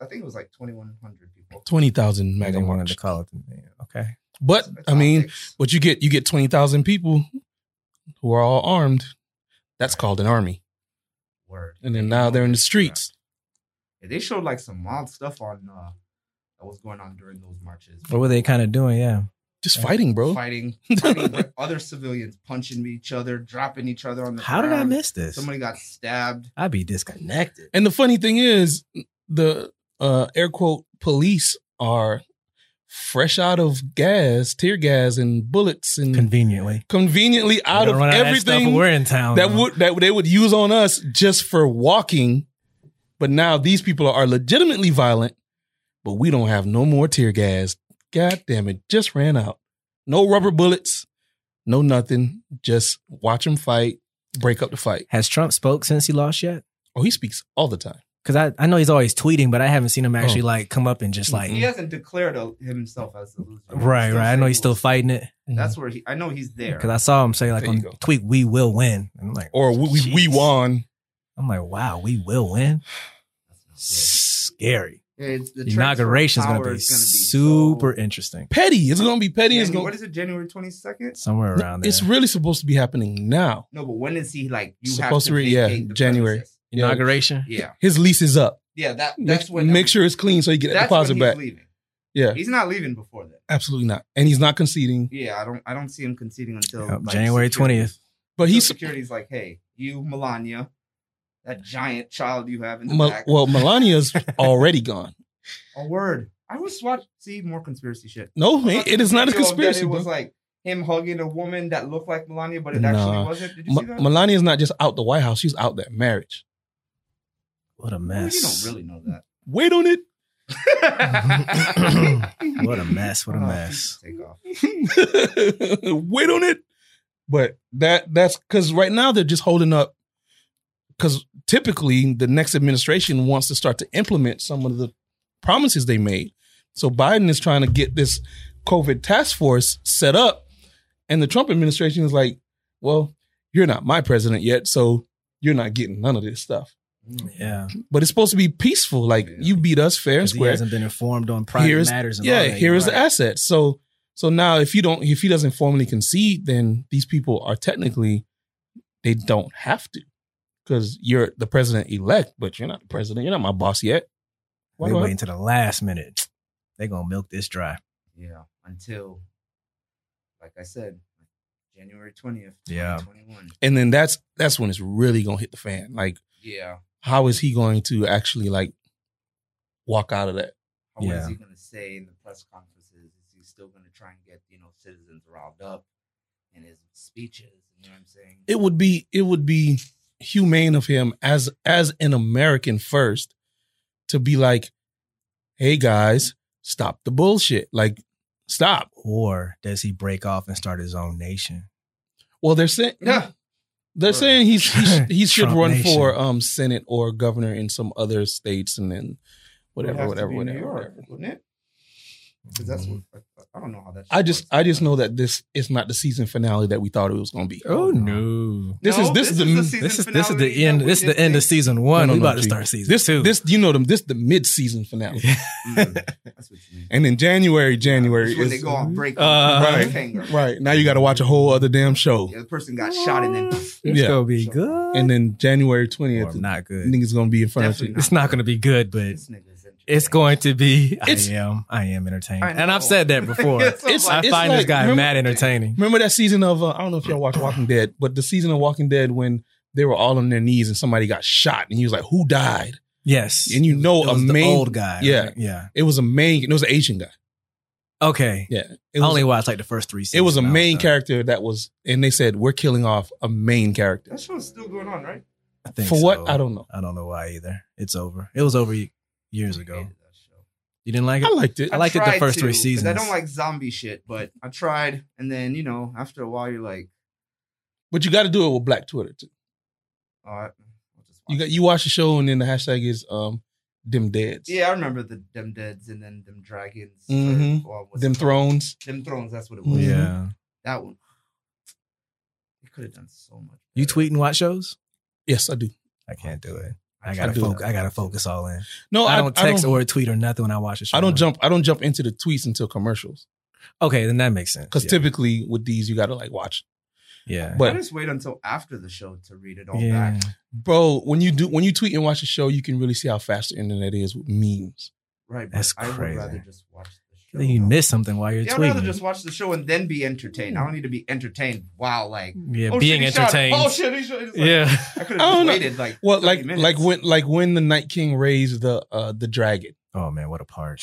[SPEAKER 4] I think it was like 2,100 people.
[SPEAKER 3] twenty thousand
[SPEAKER 2] I
[SPEAKER 3] MAGA
[SPEAKER 2] wanted
[SPEAKER 3] march.
[SPEAKER 2] to call it. yeah, Okay.
[SPEAKER 3] But I mean, But you get you get twenty thousand people who are all armed. That's called an army.
[SPEAKER 4] word.
[SPEAKER 3] And then now they're in the streets.
[SPEAKER 4] Yeah, they showed like some wild stuff on uh, that was going on during those marches.
[SPEAKER 2] What were they kind of doing? Yeah.
[SPEAKER 3] Just fighting, bro.
[SPEAKER 4] Fighting, fighting with other civilians, punching each other, dropping each other on the
[SPEAKER 2] How did I
[SPEAKER 4] ground.
[SPEAKER 2] miss this?
[SPEAKER 4] Somebody got stabbed.
[SPEAKER 2] I'd be disconnected.
[SPEAKER 3] And the funny thing is, the uh, air quote police are fresh out of gas, tear gas, and bullets, and
[SPEAKER 2] Conveniently.
[SPEAKER 3] conveniently
[SPEAKER 2] They
[SPEAKER 3] out
[SPEAKER 2] don't
[SPEAKER 3] of
[SPEAKER 2] run that stuff when
[SPEAKER 3] everything
[SPEAKER 2] we're in town.
[SPEAKER 3] that
[SPEAKER 2] though.
[SPEAKER 3] would that they would use on us just for walking. But now these people are legitimately violent, but we don't have no more tear gas. God damn it, just ran out. No rubber bullets, no nothing. Just watch them fight, break up the fight.
[SPEAKER 2] Has Trump spoke since he lost yet?
[SPEAKER 3] Oh, he speaks all the time.
[SPEAKER 2] Because I, I know he's always tweeting, but I haven't seen him actually
[SPEAKER 3] Oh.
[SPEAKER 2] like come up and just like
[SPEAKER 4] He hasn't declared a, himself as the loser.
[SPEAKER 2] right, right. I know he's still fighting it
[SPEAKER 4] That's where he. I know he's there.
[SPEAKER 2] because I saw him say like
[SPEAKER 3] There you
[SPEAKER 2] on
[SPEAKER 3] go.
[SPEAKER 2] tweet, "We will win." And I'm like,
[SPEAKER 3] or we, we, we
[SPEAKER 2] Jeez.
[SPEAKER 3] won.
[SPEAKER 2] I'm like, wow, we will win. Scary.
[SPEAKER 4] It's- the transfer
[SPEAKER 2] The
[SPEAKER 4] of
[SPEAKER 2] inauguration's gonna
[SPEAKER 4] power
[SPEAKER 2] be,
[SPEAKER 4] is gonna
[SPEAKER 2] super
[SPEAKER 4] so-
[SPEAKER 2] interesting.
[SPEAKER 3] Petty. It's gonna be petty. It's
[SPEAKER 4] Janu-
[SPEAKER 3] gonna.
[SPEAKER 4] what is it? January twenty second.
[SPEAKER 2] Somewhere around there.
[SPEAKER 3] It's really supposed to be happening now.
[SPEAKER 4] No, but when is he like? You
[SPEAKER 3] Supposed
[SPEAKER 4] have
[SPEAKER 3] to
[SPEAKER 4] to.
[SPEAKER 3] be- yeah,
[SPEAKER 4] vacate the
[SPEAKER 3] January.
[SPEAKER 4] premises.
[SPEAKER 2] inauguration.
[SPEAKER 4] Yeah,
[SPEAKER 3] His lease is up.
[SPEAKER 4] yeah. That
[SPEAKER 3] Make,
[SPEAKER 4] that's when.
[SPEAKER 3] make sure it's clean so you get that
[SPEAKER 4] that's when
[SPEAKER 3] deposit
[SPEAKER 4] he's
[SPEAKER 3] back.
[SPEAKER 4] leaving.
[SPEAKER 3] Yeah.
[SPEAKER 4] he's not leaving before that.
[SPEAKER 3] Absolutely not. And he's not conceding.
[SPEAKER 4] Yeah, I don't. I don't see him conceding until
[SPEAKER 2] Yep,
[SPEAKER 4] like,
[SPEAKER 2] January
[SPEAKER 4] security.
[SPEAKER 2] twentieth.
[SPEAKER 3] But
[SPEAKER 4] Until
[SPEAKER 3] he's
[SPEAKER 4] security's like, hey, you Melania, that giant child you have in the
[SPEAKER 3] Mel-
[SPEAKER 4] back.
[SPEAKER 3] well, Melania's already gone.
[SPEAKER 4] a word. I was watch. See more conspiracy shit.
[SPEAKER 3] No, man, it is not a
[SPEAKER 4] Video of that,
[SPEAKER 3] conspiracy.
[SPEAKER 4] It Oh, was
[SPEAKER 3] bro.
[SPEAKER 4] like him hugging a woman that looked like Melania, but it
[SPEAKER 3] Nah.
[SPEAKER 4] actually wasn't. Did you see
[SPEAKER 3] M-
[SPEAKER 4] that?
[SPEAKER 3] Melania's not just out the White House; she's out that marriage.
[SPEAKER 2] What a
[SPEAKER 4] Well,
[SPEAKER 2] mess.
[SPEAKER 4] you don't really know that.
[SPEAKER 3] Wait on it.
[SPEAKER 2] what a mess. What a
[SPEAKER 4] Oh,
[SPEAKER 2] mess.
[SPEAKER 4] Take off.
[SPEAKER 3] Wait on it. But that that's because right now they're just holding up. Because typically the next administration wants to start to implement some of the promises they made. So Biden is trying to get this COVID task force set up, and the Trump administration is like, "Well, you're not my president yet, so you're not getting none of this stuff."
[SPEAKER 2] Yeah.
[SPEAKER 3] But it's supposed to be peaceful. Like
[SPEAKER 4] Yeah.
[SPEAKER 3] you beat us fair and
[SPEAKER 2] 'Cause He
[SPEAKER 3] square
[SPEAKER 2] hasn't been informed on private
[SPEAKER 3] Here's-
[SPEAKER 2] matters. And all
[SPEAKER 3] yeah
[SPEAKER 2] that,
[SPEAKER 3] here
[SPEAKER 2] you're
[SPEAKER 3] is the
[SPEAKER 2] right.
[SPEAKER 3] asset so so now if you don't if he doesn't formally concede then these people are technically they don't have to because you're the president elect but you're not the president you're not my boss yet why
[SPEAKER 2] They
[SPEAKER 3] do I-
[SPEAKER 2] wait until the last minute. They're gonna milk this dry.
[SPEAKER 4] Yeah, until, like I said, January twentieth,
[SPEAKER 2] Yeah.
[SPEAKER 4] twenty one.
[SPEAKER 3] and then that's that's when it's really gonna hit the fan like
[SPEAKER 4] Yeah.
[SPEAKER 3] how is he going to actually like walk out of that
[SPEAKER 4] How- What is
[SPEAKER 2] Yeah.
[SPEAKER 4] he going to say in the press conferences? Is he still going to try and get you know citizens riled up in his speeches. You know what I'm saying?
[SPEAKER 3] It would be it would be humane of him as as an American first to be like, "Hey guys, stop the bullshit. Like stop."
[SPEAKER 2] Or does he break off and start his own nation?
[SPEAKER 3] Well, they're saying
[SPEAKER 4] Yeah.
[SPEAKER 3] They're
[SPEAKER 4] Right.
[SPEAKER 3] saying he's, he's he should
[SPEAKER 2] Trump
[SPEAKER 3] run
[SPEAKER 2] Nation.
[SPEAKER 3] for um senate or governor in some other states and then
[SPEAKER 4] It would have to
[SPEAKER 3] whatever, whatever,
[SPEAKER 4] be New
[SPEAKER 3] whatever,
[SPEAKER 4] York,
[SPEAKER 3] whatever. Mm-hmm.
[SPEAKER 4] wouldn't it? 'Cause that's what I- I don't know how that.
[SPEAKER 3] I
[SPEAKER 4] shit
[SPEAKER 3] just
[SPEAKER 4] works.
[SPEAKER 3] I just know that this is not the season finale that we thought it was going to be.
[SPEAKER 2] Oh
[SPEAKER 4] no.
[SPEAKER 2] no.
[SPEAKER 3] This
[SPEAKER 4] No,
[SPEAKER 3] is this, is the,
[SPEAKER 4] season
[SPEAKER 2] This is this is
[SPEAKER 4] finale
[SPEAKER 2] the end.
[SPEAKER 4] that
[SPEAKER 2] This
[SPEAKER 4] we
[SPEAKER 2] is the
[SPEAKER 4] did
[SPEAKER 2] end of
[SPEAKER 4] thing.
[SPEAKER 2] season one.
[SPEAKER 3] No, no,
[SPEAKER 2] we about
[SPEAKER 3] no,
[SPEAKER 2] to
[SPEAKER 3] G.
[SPEAKER 2] start season
[SPEAKER 3] this
[SPEAKER 2] two.
[SPEAKER 3] this you know them this the mid season finale.
[SPEAKER 4] Mm, that's what you mean.
[SPEAKER 3] and then January January
[SPEAKER 4] That's when
[SPEAKER 3] is
[SPEAKER 4] they go on break.
[SPEAKER 2] Uh,
[SPEAKER 4] right.
[SPEAKER 3] Right. right. Now you got to watch a whole other damn show.
[SPEAKER 4] Yeah, the person got shot and then
[SPEAKER 2] it's
[SPEAKER 3] yeah.
[SPEAKER 2] gonna be
[SPEAKER 4] Sure.
[SPEAKER 2] good.
[SPEAKER 3] And then January 20th
[SPEAKER 2] Or not good.
[SPEAKER 3] niggas going to be in front
[SPEAKER 4] Definitely
[SPEAKER 3] of you.
[SPEAKER 2] It's not gonna be good, but
[SPEAKER 4] this nigga's entertaining.
[SPEAKER 2] it's going to be. I
[SPEAKER 3] It's-
[SPEAKER 2] am. I am entertaining,
[SPEAKER 4] I
[SPEAKER 2] and I've
[SPEAKER 4] know.
[SPEAKER 2] said that before.
[SPEAKER 4] It's
[SPEAKER 3] It's-
[SPEAKER 4] like-
[SPEAKER 2] I find this
[SPEAKER 3] like-
[SPEAKER 2] guy
[SPEAKER 3] remember-
[SPEAKER 2] mad entertaining.
[SPEAKER 3] Remember that season of uh, I don't know if y'all watch Walking Dead, but the season of Walking Dead when they were all on their knees and somebody got shot and he was like, "Who died?"
[SPEAKER 2] Yes,
[SPEAKER 3] And you know
[SPEAKER 2] It
[SPEAKER 3] a
[SPEAKER 2] was the
[SPEAKER 3] main
[SPEAKER 2] old guy.
[SPEAKER 3] Yeah.
[SPEAKER 2] right? yeah.
[SPEAKER 3] It was a main. It was an Asian guy.
[SPEAKER 2] Okay,
[SPEAKER 3] Yeah,
[SPEAKER 2] I
[SPEAKER 3] it was,
[SPEAKER 2] only watched like the first three.
[SPEAKER 3] it was a
[SPEAKER 2] seasons.
[SPEAKER 3] main
[SPEAKER 2] I
[SPEAKER 3] character that was, and they said we're killing off a main character
[SPEAKER 4] That show's still going on, right?
[SPEAKER 2] I think
[SPEAKER 3] for
[SPEAKER 2] so.
[SPEAKER 3] what I don't know.
[SPEAKER 2] I don't know why either. It's over. It was over y- years ago.
[SPEAKER 4] Hated that show.
[SPEAKER 2] You didn't like it.
[SPEAKER 3] I liked it.
[SPEAKER 2] I liked it the
[SPEAKER 4] tried
[SPEAKER 2] first
[SPEAKER 4] to,
[SPEAKER 2] three
[SPEAKER 4] 'cause I
[SPEAKER 2] seasons.
[SPEAKER 4] don't like zombie shit, but I tried, and then you know, after a while, you're like,
[SPEAKER 3] but you got to do it with Black Twitter too.
[SPEAKER 4] all right, "Oh, I'll just watch
[SPEAKER 3] You got
[SPEAKER 4] it."
[SPEAKER 3] you watch the show and then the hashtag is um them deads,
[SPEAKER 4] Yeah, I remember the them deads and then them dragons, or-
[SPEAKER 3] Mhm.
[SPEAKER 4] or what's
[SPEAKER 3] them
[SPEAKER 4] it called?
[SPEAKER 3] thrones.
[SPEAKER 4] them thrones. That's what it was.
[SPEAKER 3] Mhm.
[SPEAKER 2] Mm-hmm. Yeah,
[SPEAKER 4] that one. They could have done so much.
[SPEAKER 2] you
[SPEAKER 4] better.
[SPEAKER 2] tweet and watch shows.
[SPEAKER 3] Yes, I do.
[SPEAKER 2] I can't do it. I
[SPEAKER 4] tried
[SPEAKER 2] gotta
[SPEAKER 4] to do
[SPEAKER 2] focus.
[SPEAKER 4] that.
[SPEAKER 2] I gotta focus all in.
[SPEAKER 3] No,
[SPEAKER 2] I don't text
[SPEAKER 3] I don't,
[SPEAKER 2] or tweet or nothing when I watch a show.
[SPEAKER 3] I don't jump. I don't jump into the tweets until commercials
[SPEAKER 2] Okay, then that makes sense.
[SPEAKER 3] because
[SPEAKER 2] yeah.
[SPEAKER 3] typically with these you got to like watch.
[SPEAKER 2] yeah,
[SPEAKER 4] I
[SPEAKER 3] But
[SPEAKER 4] just wait until after the show to read it all
[SPEAKER 2] yeah.
[SPEAKER 4] back.
[SPEAKER 3] bro, when you do when you tweet and watch a show, you can really see how fast the internet is with memes.
[SPEAKER 4] Right,
[SPEAKER 2] That's
[SPEAKER 4] but I would
[SPEAKER 2] crazy.
[SPEAKER 4] rather just watch the show.
[SPEAKER 2] Then you miss something while you're
[SPEAKER 4] Yeah, I'd rather
[SPEAKER 2] tweeting. Mm.
[SPEAKER 4] just watch the show and then be entertained. I don't need to be entertained while like
[SPEAKER 2] yeah,
[SPEAKER 4] oh,
[SPEAKER 2] being
[SPEAKER 4] shit, he shot.
[SPEAKER 2] entertained.
[SPEAKER 4] Oh shit, he shot. It's like,
[SPEAKER 2] yeah,
[SPEAKER 4] I could
[SPEAKER 3] I
[SPEAKER 4] have
[SPEAKER 3] don't know.
[SPEAKER 4] waited like
[SPEAKER 3] Well,
[SPEAKER 4] 30
[SPEAKER 3] like
[SPEAKER 4] minutes.
[SPEAKER 3] like when like when the Night King raised the uh the dragon.
[SPEAKER 2] Oh man, what a part!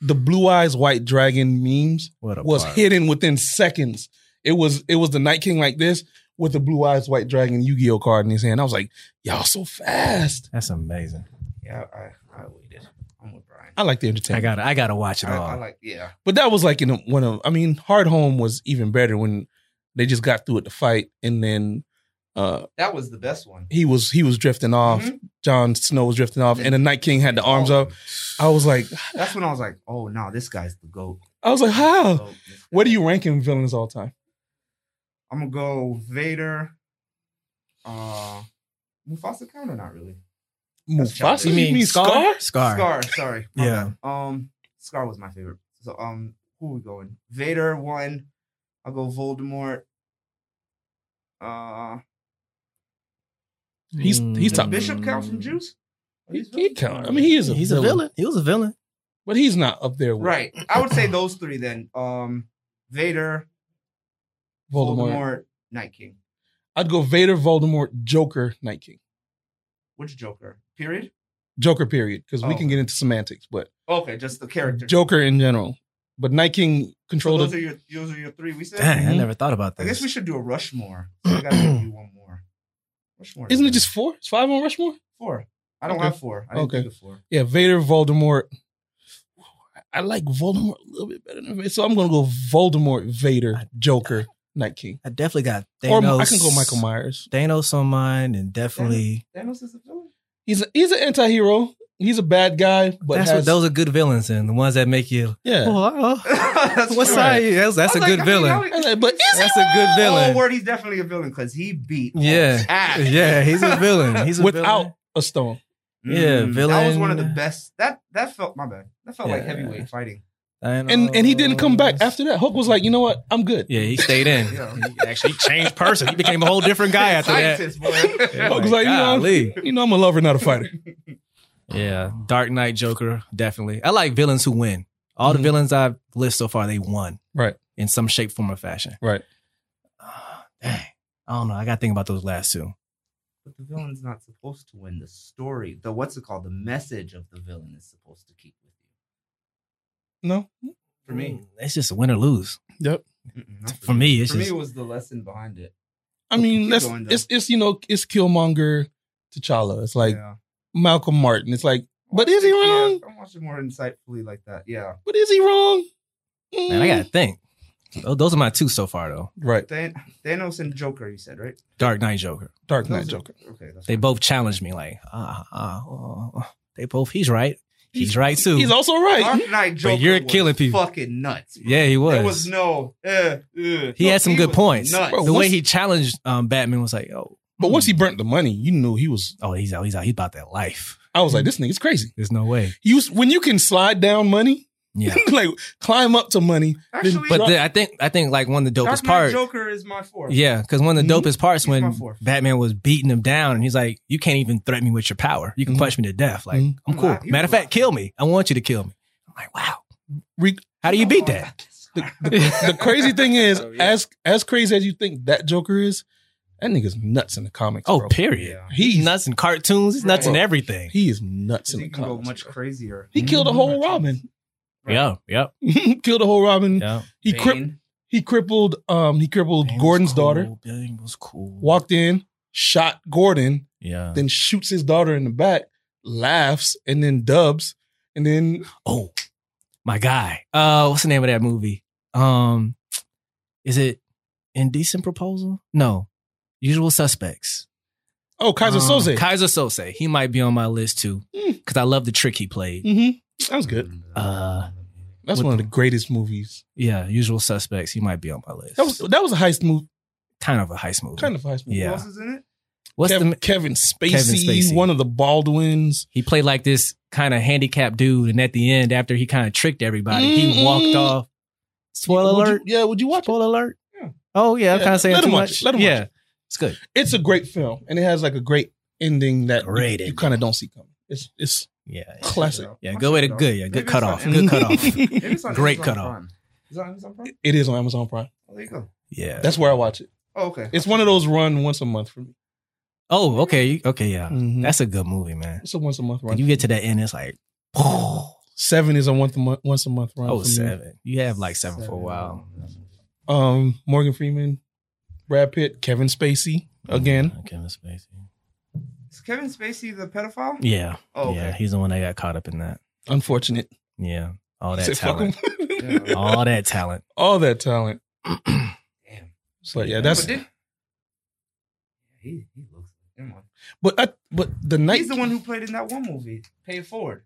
[SPEAKER 3] the blue eyes white dragon memes
[SPEAKER 2] What a
[SPEAKER 3] was
[SPEAKER 2] part.
[SPEAKER 3] hidden within seconds. It was it was the Night King like this with the blue eyes white dragon Yu Gi Oh card in his hand. I was like, y'all so fast.
[SPEAKER 2] That's amazing.
[SPEAKER 4] yeah, I, I waited. I'm with Brian.
[SPEAKER 3] I like the
[SPEAKER 2] I
[SPEAKER 3] entertainment,
[SPEAKER 2] gotta, I gotta watch it
[SPEAKER 4] I,
[SPEAKER 2] all.
[SPEAKER 4] I like yeah.
[SPEAKER 3] but that was like in a, one of. I mean, Hard Home was even better when they just got through with the fight, and then uh
[SPEAKER 4] That was the best one.
[SPEAKER 3] he was he was drifting off.
[SPEAKER 4] Mhm.
[SPEAKER 3] Jon Snow was drifting off, and the Night King Um, had the arms
[SPEAKER 4] Oh,
[SPEAKER 3] up. I was like,
[SPEAKER 4] That's when I was like, oh no, this guy's the goat.
[SPEAKER 3] I was like, how?
[SPEAKER 4] Goat, this guy.
[SPEAKER 3] Where do you rank in villains all time?
[SPEAKER 4] I'm gonna go Vader. Uh, Mufasa count or not really? That's
[SPEAKER 3] Mufasa?
[SPEAKER 4] You
[SPEAKER 3] You mean, Scar?
[SPEAKER 2] Scar.
[SPEAKER 4] Scar, sorry. My
[SPEAKER 2] Yeah.
[SPEAKER 4] bad. Um, Scar was my favorite. So um, who we going? Vader one. I'll go Voldemort. Uh,
[SPEAKER 3] He's- he's
[SPEAKER 2] Mm.
[SPEAKER 4] did
[SPEAKER 3] top-
[SPEAKER 4] Bishop count from Juice. Are
[SPEAKER 3] He,
[SPEAKER 4] these
[SPEAKER 3] he
[SPEAKER 4] villains?
[SPEAKER 3] count. I mean, he is a
[SPEAKER 2] He's
[SPEAKER 3] villain,
[SPEAKER 2] a villain. He was a villain.
[SPEAKER 3] but he's not up there. With
[SPEAKER 4] Right. I would say those three then. Um, Vader,
[SPEAKER 3] Voldemort.
[SPEAKER 4] Voldemort, Night King.
[SPEAKER 3] I'd go Vader, Voldemort, Joker, Night King.
[SPEAKER 4] Which Joker? Period.
[SPEAKER 3] Joker, period, because we
[SPEAKER 4] Oh.
[SPEAKER 3] can get into semantics, but
[SPEAKER 4] Okay, just the character.
[SPEAKER 3] Joker in general. But Night King
[SPEAKER 4] So
[SPEAKER 3] controlled
[SPEAKER 4] those
[SPEAKER 3] it.
[SPEAKER 4] are your those are your three. We said.
[SPEAKER 2] Dang, I
[SPEAKER 3] Mhm.
[SPEAKER 2] never thought about
[SPEAKER 4] Mm-hmm. I
[SPEAKER 2] this.
[SPEAKER 4] guess we should do a Rushmore. So I gotta give you one more. Rushmore.
[SPEAKER 3] Isn't it
[SPEAKER 4] good.
[SPEAKER 3] just four? It's five on Rushmore?
[SPEAKER 4] four? I don't
[SPEAKER 3] Okay.
[SPEAKER 4] have four. I didn't
[SPEAKER 3] Okay.
[SPEAKER 4] think of four.
[SPEAKER 3] Yeah, Vader, Voldemort. I like Voldemort a little bit better than Vader. So I'm going to go Voldemort, Vader, Joker, Night King.
[SPEAKER 2] I definitely got
[SPEAKER 3] Or
[SPEAKER 2] Thanos.
[SPEAKER 3] I can go Michael Myers.
[SPEAKER 2] Thanos on mine, and definitely.
[SPEAKER 4] Thanos is a villain.
[SPEAKER 3] He's a, he's an anti hero. He's a bad guy, but
[SPEAKER 2] that's
[SPEAKER 3] has,
[SPEAKER 2] what those are good villains, and the ones that make you.
[SPEAKER 3] yeah.
[SPEAKER 2] Oh, oh,
[SPEAKER 4] that's
[SPEAKER 2] what
[SPEAKER 4] true.
[SPEAKER 2] side? That's, that's
[SPEAKER 4] I
[SPEAKER 2] a
[SPEAKER 4] was
[SPEAKER 2] good
[SPEAKER 4] like, I mean,
[SPEAKER 2] villain.
[SPEAKER 4] how-
[SPEAKER 3] I was like, but is he
[SPEAKER 2] That's a good
[SPEAKER 4] Oh,
[SPEAKER 2] villain.
[SPEAKER 4] word, he's definitely a villain because he beat.
[SPEAKER 2] Yeah.
[SPEAKER 4] ass.
[SPEAKER 2] Yeah, he's a villain. He's a
[SPEAKER 3] without
[SPEAKER 2] villain.
[SPEAKER 3] a stone?
[SPEAKER 2] Yeah,
[SPEAKER 4] Mm. That was one of the
[SPEAKER 2] villain.
[SPEAKER 4] best. That that felt my bad. That felt like
[SPEAKER 2] Yeah.
[SPEAKER 4] heavyweight fighting.
[SPEAKER 2] Thanos.
[SPEAKER 3] And and he didn't come back after that. Hulk was like, you know what? I'm good.
[SPEAKER 2] Yeah, he stayed in.
[SPEAKER 4] Yeah.
[SPEAKER 2] He actually changed person. He became a whole different guy after that.
[SPEAKER 4] Scientist, boy.
[SPEAKER 2] Yeah,
[SPEAKER 3] Hulk was
[SPEAKER 2] like,
[SPEAKER 3] like, you know, I'm-
[SPEAKER 2] golly.
[SPEAKER 3] you know, I'm a lover, not a fighter.
[SPEAKER 2] Yeah, Dark Knight Joker, definitely. I like villains who win. All the
[SPEAKER 3] Mhm.
[SPEAKER 2] villains I've listed so far, they won.
[SPEAKER 3] Right.
[SPEAKER 2] In some shape, form, or fashion.
[SPEAKER 3] Right.
[SPEAKER 2] Ah, dang. I don't know. I got to think about those last two.
[SPEAKER 4] But the villain's not supposed to win. The story, the what's it called? The message of the villain is supposed to keep with you.
[SPEAKER 3] No,
[SPEAKER 4] for me.
[SPEAKER 2] It's just a win or lose.
[SPEAKER 3] Yep.
[SPEAKER 4] Mm-mm, not
[SPEAKER 2] For me, it's
[SPEAKER 4] for me,
[SPEAKER 2] just-
[SPEAKER 4] it was the lesson behind it.
[SPEAKER 3] I mean,
[SPEAKER 4] keep
[SPEAKER 3] let's
[SPEAKER 4] going, though.
[SPEAKER 3] it's it's you know it's Killmonger, T'Challa. It's like
[SPEAKER 4] yeah.
[SPEAKER 3] Malcolm Martin. It's like, but is he wrong?
[SPEAKER 4] Yeah, I watch it more insightfully like that. Yeah.
[SPEAKER 3] But is he wrong?
[SPEAKER 2] Man, I
[SPEAKER 3] Mm.
[SPEAKER 2] gotta think. Tho- Those are my two so far though.
[SPEAKER 3] right.
[SPEAKER 4] Than- Thanos and Joker, you said right?
[SPEAKER 2] Dark Knight Joker.
[SPEAKER 3] Dark Knight
[SPEAKER 4] Those are-
[SPEAKER 3] Joker.
[SPEAKER 4] Okay, that's
[SPEAKER 2] They
[SPEAKER 4] fine.
[SPEAKER 2] both challenged me like, ah, ah, oh, oh. they both. He's right. He's right too.
[SPEAKER 3] He's also right.
[SPEAKER 4] Dark Knight Joker.
[SPEAKER 2] you're
[SPEAKER 4] was
[SPEAKER 2] killing people.
[SPEAKER 4] Fucking nuts. bro.
[SPEAKER 2] yeah, he was.
[SPEAKER 4] There was no. Uh, uh,
[SPEAKER 2] he
[SPEAKER 4] no,
[SPEAKER 2] had some good
[SPEAKER 4] was
[SPEAKER 2] points.
[SPEAKER 4] nuts.
[SPEAKER 3] Bro,
[SPEAKER 2] the way
[SPEAKER 3] what's-
[SPEAKER 2] he challenged um, Batman was like, oh,
[SPEAKER 3] But once he burnt the money, you knew he was.
[SPEAKER 2] oh, he's out. He's out. He's about that life.
[SPEAKER 3] I
[SPEAKER 4] Mm-hmm.
[SPEAKER 3] was like, this nigga's crazy.
[SPEAKER 2] There's no way.
[SPEAKER 3] You s- when you can slide down money,
[SPEAKER 2] Yeah.
[SPEAKER 3] like climb up to money.
[SPEAKER 4] Actually,
[SPEAKER 2] But the, I think I think like one of the
[SPEAKER 4] Dark
[SPEAKER 2] dopest
[SPEAKER 4] Knight
[SPEAKER 2] parts.
[SPEAKER 4] Joker is my fourth.
[SPEAKER 2] Yeah, because one of the
[SPEAKER 3] Mhm.
[SPEAKER 2] dopest parts
[SPEAKER 4] He's my
[SPEAKER 2] when
[SPEAKER 4] fourth.
[SPEAKER 2] Batman was beating him down, and he's like, "You can't even threaten me with your power. You can
[SPEAKER 4] Mm-hmm.
[SPEAKER 3] Mhm.
[SPEAKER 2] punch me to death. Like
[SPEAKER 3] Mhm.
[SPEAKER 2] I'm
[SPEAKER 4] You're
[SPEAKER 2] cool.
[SPEAKER 4] li- you're
[SPEAKER 2] Matter of fact,
[SPEAKER 4] lying.
[SPEAKER 2] kill me. I want you to kill me." I'm like, "Wow,
[SPEAKER 3] Re-
[SPEAKER 2] how do you beat that?"
[SPEAKER 3] The, the- the crazy thing is,
[SPEAKER 4] Oh, yeah.
[SPEAKER 3] as as crazy as you think that Joker is, that nigga's nuts in the comics.
[SPEAKER 2] Oh,
[SPEAKER 3] bro.
[SPEAKER 2] period.
[SPEAKER 4] Yeah.
[SPEAKER 2] He's nuts in cartoons. He's nuts in
[SPEAKER 3] Bro.
[SPEAKER 2] everything.
[SPEAKER 3] he is nuts in
[SPEAKER 4] He
[SPEAKER 3] the
[SPEAKER 4] can go
[SPEAKER 3] comics.
[SPEAKER 4] much
[SPEAKER 3] bro.
[SPEAKER 4] crazier.
[SPEAKER 3] he killed a whole
[SPEAKER 4] Mhm.
[SPEAKER 3] Robin.
[SPEAKER 4] Right.
[SPEAKER 2] Yeah, yep,
[SPEAKER 3] killed a whole Robin.
[SPEAKER 2] yep.
[SPEAKER 3] He
[SPEAKER 4] Bane.
[SPEAKER 3] cri- he crippled um he crippled
[SPEAKER 2] Bane was
[SPEAKER 3] Gordon's
[SPEAKER 2] cool.
[SPEAKER 3] daughter.
[SPEAKER 2] Bane was cool.
[SPEAKER 3] Walked in, shot Gordon,
[SPEAKER 2] Yeah.
[SPEAKER 3] then shoots his daughter in the back, laughs, and then dubs, and then
[SPEAKER 2] Oh, my guy. Uh, what's the name of that movie? Um, is it Indecent Proposal? No, Usual Suspects.
[SPEAKER 3] oh Kaiser
[SPEAKER 2] Um,
[SPEAKER 3] Soze.
[SPEAKER 2] Kaiser Soze. He might be on my list too
[SPEAKER 3] Mm.
[SPEAKER 2] because I love the trick he played.
[SPEAKER 3] mm-hmm. That was good.
[SPEAKER 2] Uh,
[SPEAKER 3] That's
[SPEAKER 2] What
[SPEAKER 3] one of
[SPEAKER 2] the-
[SPEAKER 3] the greatest movies.
[SPEAKER 2] Yeah, Usual Suspects. He might be on my list.
[SPEAKER 3] That was that was a heist movie,
[SPEAKER 2] kind of a heist movie.
[SPEAKER 3] kind of a heist movie.
[SPEAKER 4] Who
[SPEAKER 2] Yeah.
[SPEAKER 4] else is in it?
[SPEAKER 2] What's
[SPEAKER 3] Kev-
[SPEAKER 2] the?
[SPEAKER 3] Kevin Spacey,
[SPEAKER 2] Spacey.
[SPEAKER 3] one of the Baldwins.
[SPEAKER 2] He played like this kind of handicapped dude, and at the end, after he kind of tricked everybody, he
[SPEAKER 3] Mm-mm.
[SPEAKER 2] walked off. Spoiler
[SPEAKER 3] Mm-hmm. Would you-
[SPEAKER 2] alert!
[SPEAKER 3] yeah, would you watch it?
[SPEAKER 2] Spoiler alert!
[SPEAKER 4] Yeah.
[SPEAKER 2] Oh yeah, I'm
[SPEAKER 3] Yeah,
[SPEAKER 2] kind of saying
[SPEAKER 3] let
[SPEAKER 2] too
[SPEAKER 3] him watch
[SPEAKER 2] much.
[SPEAKER 3] it, let him watch
[SPEAKER 2] yeah,
[SPEAKER 3] it.
[SPEAKER 2] it's good.
[SPEAKER 3] It's a great film, and it has like a great ending that
[SPEAKER 2] Great
[SPEAKER 3] you,
[SPEAKER 2] ending.
[SPEAKER 3] kind of don't see coming. It's it's
[SPEAKER 2] Yeah, it's-
[SPEAKER 3] classic.
[SPEAKER 2] yeah.
[SPEAKER 4] Watch
[SPEAKER 2] Good way
[SPEAKER 4] it,
[SPEAKER 2] to
[SPEAKER 4] though.
[SPEAKER 2] good. Yeah,
[SPEAKER 4] Maybe
[SPEAKER 2] good
[SPEAKER 4] it's
[SPEAKER 2] cutoff.
[SPEAKER 4] on-
[SPEAKER 2] Good cutoff.
[SPEAKER 4] Maybe it's on
[SPEAKER 2] Great
[SPEAKER 4] Amazon
[SPEAKER 2] cutoff.
[SPEAKER 4] Prime. Is that Amazon Prime?
[SPEAKER 3] it is on Amazon Prime.
[SPEAKER 4] Oh, there you go.
[SPEAKER 2] Yeah.
[SPEAKER 3] That's where I watch it.
[SPEAKER 4] Oh, okay.
[SPEAKER 3] It's one of those run once a month for me.
[SPEAKER 2] Oh, okay, okay, yeah.
[SPEAKER 3] Mhm.
[SPEAKER 2] That's a good movie, man.
[SPEAKER 3] it's a once a month
[SPEAKER 2] When
[SPEAKER 3] run.
[SPEAKER 2] you get to that end, it's like, oh,
[SPEAKER 3] seven is a once a month once a month run.
[SPEAKER 2] oh
[SPEAKER 3] for me.
[SPEAKER 2] seven. You have like seven, for a while.
[SPEAKER 3] Um, Morgan Freeman, Brad Pitt, Kevin Spacey again.
[SPEAKER 2] Uh, Kevin Spacey.
[SPEAKER 4] Is Kevin Spacey the pedophile?
[SPEAKER 2] Yeah,
[SPEAKER 4] Oh,
[SPEAKER 2] yeah.
[SPEAKER 4] okay.
[SPEAKER 2] He's the one that got caught up in that.
[SPEAKER 3] Unfortunate.
[SPEAKER 2] Yeah, all that
[SPEAKER 3] Said, "Fuck him."
[SPEAKER 2] talent. All that talent.
[SPEAKER 3] All that talent.
[SPEAKER 4] Damn.
[SPEAKER 3] It's like yeah, that's
[SPEAKER 4] But did- He, he looks. Never mind.
[SPEAKER 3] but I, but the night
[SPEAKER 4] He's the one who played in that one movie, Pay It Forward.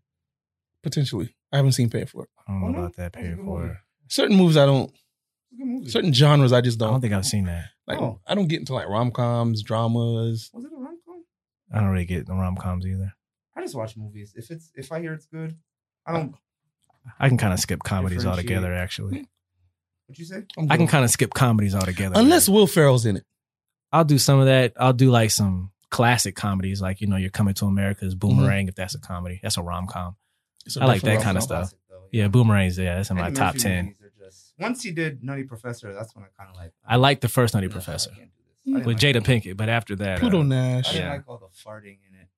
[SPEAKER 3] potentially. I haven't seen Pay It Forward.
[SPEAKER 2] I don't know
[SPEAKER 4] Oh, no?
[SPEAKER 2] about that
[SPEAKER 4] That's a
[SPEAKER 2] period
[SPEAKER 4] good
[SPEAKER 2] four.
[SPEAKER 4] movie.
[SPEAKER 3] Certain movies I don't.
[SPEAKER 4] It's a good movie.
[SPEAKER 3] Certain genres I just
[SPEAKER 2] I
[SPEAKER 3] don't.
[SPEAKER 2] don't think I've seen that.
[SPEAKER 3] like
[SPEAKER 4] Oh.
[SPEAKER 3] I don't get into like rom coms, dramas.
[SPEAKER 4] Was it a rom com?
[SPEAKER 2] I don't really get the rom coms either.
[SPEAKER 4] I just watch movies. If it's if I hear it's good, I don't.
[SPEAKER 2] I can kind of skip comedies
[SPEAKER 4] Differentiate.
[SPEAKER 2] altogether. Actually,
[SPEAKER 3] Hmm.
[SPEAKER 4] What you say?
[SPEAKER 3] I'm
[SPEAKER 2] I can
[SPEAKER 3] good.
[SPEAKER 2] kind of skip comedies altogether.
[SPEAKER 3] unless Will Ferrell's in it.
[SPEAKER 2] I'll do some of that. I'll do like some classic comedies, like you know, You're Coming to America's
[SPEAKER 4] Mm-hmm.
[SPEAKER 2] Boomerang. If that's a comedy, that's a rom com.
[SPEAKER 3] It's a
[SPEAKER 2] I like that
[SPEAKER 3] different
[SPEAKER 2] kind of
[SPEAKER 3] rom-com.
[SPEAKER 2] stuff.
[SPEAKER 4] Classic, though,
[SPEAKER 2] Yeah, Boomerang's yeah, that's in my
[SPEAKER 4] Eddie
[SPEAKER 2] top
[SPEAKER 4] Murphy
[SPEAKER 2] ten.
[SPEAKER 4] movies are just- once he did Nutty Professor, that's when I kind of like.
[SPEAKER 2] I like the first Nutty
[SPEAKER 4] Ugh, I
[SPEAKER 2] Professor
[SPEAKER 4] can't do this. I didn't
[SPEAKER 2] with
[SPEAKER 4] like
[SPEAKER 2] Jada
[SPEAKER 4] it.
[SPEAKER 2] Pinkett, but after that,
[SPEAKER 3] Pluto
[SPEAKER 2] uh,
[SPEAKER 4] I
[SPEAKER 3] Nash.
[SPEAKER 4] didn't
[SPEAKER 2] Yeah.
[SPEAKER 4] like all the farting in it.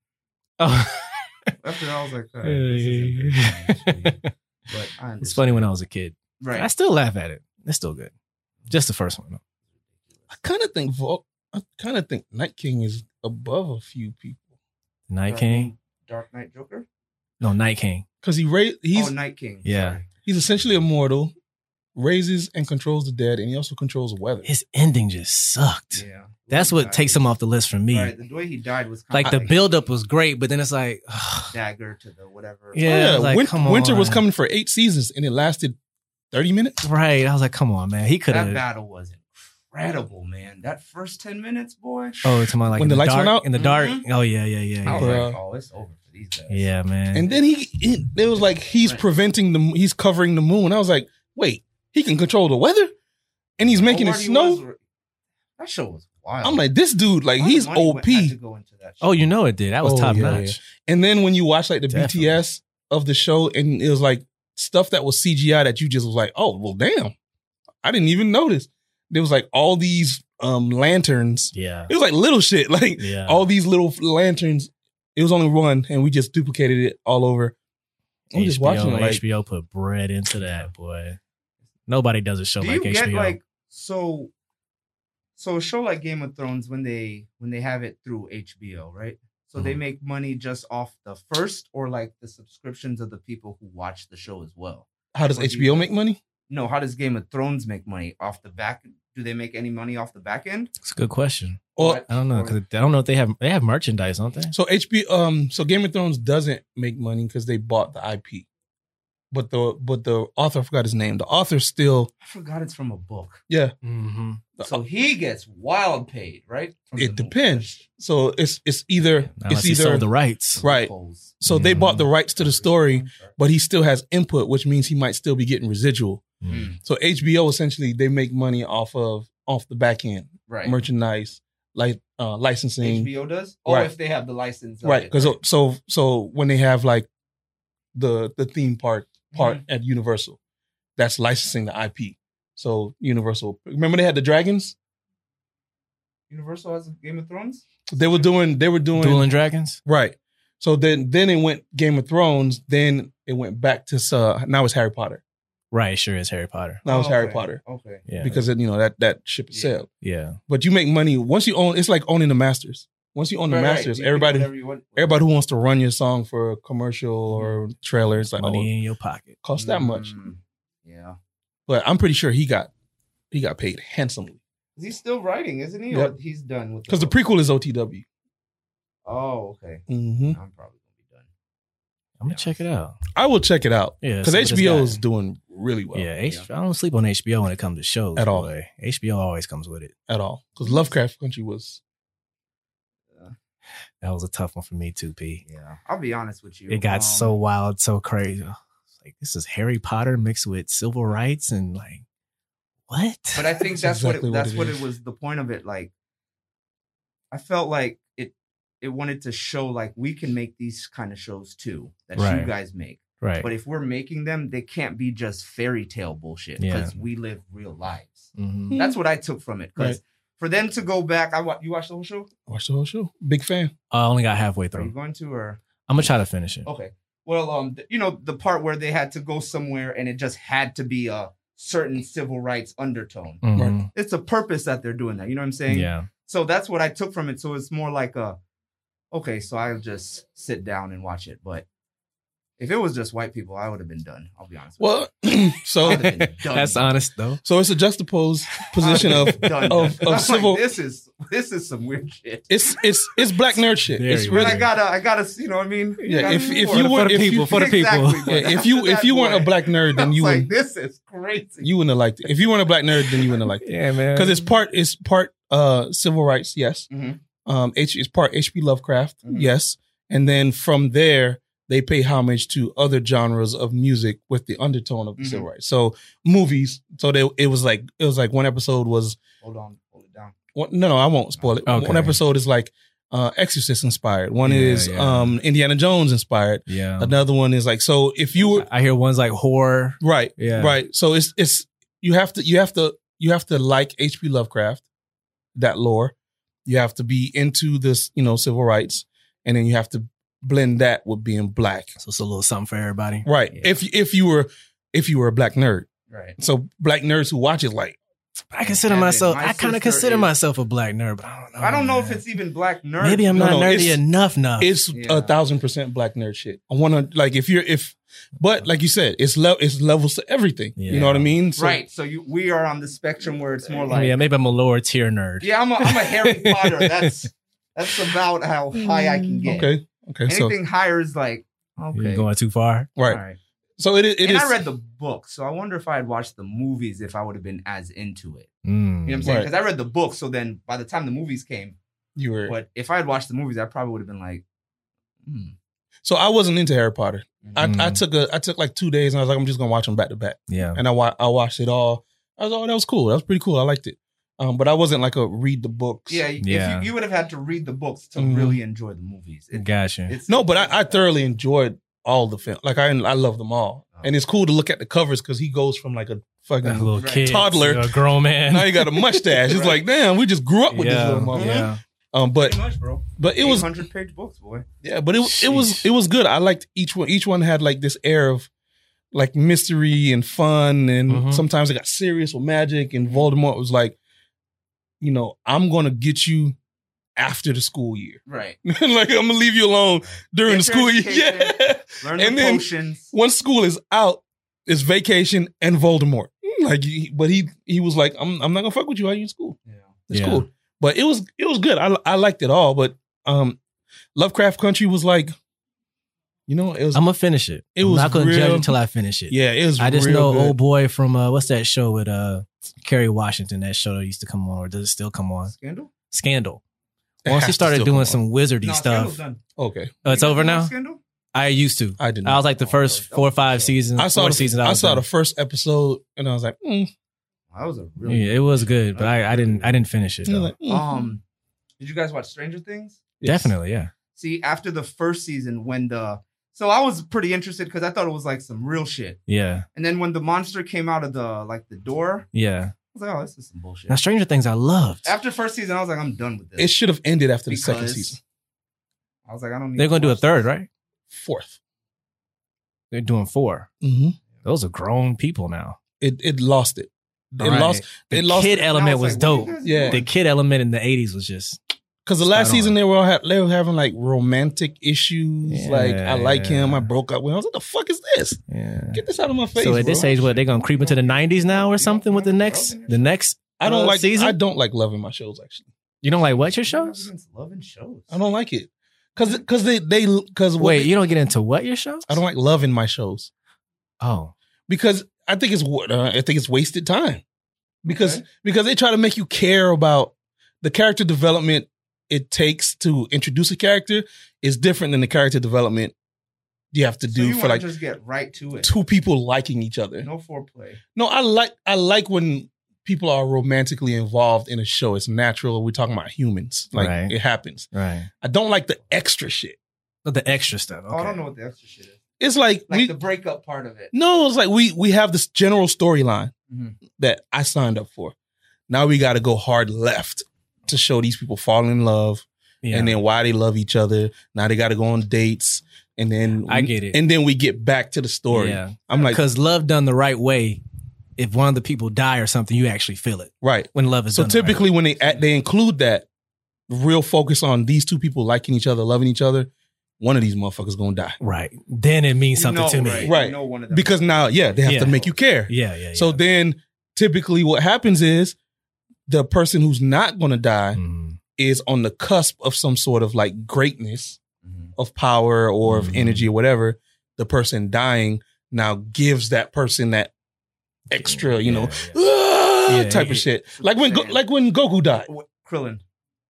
[SPEAKER 2] oh.
[SPEAKER 4] After that, I was like, all right, this isn't very funny, actually. but I
[SPEAKER 2] it's funny when I
[SPEAKER 4] understand.
[SPEAKER 2] was a kid. I
[SPEAKER 4] right.
[SPEAKER 2] still laugh at it. It's still good. Just the first one.
[SPEAKER 3] I kind of think Vol- I kind of think Night King is above a few people
[SPEAKER 2] Night
[SPEAKER 4] Dark-
[SPEAKER 2] King.
[SPEAKER 4] Dark Knight Joker.
[SPEAKER 2] No, Night King.
[SPEAKER 3] because he ra-
[SPEAKER 4] He's
[SPEAKER 3] he's
[SPEAKER 4] oh, Night King.
[SPEAKER 2] Yeah.
[SPEAKER 4] sorry.
[SPEAKER 3] he's essentially immortal, raises and controls the dead, and he also controls the weather.
[SPEAKER 2] His ending just sucked.
[SPEAKER 4] yeah.
[SPEAKER 2] That's what takes him off the list for me.
[SPEAKER 4] Right, the way he died was kinda
[SPEAKER 2] Like the buildup was great, but then it's like, ugh.
[SPEAKER 4] dagger to the whatever. Oh,
[SPEAKER 2] Yeah. I was like,
[SPEAKER 3] Win-
[SPEAKER 2] come
[SPEAKER 3] winter was
[SPEAKER 2] on.
[SPEAKER 3] coming for eight seasons, and it lasted thirty minutes.
[SPEAKER 2] right? I was like, come on, man. He could
[SPEAKER 4] that
[SPEAKER 2] have.
[SPEAKER 4] battle was incredible, man. That first ten minutes, boy.
[SPEAKER 2] Oh, it's my like
[SPEAKER 3] When
[SPEAKER 2] in
[SPEAKER 3] the lights
[SPEAKER 2] dark,
[SPEAKER 3] went out?
[SPEAKER 2] in the dark.
[SPEAKER 4] Mhm.
[SPEAKER 2] Oh yeah, yeah, yeah,
[SPEAKER 4] I
[SPEAKER 2] yeah.
[SPEAKER 4] was
[SPEAKER 3] Bruh.
[SPEAKER 4] like, oh, it's over for these guys.
[SPEAKER 2] Yeah, man.
[SPEAKER 3] And then he, he it was like he's
[SPEAKER 4] Right.
[SPEAKER 3] preventing the he's covering the moon. I was like, wait, he can control the weather, and he's making it
[SPEAKER 4] Omar, he
[SPEAKER 3] snow.
[SPEAKER 4] Oh, was- that show was wild.
[SPEAKER 3] I'm like, this dude, like
[SPEAKER 4] All the
[SPEAKER 3] he's
[SPEAKER 4] money
[SPEAKER 3] OP.
[SPEAKER 4] went- had to go into that
[SPEAKER 2] oh,
[SPEAKER 4] show.
[SPEAKER 2] you know it did. That was
[SPEAKER 3] Oh,
[SPEAKER 2] top
[SPEAKER 3] yeah,
[SPEAKER 2] notch.
[SPEAKER 3] And then when you watch like the
[SPEAKER 2] Definitely.
[SPEAKER 3] BTS of the show, and it was like stuff that was CGI that you just was like, oh well, damn, I didn't even notice. There was like all these um lanterns.
[SPEAKER 2] Yeah,
[SPEAKER 3] It was like little shit, like
[SPEAKER 2] yeah.
[SPEAKER 3] all these little f- lanterns. It was only one, and we just duplicated it all over. I'm just watching it like
[SPEAKER 2] HBO put bread into that boy.
[SPEAKER 1] Nobody does a show
[SPEAKER 4] Do
[SPEAKER 1] like
[SPEAKER 4] you get
[SPEAKER 1] HBO.
[SPEAKER 4] like so? So a show like Game of Thrones when they when they have it through HBO, right? So they
[SPEAKER 1] Mhm.
[SPEAKER 4] make money just off the first or like the subscriptions of the people who watch the show as well.
[SPEAKER 3] How does
[SPEAKER 4] Or do you
[SPEAKER 3] HBO
[SPEAKER 4] guys-
[SPEAKER 3] make money?
[SPEAKER 4] No, how does Game of Thrones make money off the back? Do they make any money off the back end?
[SPEAKER 1] It's a good question.
[SPEAKER 3] Or
[SPEAKER 4] What-
[SPEAKER 1] I don't know
[SPEAKER 4] or-
[SPEAKER 1] because I don't know if they have they have merchandise, don't they?
[SPEAKER 3] So HBO, um, so Game of Thrones doesn't make money because they bought the IP, but the but the author I forgot his name. The author still,
[SPEAKER 4] I forgot it's from a book.
[SPEAKER 3] yeah.
[SPEAKER 1] Mm-hmm.
[SPEAKER 4] So he gets wild paid, right? From
[SPEAKER 3] Uh, It
[SPEAKER 4] the movie.
[SPEAKER 3] depends. So it's it's either
[SPEAKER 1] Unless
[SPEAKER 3] it's
[SPEAKER 1] he
[SPEAKER 3] either
[SPEAKER 1] sold the rights. Mm-hmm.
[SPEAKER 3] right.
[SPEAKER 4] Loopholes.
[SPEAKER 3] So they bought the rights to the story,
[SPEAKER 4] Sure.
[SPEAKER 3] but he still has input, which means he might still be getting residual.
[SPEAKER 4] Mm,
[SPEAKER 3] So HBO essentially they make money off of off the back end
[SPEAKER 4] right.
[SPEAKER 3] merchandise, like uh, licensing,
[SPEAKER 4] HBO does? Or
[SPEAKER 3] Right.
[SPEAKER 4] if they have the license. of
[SPEAKER 3] right?
[SPEAKER 4] it,
[SPEAKER 3] Because so so when they have like the the theme park part
[SPEAKER 4] Mm-hmm.
[SPEAKER 3] at Universal. That's licensing the IP. So Universal, remember they had the dragons.
[SPEAKER 4] Universal has Game of Thrones?
[SPEAKER 3] They were doing. They were doing.
[SPEAKER 1] Dueling Dragons.
[SPEAKER 3] Right. So then, then it went Game of Thrones. Then it went back to uh, now it's Harry Potter.
[SPEAKER 1] Right, it sure is Harry Potter.
[SPEAKER 3] Now it's
[SPEAKER 4] Oh,
[SPEAKER 3] Harry
[SPEAKER 4] okay.
[SPEAKER 3] Potter
[SPEAKER 4] Okay.
[SPEAKER 1] Yeah,
[SPEAKER 3] because it, you know that that ship has
[SPEAKER 4] Yeah.
[SPEAKER 3] sailed.
[SPEAKER 1] yeah,
[SPEAKER 3] But you make money once you own. It's like owning the masters. Once you own the
[SPEAKER 4] Right, right.
[SPEAKER 3] masters,
[SPEAKER 4] You pick
[SPEAKER 3] everybody
[SPEAKER 4] whatever you want.
[SPEAKER 3] everybody who wants to run your song for a commercial or trailer, it's like
[SPEAKER 1] money
[SPEAKER 3] oh,
[SPEAKER 1] in your pocket.
[SPEAKER 3] it costs that much.
[SPEAKER 4] Mm, Yeah.
[SPEAKER 3] But I'm pretty sure he got he got paid handsomely
[SPEAKER 4] He's still writing, isn't he? Or
[SPEAKER 3] Yep.
[SPEAKER 4] he's done with
[SPEAKER 3] because the
[SPEAKER 4] book?
[SPEAKER 3] prequel is OTW.
[SPEAKER 4] Oh, okay.
[SPEAKER 3] hmm
[SPEAKER 4] I'm probably going to be done.
[SPEAKER 1] I'm gonna
[SPEAKER 4] Yeah.
[SPEAKER 1] check it out.
[SPEAKER 3] I will check it out
[SPEAKER 1] Yeah,
[SPEAKER 3] because
[SPEAKER 1] see what it's
[SPEAKER 3] HBO
[SPEAKER 1] got.
[SPEAKER 3] is doing really well
[SPEAKER 1] yeah, H- I don't sleep on HBO when it comes to shows
[SPEAKER 3] At all.
[SPEAKER 1] boy. HBO always comes with it.
[SPEAKER 3] at all because Lovecraft Country was
[SPEAKER 1] That was a tough one for me too, P.
[SPEAKER 4] Yeah. I'll be honest with you.
[SPEAKER 1] It got
[SPEAKER 4] Um,
[SPEAKER 1] so wild, so crazy. I was Like this is Harry Potter mixed with civil rights and like what?
[SPEAKER 4] But I think
[SPEAKER 3] That's
[SPEAKER 4] that's,
[SPEAKER 3] exactly what
[SPEAKER 4] what it, that's
[SPEAKER 3] it
[SPEAKER 4] what
[SPEAKER 3] is.
[SPEAKER 4] it was the point of it. Like, I felt like it it wanted to show like we can make these kind of shows too that
[SPEAKER 1] Right.
[SPEAKER 4] you guys make.
[SPEAKER 1] right.
[SPEAKER 4] But if we're making them, they can't be just fairy tale bullshit because we live real lives.
[SPEAKER 1] Mhm.
[SPEAKER 4] That's what I took from it. Because
[SPEAKER 3] Right.
[SPEAKER 4] for them to go back, I wa- you watched the whole show.
[SPEAKER 3] watch the whole show. Big fan.
[SPEAKER 1] I only got halfway
[SPEAKER 4] Are you Oh,
[SPEAKER 1] through.
[SPEAKER 4] going to or
[SPEAKER 1] I'm gonna try to finish it.
[SPEAKER 4] okay? Well, um, th- you know the part where they had to go somewhere and it just had to be a certain civil rights undertone.
[SPEAKER 3] Mm.
[SPEAKER 1] Mhm.
[SPEAKER 4] It's a purpose that they're doing that. You know what I'm saying?
[SPEAKER 1] Yeah,
[SPEAKER 4] So that's what I took from it. So it's more like a, okay, so I'll just sit down and watch it. But if it was just white people, I would have been done. I'll be honest. with
[SPEAKER 3] Well, oh,
[SPEAKER 4] you. I
[SPEAKER 3] so
[SPEAKER 4] would've been done.
[SPEAKER 1] that's honest though.
[SPEAKER 3] so it's a juxtaposed
[SPEAKER 4] I would've
[SPEAKER 3] position of
[SPEAKER 4] been done.
[SPEAKER 3] of- of
[SPEAKER 4] I'm like,
[SPEAKER 3] civil-
[SPEAKER 4] this is this is some weird shit.
[SPEAKER 3] it's it's it's black nerd shit.
[SPEAKER 1] There
[SPEAKER 3] It's
[SPEAKER 1] you
[SPEAKER 4] But
[SPEAKER 3] really
[SPEAKER 4] I gotta, I gotta, you know what I mean?
[SPEAKER 3] Yeah,
[SPEAKER 4] Gotta
[SPEAKER 3] if- if
[SPEAKER 4] support.
[SPEAKER 3] you were-
[SPEAKER 1] for the people, for the people.
[SPEAKER 4] Exactly,
[SPEAKER 3] yeah, if you if you weren't a black nerd, then you
[SPEAKER 4] like,
[SPEAKER 3] wouldn't
[SPEAKER 4] this is crazy.
[SPEAKER 3] you wouldn't have liked it. If you weren't a black nerd, then you wouldn't have liked it.
[SPEAKER 1] Yeah, man.
[SPEAKER 3] Because it's part it's part uh civil rights, yes.
[SPEAKER 4] Mhm.
[SPEAKER 3] Um H it's part H.P. Lovecraft,
[SPEAKER 4] Mhm.
[SPEAKER 3] yes. And then from there they pay homage to other genres of music with the undertone of the
[SPEAKER 4] Mhm.
[SPEAKER 3] civil rights. So movies. So they it was like it was like one episode was
[SPEAKER 4] Hold on, hold it down.
[SPEAKER 3] one, no, no, I won't spoil it.
[SPEAKER 1] Okay.
[SPEAKER 3] One episode is like uh Exorcist inspired. One
[SPEAKER 1] Yeah,
[SPEAKER 3] is
[SPEAKER 1] yeah.
[SPEAKER 3] um Indiana Jones inspired.
[SPEAKER 1] yeah.
[SPEAKER 3] Another one is like so if you were
[SPEAKER 1] I hear one's like horror.
[SPEAKER 3] right,
[SPEAKER 1] Yeah.
[SPEAKER 3] right. So it's it's you have to you have to you have to like H.P. Lovecraft, that lore. You have to be into this, you know, civil rights, and then you have to blend that with being black.
[SPEAKER 1] So it's a little something for everybody.
[SPEAKER 3] Right.
[SPEAKER 1] Yeah.
[SPEAKER 3] If if you were if you were a black nerd.
[SPEAKER 4] Right.
[SPEAKER 3] So black nerds who watch it like
[SPEAKER 1] I consider
[SPEAKER 4] Evan,
[SPEAKER 1] myself.
[SPEAKER 4] my
[SPEAKER 1] I kind
[SPEAKER 4] sister
[SPEAKER 1] of consider
[SPEAKER 4] is-
[SPEAKER 1] myself a black nerd, but I
[SPEAKER 3] Oh,
[SPEAKER 1] don't know.
[SPEAKER 4] I don't know if
[SPEAKER 1] man.
[SPEAKER 4] it's even black nerd.
[SPEAKER 1] maybe I'm
[SPEAKER 3] No,
[SPEAKER 1] not
[SPEAKER 3] no,
[SPEAKER 1] nerdy
[SPEAKER 3] it's-
[SPEAKER 1] enough. Now
[SPEAKER 3] It's
[SPEAKER 4] Yeah.
[SPEAKER 3] a thousand percent black nerd shit. I want to like if you're if, but like you said, it's level it's levels to everything. You
[SPEAKER 1] Yeah.
[SPEAKER 3] know what I mean? So-
[SPEAKER 4] right. So you, we are on the spectrum where it's more like
[SPEAKER 1] yeah, maybe I'm a lower tier nerd.
[SPEAKER 4] Yeah, I'm a, I'm a Harry Potter. That's that's about how high I can get.
[SPEAKER 3] Okay. Okay. So
[SPEAKER 4] Anything higher is like
[SPEAKER 1] You're
[SPEAKER 4] okay.
[SPEAKER 1] going too far.
[SPEAKER 3] right.
[SPEAKER 4] All right.
[SPEAKER 3] So it is. It
[SPEAKER 4] and
[SPEAKER 3] is.
[SPEAKER 4] I read the book, so I wonder if I had watched the movies if I would have been as into it. You know what I'm
[SPEAKER 1] Mm.
[SPEAKER 4] saying?
[SPEAKER 3] Right.
[SPEAKER 4] Because I read the book, so then by the time the movies came,
[SPEAKER 3] you were.
[SPEAKER 4] but if I had watched the movies, I probably would have been like, hmm.
[SPEAKER 3] So I wasn't into Harry Potter. I, I
[SPEAKER 1] Mm.
[SPEAKER 3] took a I took like two days and I was like I'm just gonna watch them back to back
[SPEAKER 1] Yeah.
[SPEAKER 3] and I wa- I watched it all. I was like, oh that was cool. That was pretty cool. I liked it. Um, but I wasn't like a read the books.
[SPEAKER 4] yeah, if
[SPEAKER 1] Yeah.
[SPEAKER 4] You, you would have had to read the books to
[SPEAKER 3] Mhm.
[SPEAKER 4] really enjoy the movies. It-
[SPEAKER 1] Gotcha.
[SPEAKER 4] it's
[SPEAKER 3] No, but I, I thoroughly enjoyed all the film. Like I I love them all,
[SPEAKER 1] Oh.
[SPEAKER 3] and it's cool to look at the covers because he goes from like a fucking
[SPEAKER 1] That little
[SPEAKER 4] Right.
[SPEAKER 1] kid,
[SPEAKER 3] Toddler.
[SPEAKER 1] to a grown man.
[SPEAKER 3] now you got a mustache. It's
[SPEAKER 4] Right.
[SPEAKER 3] like, damn, we just grew up with
[SPEAKER 1] yeah,
[SPEAKER 3] this little mother.
[SPEAKER 1] yeah.
[SPEAKER 3] Um,
[SPEAKER 4] Pretty
[SPEAKER 3] but
[SPEAKER 4] much, bro.
[SPEAKER 3] but it was
[SPEAKER 4] 100 page books, boy.
[SPEAKER 3] yeah, but it it was
[SPEAKER 1] Sheesh.
[SPEAKER 3] it was good. I liked each one. Each one had like this air of like mystery and fun, and
[SPEAKER 2] Mhm.
[SPEAKER 3] sometimes it got serious with magic. And Voldemort was like, you know, I'm gonna get you after the school year.
[SPEAKER 4] Right.
[SPEAKER 3] like I'm gonna leave you alone during
[SPEAKER 4] Get
[SPEAKER 3] the school
[SPEAKER 4] your
[SPEAKER 3] year. Yeah.
[SPEAKER 4] Learn
[SPEAKER 3] And
[SPEAKER 4] the
[SPEAKER 3] then-
[SPEAKER 4] potions.
[SPEAKER 3] Once school is out, it's vacation and Voldemort. Like, he- but he he was like, I'm I'm not gonna fuck with you. How you in school?
[SPEAKER 4] Yeah.
[SPEAKER 3] It's
[SPEAKER 1] Yeah.
[SPEAKER 3] cool. But it was it was good. I I liked it all. But um, Lovecraft Country was like, you know, it was
[SPEAKER 2] I'm gonna finish it.
[SPEAKER 3] It
[SPEAKER 2] I'm
[SPEAKER 3] was
[SPEAKER 2] not gonna judge
[SPEAKER 3] real-
[SPEAKER 2] until I finish it.
[SPEAKER 3] yeah, it was.
[SPEAKER 2] I just
[SPEAKER 3] real
[SPEAKER 2] know
[SPEAKER 3] good.
[SPEAKER 2] old boy from uh, what's that show with uh Kerry Washington? That show that used to come on, or does it still come on?
[SPEAKER 4] Scandal?
[SPEAKER 2] Scandal.
[SPEAKER 3] It
[SPEAKER 2] Once
[SPEAKER 3] has
[SPEAKER 2] he
[SPEAKER 3] to
[SPEAKER 2] started
[SPEAKER 3] still
[SPEAKER 2] doing
[SPEAKER 3] come
[SPEAKER 2] some wizardy
[SPEAKER 4] No, Scandal's
[SPEAKER 2] stuff,
[SPEAKER 4] done.
[SPEAKER 3] on. Okay,
[SPEAKER 2] oh, it's
[SPEAKER 4] You
[SPEAKER 2] over
[SPEAKER 4] guys know
[SPEAKER 2] now.
[SPEAKER 4] Scandal?
[SPEAKER 2] I used to.
[SPEAKER 3] I didn't.
[SPEAKER 2] I was like the first four or five seasons.
[SPEAKER 3] I saw
[SPEAKER 2] four
[SPEAKER 3] the,
[SPEAKER 2] seasons.
[SPEAKER 3] I,
[SPEAKER 2] was
[SPEAKER 3] saw
[SPEAKER 2] done.
[SPEAKER 3] the first episode and I was like, mm.
[SPEAKER 4] That was a really
[SPEAKER 2] Yeah, it was good, but I, I didn't. I didn't finish it.
[SPEAKER 3] And I was
[SPEAKER 2] Though.
[SPEAKER 3] like, mm.
[SPEAKER 4] Um, did you guys watch Stranger Things?
[SPEAKER 3] Yes.
[SPEAKER 2] Definitely, yeah.
[SPEAKER 4] See, after the first season, when the so I was pretty interested because I thought it was like some real shit.
[SPEAKER 2] Yeah,
[SPEAKER 4] And then when the monster came out of the like the door,
[SPEAKER 2] yeah.
[SPEAKER 4] I was like, oh, this is some bullshit.
[SPEAKER 2] Now, Stranger Things, I loved.
[SPEAKER 4] After first season, I was like, I'm done with this.
[SPEAKER 3] It should have ended after the second
[SPEAKER 4] Because-
[SPEAKER 3] season,
[SPEAKER 4] I was like, I don't. Need
[SPEAKER 2] They're gonna
[SPEAKER 4] to
[SPEAKER 2] do a
[SPEAKER 4] watch
[SPEAKER 2] third,
[SPEAKER 4] this.
[SPEAKER 2] right?
[SPEAKER 3] fourth.
[SPEAKER 2] They're doing four.
[SPEAKER 3] Mm-hmm.
[SPEAKER 2] Those are grown people now.
[SPEAKER 3] It it lost it. It
[SPEAKER 2] Right.
[SPEAKER 3] lost.
[SPEAKER 2] The
[SPEAKER 3] It lost
[SPEAKER 2] kid
[SPEAKER 4] And I
[SPEAKER 2] element was,
[SPEAKER 4] like, what are
[SPEAKER 2] dope.
[SPEAKER 4] you guys
[SPEAKER 3] Yeah.
[SPEAKER 2] The
[SPEAKER 4] doing?
[SPEAKER 2] kid element in the '80s was just
[SPEAKER 3] Because the last
[SPEAKER 2] Spot on.
[SPEAKER 3] season they were all had, they were having like romantic issues.
[SPEAKER 2] Yeah,
[SPEAKER 3] like I like him.
[SPEAKER 2] yeah.
[SPEAKER 3] I broke up with him. I was like, the fuck is this?
[SPEAKER 2] yeah.
[SPEAKER 3] Get this out of my face.
[SPEAKER 2] So at this
[SPEAKER 3] bro.
[SPEAKER 2] age, what they gonna creep into the '90s now or something with the next the next?
[SPEAKER 3] I don't
[SPEAKER 2] uh,
[SPEAKER 3] like
[SPEAKER 2] season?
[SPEAKER 3] I don't like loving my shows actually.
[SPEAKER 2] You don't like what your
[SPEAKER 4] Nothing
[SPEAKER 2] shows?
[SPEAKER 4] against Love and shows.
[SPEAKER 3] I don't like it. Cause cause they they cause what
[SPEAKER 2] Wait, you don't get into what your shows?
[SPEAKER 3] I don't like loving my shows.
[SPEAKER 2] Oh,
[SPEAKER 3] Because I think it's wa- uh, I think it's wasted time. Because
[SPEAKER 4] Okay.
[SPEAKER 3] because they try to make you care about the character development it takes to introduce a character is different than the character development you have to
[SPEAKER 4] so
[SPEAKER 3] do
[SPEAKER 4] you
[SPEAKER 3] for
[SPEAKER 4] wanna
[SPEAKER 3] like
[SPEAKER 4] just get right to it.
[SPEAKER 3] two people liking each other.
[SPEAKER 4] No foreplay.
[SPEAKER 3] No, I like I like when people are romantically involved in a show. It's natural. We're talking about humans. Like
[SPEAKER 2] Right.
[SPEAKER 3] it happens.
[SPEAKER 2] right.
[SPEAKER 3] I don't like the extra shit.
[SPEAKER 2] But the extra stuff.
[SPEAKER 4] Oh, I
[SPEAKER 2] okay.
[SPEAKER 4] don't know what the extra shit is.
[SPEAKER 3] It's like,
[SPEAKER 4] Like
[SPEAKER 3] we
[SPEAKER 4] the breakup part of it.
[SPEAKER 3] No, it's like we we have this general storyline
[SPEAKER 4] Mhm.
[SPEAKER 2] Mm-hmm.
[SPEAKER 3] that I signed up for. Now we gotta go hard left to show these people falling in love
[SPEAKER 2] Yeah,
[SPEAKER 3] and then why they love each other. Now they gotta go on dates and then
[SPEAKER 2] I get it.
[SPEAKER 3] and then we get back to the story.
[SPEAKER 2] Yeah,
[SPEAKER 3] I'm like,
[SPEAKER 2] because love done the right way. If one of the people die or something, you actually feel it
[SPEAKER 3] right.
[SPEAKER 2] when love is
[SPEAKER 3] So
[SPEAKER 2] done the right way.
[SPEAKER 3] typically, when they act, they include that real focus on these two people liking each other, loving each other, one of these motherfuckers gonna die
[SPEAKER 2] Right. Then it means
[SPEAKER 4] You
[SPEAKER 2] something
[SPEAKER 4] know,
[SPEAKER 2] to me.
[SPEAKER 4] Right.
[SPEAKER 3] Right.
[SPEAKER 4] You know one of them.
[SPEAKER 3] because now, yeah, they have
[SPEAKER 2] Yeah.
[SPEAKER 3] to make you care.
[SPEAKER 2] Yeah, yeah, yeah.
[SPEAKER 3] So then, typically, what happens is the person who's not gonna die
[SPEAKER 2] Mm,
[SPEAKER 3] is on the cusp of some sort of like greatness
[SPEAKER 4] Mhm.
[SPEAKER 3] of power or of
[SPEAKER 2] Mhm.
[SPEAKER 3] energy or whatever. The person dying now gives that person that extra, you know,
[SPEAKER 2] yeah,
[SPEAKER 3] "Ah,"
[SPEAKER 2] Yeah,
[SPEAKER 3] type
[SPEAKER 2] yeah.
[SPEAKER 3] of shit. Like when, Go-
[SPEAKER 4] Saying.
[SPEAKER 3] like when Goku died,
[SPEAKER 4] Wh- Uh, Krillin.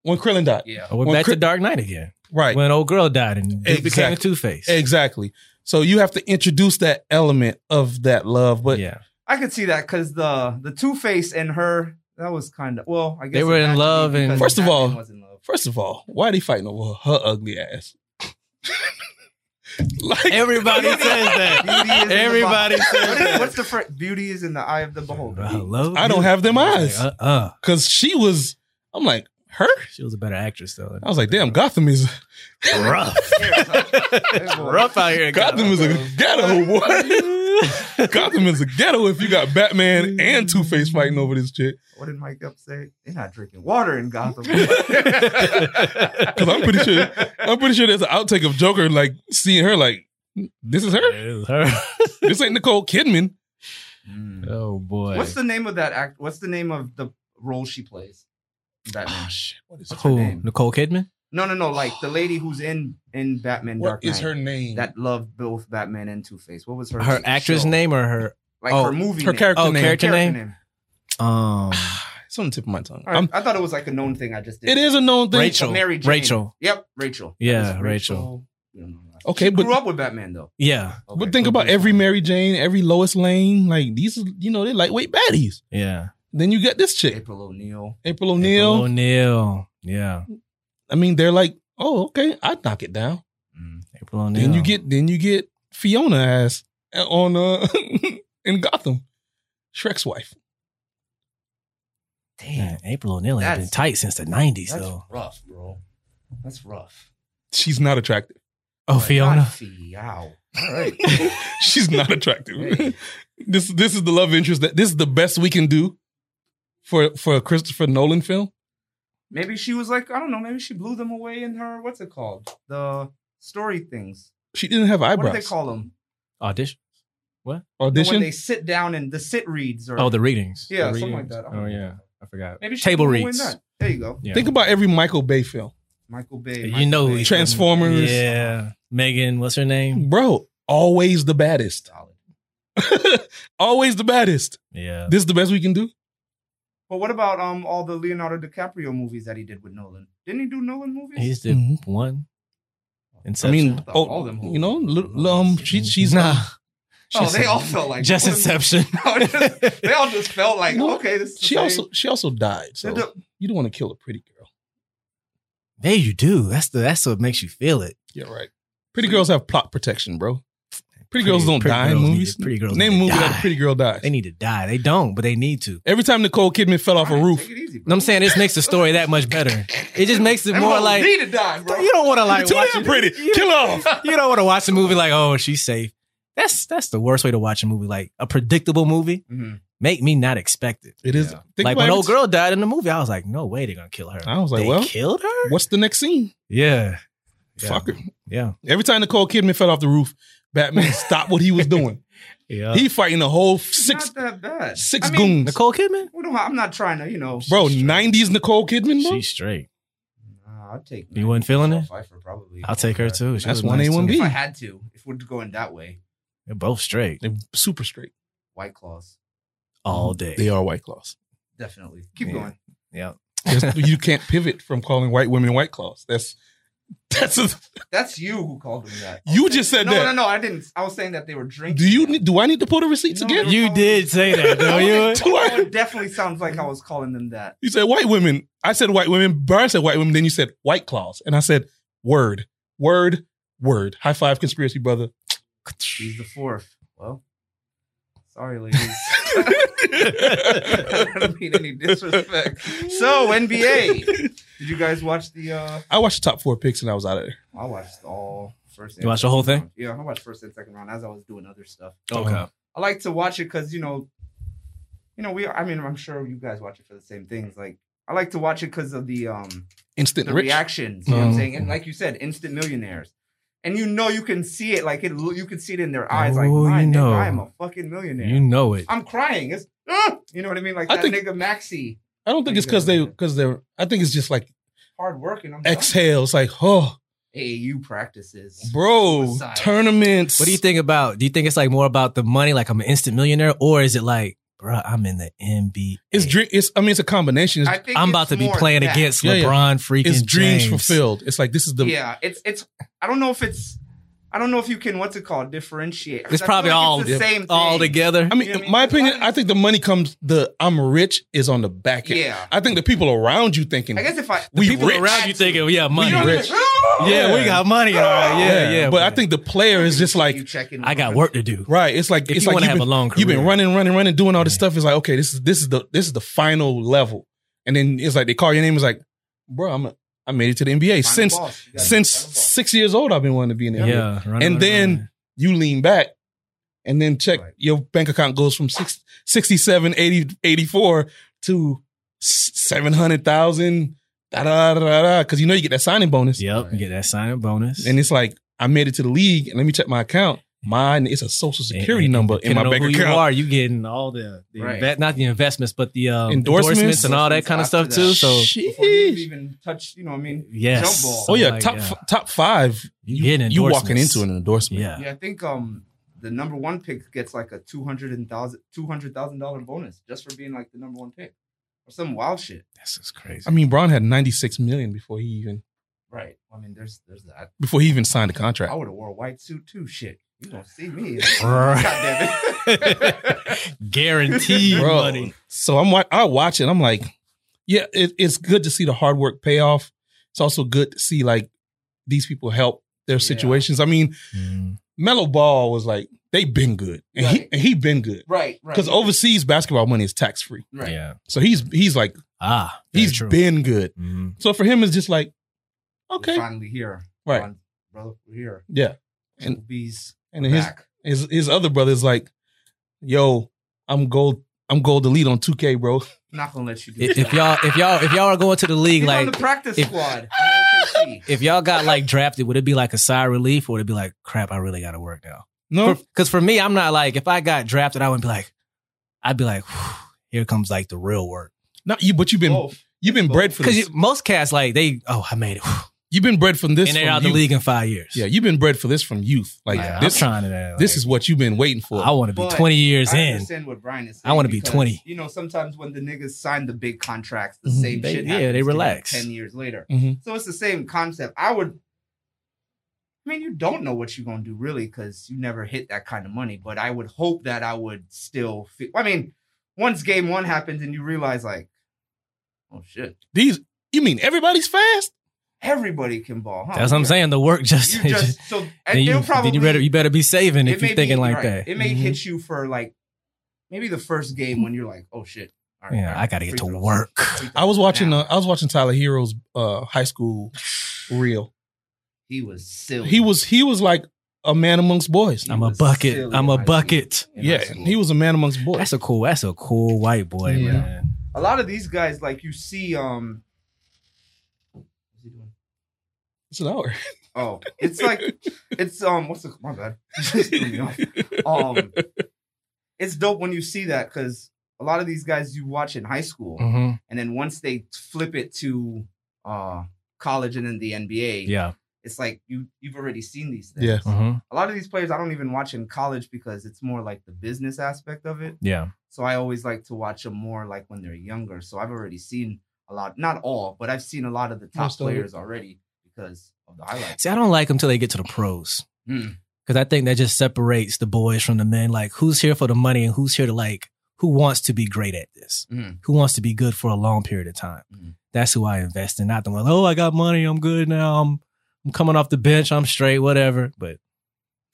[SPEAKER 3] when Krillin died,
[SPEAKER 4] Yeah.
[SPEAKER 2] yeah. Oh, We're
[SPEAKER 3] When
[SPEAKER 2] back
[SPEAKER 3] Chris-
[SPEAKER 2] to Dark Knight again.
[SPEAKER 3] right?
[SPEAKER 2] When old girl died and dude became a
[SPEAKER 3] Exactly.
[SPEAKER 2] Two Face.
[SPEAKER 3] Exactly. So you have to introduce that element of that love, but
[SPEAKER 2] yeah,
[SPEAKER 4] I could see that because the the Two Face and her that was kind of well. I guess
[SPEAKER 2] They were
[SPEAKER 4] it
[SPEAKER 2] in
[SPEAKER 4] had to be
[SPEAKER 2] love and-
[SPEAKER 4] because
[SPEAKER 3] First of all-
[SPEAKER 4] Batman was in love.
[SPEAKER 3] first of all, why are they fighting over her ugly ass? like
[SPEAKER 2] everybody says that.
[SPEAKER 4] Beauty is in the
[SPEAKER 2] Everybody
[SPEAKER 4] bo-
[SPEAKER 2] says
[SPEAKER 4] What
[SPEAKER 2] that.
[SPEAKER 4] is- What's the fr- beauty is in the eye of the beholder?
[SPEAKER 2] Hello,
[SPEAKER 3] I don't have them eyes.
[SPEAKER 2] Uh, uh
[SPEAKER 3] because she was. I'm like her.
[SPEAKER 2] She was a better actress though.
[SPEAKER 3] I was like, damn, Gotham is
[SPEAKER 2] rough.
[SPEAKER 4] It's
[SPEAKER 2] it's rough out here. in
[SPEAKER 3] Gotham is a ghetto. What? Gotham is a ghetto if you got Batman and Two Face fighting over this shit.
[SPEAKER 4] What did Mike Up say? They're not drinking water in Gotham.
[SPEAKER 3] Because I'm pretty sure I'm pretty sure there's an outtake of Joker like seeing her like this is her.
[SPEAKER 2] It is her.
[SPEAKER 3] This ain't Nicole Kidman.
[SPEAKER 4] Mm.
[SPEAKER 2] Oh boy.
[SPEAKER 4] What's the name of that act? What's the name of the role she plays? in Batman.
[SPEAKER 3] shit! What is
[SPEAKER 4] What's her
[SPEAKER 2] Who?
[SPEAKER 4] name?
[SPEAKER 2] Nicole Kidman.
[SPEAKER 4] No, no, no. Like the lady who's in in Batman
[SPEAKER 3] What
[SPEAKER 4] Dark
[SPEAKER 3] is
[SPEAKER 4] Knight
[SPEAKER 3] her name?
[SPEAKER 4] that loved both Batman and Two Face. What was her
[SPEAKER 2] Her
[SPEAKER 4] show?
[SPEAKER 2] actress name or her?
[SPEAKER 4] Like
[SPEAKER 2] oh,
[SPEAKER 4] her movie.
[SPEAKER 3] her
[SPEAKER 4] name.
[SPEAKER 3] character
[SPEAKER 2] Oh,
[SPEAKER 3] name.
[SPEAKER 2] character name.
[SPEAKER 4] name.
[SPEAKER 2] Um,
[SPEAKER 3] It's on the tip of my tongue.
[SPEAKER 4] All right,
[SPEAKER 3] I'm-
[SPEAKER 4] I thought it was like a known thing. I just did.
[SPEAKER 3] it is a known thing.
[SPEAKER 2] Rachel.
[SPEAKER 4] Mary Jane.
[SPEAKER 2] Rachel.
[SPEAKER 4] Yep, Rachel.
[SPEAKER 2] Yeah,
[SPEAKER 4] That is
[SPEAKER 2] Rachel.
[SPEAKER 4] You know,
[SPEAKER 3] Okay,
[SPEAKER 4] she
[SPEAKER 3] but-
[SPEAKER 4] grew up with Batman though.
[SPEAKER 2] Yeah,
[SPEAKER 4] Okay,
[SPEAKER 3] But think
[SPEAKER 4] so
[SPEAKER 3] about
[SPEAKER 4] Rachel.
[SPEAKER 3] every Mary Jane, every Lois Lane. Like these, are, you know, they lightweight baddies.
[SPEAKER 2] yeah.
[SPEAKER 3] Then you got this chick,
[SPEAKER 4] April O'Neil.
[SPEAKER 3] April O'Neil.
[SPEAKER 2] April O'Neil. Yeah.
[SPEAKER 3] I mean, they're like, oh, okay, I'd knock it down.
[SPEAKER 2] Mm. April O'Neil.
[SPEAKER 3] Then you get, then you get Fiona ass on uh in Gotham, Shrek's wife.
[SPEAKER 2] Damn, April O'Neil has been
[SPEAKER 4] That's-
[SPEAKER 2] tight since the nineties
[SPEAKER 4] That's
[SPEAKER 2] though.
[SPEAKER 4] rough, bro. That's rough.
[SPEAKER 3] She's not attractive.
[SPEAKER 2] Oh, Fiona.
[SPEAKER 4] Not Fiao. All right.
[SPEAKER 3] She's not attractive. this this is the love interest that this is the best we can do for for a Christopher Nolan film.
[SPEAKER 4] Maybe she was like, I don't know, maybe she blew them away in her, what's it called? The story things.
[SPEAKER 3] She didn't have eyebrows.
[SPEAKER 4] What do they call them?
[SPEAKER 2] Audition.
[SPEAKER 4] The when
[SPEAKER 3] Audition.
[SPEAKER 4] they sit down and the sit reads or
[SPEAKER 2] Oh, the readings.
[SPEAKER 4] Yeah,
[SPEAKER 2] The
[SPEAKER 4] something like that.
[SPEAKER 2] readings. Oh yeah, I forgot.
[SPEAKER 4] maybe she
[SPEAKER 2] table
[SPEAKER 4] blew away in
[SPEAKER 2] reads.
[SPEAKER 4] that. There you go.
[SPEAKER 2] Yeah.
[SPEAKER 3] Think about every Michael Bay film,
[SPEAKER 4] Michael Bay.
[SPEAKER 2] You
[SPEAKER 4] Michael
[SPEAKER 2] know
[SPEAKER 4] Bay.
[SPEAKER 2] he's
[SPEAKER 3] Transformers.
[SPEAKER 2] Yeah, Megan. What's her name?
[SPEAKER 3] bro. Always the baddest.
[SPEAKER 4] Solid.
[SPEAKER 3] always the baddest.
[SPEAKER 2] Yeah.
[SPEAKER 3] This is the best we can do.
[SPEAKER 4] But what about um all the Leonardo DiCaprio movies that he did with Nolan? Didn't he do Nolan movies?
[SPEAKER 2] He's the
[SPEAKER 3] Mhm.
[SPEAKER 2] one.
[SPEAKER 3] I
[SPEAKER 2] Inception.
[SPEAKER 3] mean,
[SPEAKER 4] All
[SPEAKER 3] oh,
[SPEAKER 4] them
[SPEAKER 3] you know,
[SPEAKER 4] hoes.
[SPEAKER 3] little, um, she, she's
[SPEAKER 2] nah.
[SPEAKER 3] not.
[SPEAKER 4] oh,
[SPEAKER 2] Just-
[SPEAKER 4] they all felt like
[SPEAKER 2] just Inception.
[SPEAKER 4] No, Oh, just- they all just felt like
[SPEAKER 3] No,
[SPEAKER 4] okay. This is the
[SPEAKER 3] She
[SPEAKER 4] same.
[SPEAKER 3] also she also died.
[SPEAKER 4] They're
[SPEAKER 3] So
[SPEAKER 4] the-
[SPEAKER 3] you don't want to kill a pretty girl.
[SPEAKER 2] There you do. That's the that's what makes you feel it.
[SPEAKER 3] Yeah, right. Pretty girls have plot protection, bro. Pretty, girls don't die in
[SPEAKER 2] girls need
[SPEAKER 3] movies.
[SPEAKER 2] to- pretty girls
[SPEAKER 3] Name a
[SPEAKER 2] need to
[SPEAKER 3] movie that a
[SPEAKER 2] die.
[SPEAKER 3] pretty girl dies.
[SPEAKER 2] They need to die. They don't, but they need to.
[SPEAKER 3] Every time Nicole Kidman fell off a
[SPEAKER 4] Alright,
[SPEAKER 3] roof,
[SPEAKER 4] take it easy, bro.
[SPEAKER 2] No, I'm saying this makes the story that much better. It just makes it
[SPEAKER 4] Them
[SPEAKER 2] more
[SPEAKER 4] hoes
[SPEAKER 2] like
[SPEAKER 4] need to die, bro.
[SPEAKER 2] you don't want to like
[SPEAKER 3] too
[SPEAKER 2] watch
[SPEAKER 3] damn
[SPEAKER 2] it.
[SPEAKER 3] pretty. Kill her off.
[SPEAKER 2] You don't want to watch a movie like oh she's safe. That's that's the worst way to watch a movie. Like a predictable movie,
[SPEAKER 4] Mhm.
[SPEAKER 2] make me not expect it.
[SPEAKER 3] It is.
[SPEAKER 4] Yeah.
[SPEAKER 3] think
[SPEAKER 2] like
[SPEAKER 3] about
[SPEAKER 2] when
[SPEAKER 3] every
[SPEAKER 2] old
[SPEAKER 3] t-
[SPEAKER 2] girl died in the movie, I was like, no way they're gonna kill her.
[SPEAKER 3] I was like,
[SPEAKER 2] they
[SPEAKER 3] well,
[SPEAKER 2] killed her.
[SPEAKER 3] What's the next scene?
[SPEAKER 2] Yeah, Yeah.
[SPEAKER 3] Fuck her.
[SPEAKER 2] yeah,
[SPEAKER 3] Every time Nicole Kidman fell off the roof, Batman stopped what he was doing.
[SPEAKER 2] yeah.
[SPEAKER 3] he fighting the whole
[SPEAKER 4] It's
[SPEAKER 3] six
[SPEAKER 4] not that bad.
[SPEAKER 3] six
[SPEAKER 4] I mean,
[SPEAKER 3] goons.
[SPEAKER 2] Nicole Kidman.
[SPEAKER 4] we don't, I'm not trying to, you know.
[SPEAKER 3] bro, nineties Nicole Kidman, bro.
[SPEAKER 2] She's straight.
[SPEAKER 4] Nah, I'll take.
[SPEAKER 2] You wasn't feeling it?
[SPEAKER 4] Pfeiffer, probably.
[SPEAKER 2] I'll take her
[SPEAKER 4] Okay.
[SPEAKER 2] too. She
[SPEAKER 3] That's
[SPEAKER 2] was nice,
[SPEAKER 3] 1A,
[SPEAKER 2] too.
[SPEAKER 4] If I
[SPEAKER 3] 1B.
[SPEAKER 4] had to, if we're going that way,
[SPEAKER 2] They're both straight
[SPEAKER 3] They're super straight.
[SPEAKER 4] White Claws,
[SPEAKER 2] all day.
[SPEAKER 3] They are white claws.
[SPEAKER 4] definitely. Keep
[SPEAKER 2] Yeah.
[SPEAKER 4] going.
[SPEAKER 2] Yeah.
[SPEAKER 3] There's- you can't pivot from calling white women white claws. That's that's a,
[SPEAKER 4] That's you who called them that.
[SPEAKER 3] You just said
[SPEAKER 4] no,
[SPEAKER 3] that.
[SPEAKER 4] No, no, I didn't. I was saying that they were drinking.
[SPEAKER 3] do you
[SPEAKER 4] that.
[SPEAKER 3] need, do I need to pull the receipts
[SPEAKER 4] No.
[SPEAKER 3] again?
[SPEAKER 2] You did say that, don't you?
[SPEAKER 3] Do
[SPEAKER 4] That
[SPEAKER 3] I?
[SPEAKER 4] one Oh, definitely sounds like I was calling them that.
[SPEAKER 3] You said white women. I said white women. Brian said white women. Then you said white claws, and I said word, word, word. High five, conspiracy brother.
[SPEAKER 4] He's the fourth. Well, sorry, ladies. I don't mean any disrespect. So NBA, did you guys watch the? uh
[SPEAKER 3] I watched the top four picks, and I was out of there.
[SPEAKER 4] I watched all first.
[SPEAKER 2] You watched the whole
[SPEAKER 4] second
[SPEAKER 2] thing?
[SPEAKER 4] round. Yeah, I watched first and second round as I was doing other stuff.
[SPEAKER 2] Okay.
[SPEAKER 4] I like to watch it because you know, you know, we. I mean, I'm sure you guys watch it for the same things. Like I like to watch it because of the um
[SPEAKER 3] Instant
[SPEAKER 4] the
[SPEAKER 3] rich.
[SPEAKER 4] reactions. You know what I'm
[SPEAKER 3] Oh.
[SPEAKER 4] saying? And like you said, instant millionaires. And you know you can see it, like it, you can see it in their eyes, like
[SPEAKER 2] Oh, you
[SPEAKER 4] "Mine, nigga,
[SPEAKER 2] know.
[SPEAKER 4] I am a fucking millionaire.
[SPEAKER 2] You know it.
[SPEAKER 4] I'm crying. It's "Ah!" you know what I mean, like
[SPEAKER 3] I
[SPEAKER 4] that
[SPEAKER 3] think-
[SPEAKER 4] nigga Maxi,
[SPEAKER 3] I don't think it's because they because they're. I think it's just like
[SPEAKER 4] hard working. I'm
[SPEAKER 3] exhale. It's like oh,
[SPEAKER 4] AAU practices.
[SPEAKER 3] bro,
[SPEAKER 4] Suicide.
[SPEAKER 3] tournaments.
[SPEAKER 2] What do you think about? Do you think it's like more about the money, like I'm an instant millionaire, or is it like, bruh, I'm in the NBA?
[SPEAKER 3] It's dream. It's. I mean, it's a combination. It's,
[SPEAKER 4] I think
[SPEAKER 2] I'm
[SPEAKER 4] it's
[SPEAKER 2] about to be
[SPEAKER 4] more
[SPEAKER 2] playing
[SPEAKER 4] that.
[SPEAKER 2] against
[SPEAKER 3] Yeah, yeah.
[SPEAKER 2] LeBron freaking
[SPEAKER 3] it's dreams
[SPEAKER 2] James.
[SPEAKER 3] fulfilled. It's like this is the.
[SPEAKER 4] yeah, it's it's. I don't know if it's. I don't know if you can what's it called differentiate. 'Cause
[SPEAKER 2] It's
[SPEAKER 4] I feel
[SPEAKER 2] probably
[SPEAKER 4] like
[SPEAKER 2] all-
[SPEAKER 4] the same
[SPEAKER 2] all
[SPEAKER 4] thing.
[SPEAKER 2] together.
[SPEAKER 3] I mean,
[SPEAKER 4] You know what I mean?
[SPEAKER 3] my
[SPEAKER 4] Because
[SPEAKER 3] opinion.
[SPEAKER 4] I-
[SPEAKER 3] I think the money comes. The I'm rich is on the back end.
[SPEAKER 4] Yeah,
[SPEAKER 3] I think the people around you thinking
[SPEAKER 4] I guess if I
[SPEAKER 2] The
[SPEAKER 3] we
[SPEAKER 2] people
[SPEAKER 3] rich.
[SPEAKER 2] around you thinking, yeah, money.
[SPEAKER 4] you know,
[SPEAKER 3] rich.
[SPEAKER 4] like,
[SPEAKER 2] Yeah, we got money. All right. Yeah, yeah.
[SPEAKER 3] But I think the player is just
[SPEAKER 4] you
[SPEAKER 3] like
[SPEAKER 4] check in
[SPEAKER 2] I got
[SPEAKER 4] with-
[SPEAKER 2] work to do.
[SPEAKER 3] right. It's like
[SPEAKER 2] If
[SPEAKER 3] it's
[SPEAKER 2] you
[SPEAKER 3] like
[SPEAKER 2] want to
[SPEAKER 3] you've
[SPEAKER 2] have
[SPEAKER 3] been,
[SPEAKER 2] a long career,
[SPEAKER 3] you've been running, running, running, doing all this stuff. It's like okay, this is this is the this is the final level, and then it's like they call your name. It's like, bro, I'm a, I made it to the NBA
[SPEAKER 4] Find
[SPEAKER 3] since
[SPEAKER 4] the boss. You gotta
[SPEAKER 3] since
[SPEAKER 4] find the boss.
[SPEAKER 3] six years old. I've been wanting to be in the
[SPEAKER 2] Yeah.
[SPEAKER 3] NBA.
[SPEAKER 2] running,
[SPEAKER 3] And
[SPEAKER 2] running,
[SPEAKER 3] then-
[SPEAKER 2] running.
[SPEAKER 3] you lean back and then check
[SPEAKER 4] Right.
[SPEAKER 3] your bank account goes from six, 67 80, 84 to 700,000 da da da da da cuz you know you get that signing bonus
[SPEAKER 2] Yep, you get that signing bonus.
[SPEAKER 3] and it's like I made it to the league and let me check my account mine it's a social
[SPEAKER 2] And-
[SPEAKER 3] security
[SPEAKER 2] and
[SPEAKER 3] number in my
[SPEAKER 2] depending
[SPEAKER 3] bank
[SPEAKER 2] on who you
[SPEAKER 3] account
[SPEAKER 2] are, you getting all the, the
[SPEAKER 4] Right.
[SPEAKER 2] inve- not the investments, but the um,
[SPEAKER 3] Endorsements?
[SPEAKER 2] endorsements? and all that kind of stuff
[SPEAKER 4] After
[SPEAKER 2] too.
[SPEAKER 4] that.
[SPEAKER 2] So
[SPEAKER 4] Before you
[SPEAKER 3] Sheesh.
[SPEAKER 4] even touch, you know what I mean?
[SPEAKER 2] yes,
[SPEAKER 4] Jump ball.
[SPEAKER 3] oh yeah
[SPEAKER 2] Like,
[SPEAKER 3] top f- top 5
[SPEAKER 2] you getting
[SPEAKER 3] you walking
[SPEAKER 2] endorsements.
[SPEAKER 3] into an endorsement
[SPEAKER 2] yeah.
[SPEAKER 4] Yeah, I think um the number one pick gets like a two hundred and thousand two hundred thousand dollar bonus just for being like the number one pick or some wild shit.
[SPEAKER 2] This is crazy.
[SPEAKER 3] I mean Braun had 96 million before he even
[SPEAKER 4] Right. I mean, there's there's that.
[SPEAKER 3] before he even signed the
[SPEAKER 4] I
[SPEAKER 3] contract
[SPEAKER 4] would have wore a white suit too. Shit, you gonna see me? God
[SPEAKER 2] Right.
[SPEAKER 4] damn it.
[SPEAKER 2] Guaranteed
[SPEAKER 3] Bro.
[SPEAKER 2] money.
[SPEAKER 3] So I'm wa- I watch it. I'm like, yeah, it, it's good to see the hard work pay off. It's also good to see like these people help their
[SPEAKER 4] Yeah.
[SPEAKER 3] situations. I mean, Mm-hmm. Mellow Ball was like they been good, and he
[SPEAKER 4] Right.
[SPEAKER 3] and he been good
[SPEAKER 4] right. Right.
[SPEAKER 3] because overseas basketball money is tax free.
[SPEAKER 4] Right.
[SPEAKER 2] Yeah.
[SPEAKER 3] So he's he's like
[SPEAKER 2] Ah, very
[SPEAKER 3] he's
[SPEAKER 2] true.
[SPEAKER 3] been good.
[SPEAKER 2] Mhm.
[SPEAKER 3] So for him, it's just like
[SPEAKER 4] We're
[SPEAKER 3] okay,
[SPEAKER 4] finally here.
[SPEAKER 3] right?
[SPEAKER 4] On brother, we're here.
[SPEAKER 3] Yeah. And-
[SPEAKER 4] And bees
[SPEAKER 3] And then his
[SPEAKER 4] back.
[SPEAKER 3] his his other brother's like, yo, I'm gold I'm gold elite on 2K, bro.
[SPEAKER 4] I'm not gonna let you do
[SPEAKER 2] If,
[SPEAKER 4] that.
[SPEAKER 2] if y'all if y'all if y'all are going to the league
[SPEAKER 4] He's on
[SPEAKER 2] like
[SPEAKER 4] the practice
[SPEAKER 2] if-
[SPEAKER 4] squad. in OKC.
[SPEAKER 2] if y'all got like drafted, would it be like a sigh of relief or would it be like, crap, I really got to work now?
[SPEAKER 3] No,
[SPEAKER 2] Because for, me, I'm not like, if I got drafted, I wouldn't be like, I'd be like, whew, here comes like the real work.
[SPEAKER 3] not you, but you've been
[SPEAKER 4] Both.
[SPEAKER 3] you've been bred for this.
[SPEAKER 2] Because most cats, like, they, oh, I made it. whew,
[SPEAKER 3] You've been bred from this.
[SPEAKER 2] and they're
[SPEAKER 3] from
[SPEAKER 2] out of
[SPEAKER 3] youth.
[SPEAKER 2] the league in five years.
[SPEAKER 3] Yeah, you've been bred for this from youth. Like
[SPEAKER 2] Like,
[SPEAKER 3] this,
[SPEAKER 2] I'm trying to, like,
[SPEAKER 3] this is what you've been waiting for.
[SPEAKER 2] I want to be
[SPEAKER 4] But
[SPEAKER 2] 20 years
[SPEAKER 4] I
[SPEAKER 2] in.
[SPEAKER 4] understand what Brian is.
[SPEAKER 2] I
[SPEAKER 4] saying
[SPEAKER 2] wanna be
[SPEAKER 4] because,
[SPEAKER 2] 20.
[SPEAKER 4] You know, sometimes when the niggas sign the big contracts, the
[SPEAKER 2] Mhm.
[SPEAKER 4] same
[SPEAKER 2] They-
[SPEAKER 4] shit.
[SPEAKER 2] yeah, they
[SPEAKER 4] happens to them
[SPEAKER 2] relax.
[SPEAKER 4] Ten years later,
[SPEAKER 3] Mhm.
[SPEAKER 4] so it's the same concept. I would. I mean, you don't know what you're gonna do really because you never hit that kind of money. But I would hope that I would still. Feel, I mean, once game one happens and you realize like, oh shit,
[SPEAKER 3] These, you mean everybody's fast?
[SPEAKER 4] everybody can ball. Huh?
[SPEAKER 2] That's what I'm saying. The work just,
[SPEAKER 4] You just so and
[SPEAKER 2] and you,
[SPEAKER 4] they'll probably
[SPEAKER 2] you, better, you better be saving
[SPEAKER 4] it
[SPEAKER 2] if you're
[SPEAKER 4] may
[SPEAKER 2] thinking
[SPEAKER 4] be-
[SPEAKER 2] like
[SPEAKER 4] right.
[SPEAKER 2] that. mm-hmm.
[SPEAKER 4] It may
[SPEAKER 3] Mhm.
[SPEAKER 4] hit you for like maybe the first game when you're like, oh shit. All
[SPEAKER 2] Yeah, I gotta get
[SPEAKER 4] Free
[SPEAKER 2] to
[SPEAKER 4] throws.
[SPEAKER 2] work.
[SPEAKER 4] Free
[SPEAKER 3] I was
[SPEAKER 4] throws.
[SPEAKER 3] watching.
[SPEAKER 4] Now,
[SPEAKER 3] Uh, I was watching Tyler Hero's uh, high school reel.
[SPEAKER 4] he was silly.
[SPEAKER 3] He was he was like a man amongst boys.
[SPEAKER 2] I'm a
[SPEAKER 4] was
[SPEAKER 2] bucket.
[SPEAKER 4] silly
[SPEAKER 2] I'm
[SPEAKER 4] in
[SPEAKER 2] a
[SPEAKER 4] high
[SPEAKER 2] bucket.
[SPEAKER 4] in high
[SPEAKER 3] Yeah,
[SPEAKER 4] school.
[SPEAKER 3] he was a man amongst boys.
[SPEAKER 2] That's a cool, that's a cool white boy,
[SPEAKER 3] Yeah.
[SPEAKER 2] man.
[SPEAKER 4] a lot of these guys like you see um what's he doing?
[SPEAKER 3] it's an hour.
[SPEAKER 4] Oh, it's like it's um what's the my bad. Just threw me off. um it's dope when you see that because a lot of these guys you watch in high school
[SPEAKER 2] Mhm.
[SPEAKER 4] and then once they flip it to uh college and then the NBA,
[SPEAKER 2] Yeah.
[SPEAKER 4] it's like you you've already seen these things.
[SPEAKER 3] Yeah.
[SPEAKER 2] Mhm.
[SPEAKER 4] a lot of these players I don't even watch in college because it's more like the business aspect of it.
[SPEAKER 2] Yeah.
[SPEAKER 4] So I always like to watch them more like when they're younger. So I've already seen a lot, not all, but I've seen a lot of the top
[SPEAKER 3] Most of it.
[SPEAKER 4] players already because of the highlights.
[SPEAKER 2] See, I don't like them till they get to the pros
[SPEAKER 4] Mm.
[SPEAKER 2] because I think that just separates the boys from the men. Like, who's here for the money and who's here to like who wants to be great at this?
[SPEAKER 4] Mm.
[SPEAKER 2] Who wants to be good for a long period of time?
[SPEAKER 4] Mm.
[SPEAKER 2] That's who I invest in. Not the one. Oh, I got money. I'm good now. I'm I'm coming off the bench. I'm straight. Whatever. But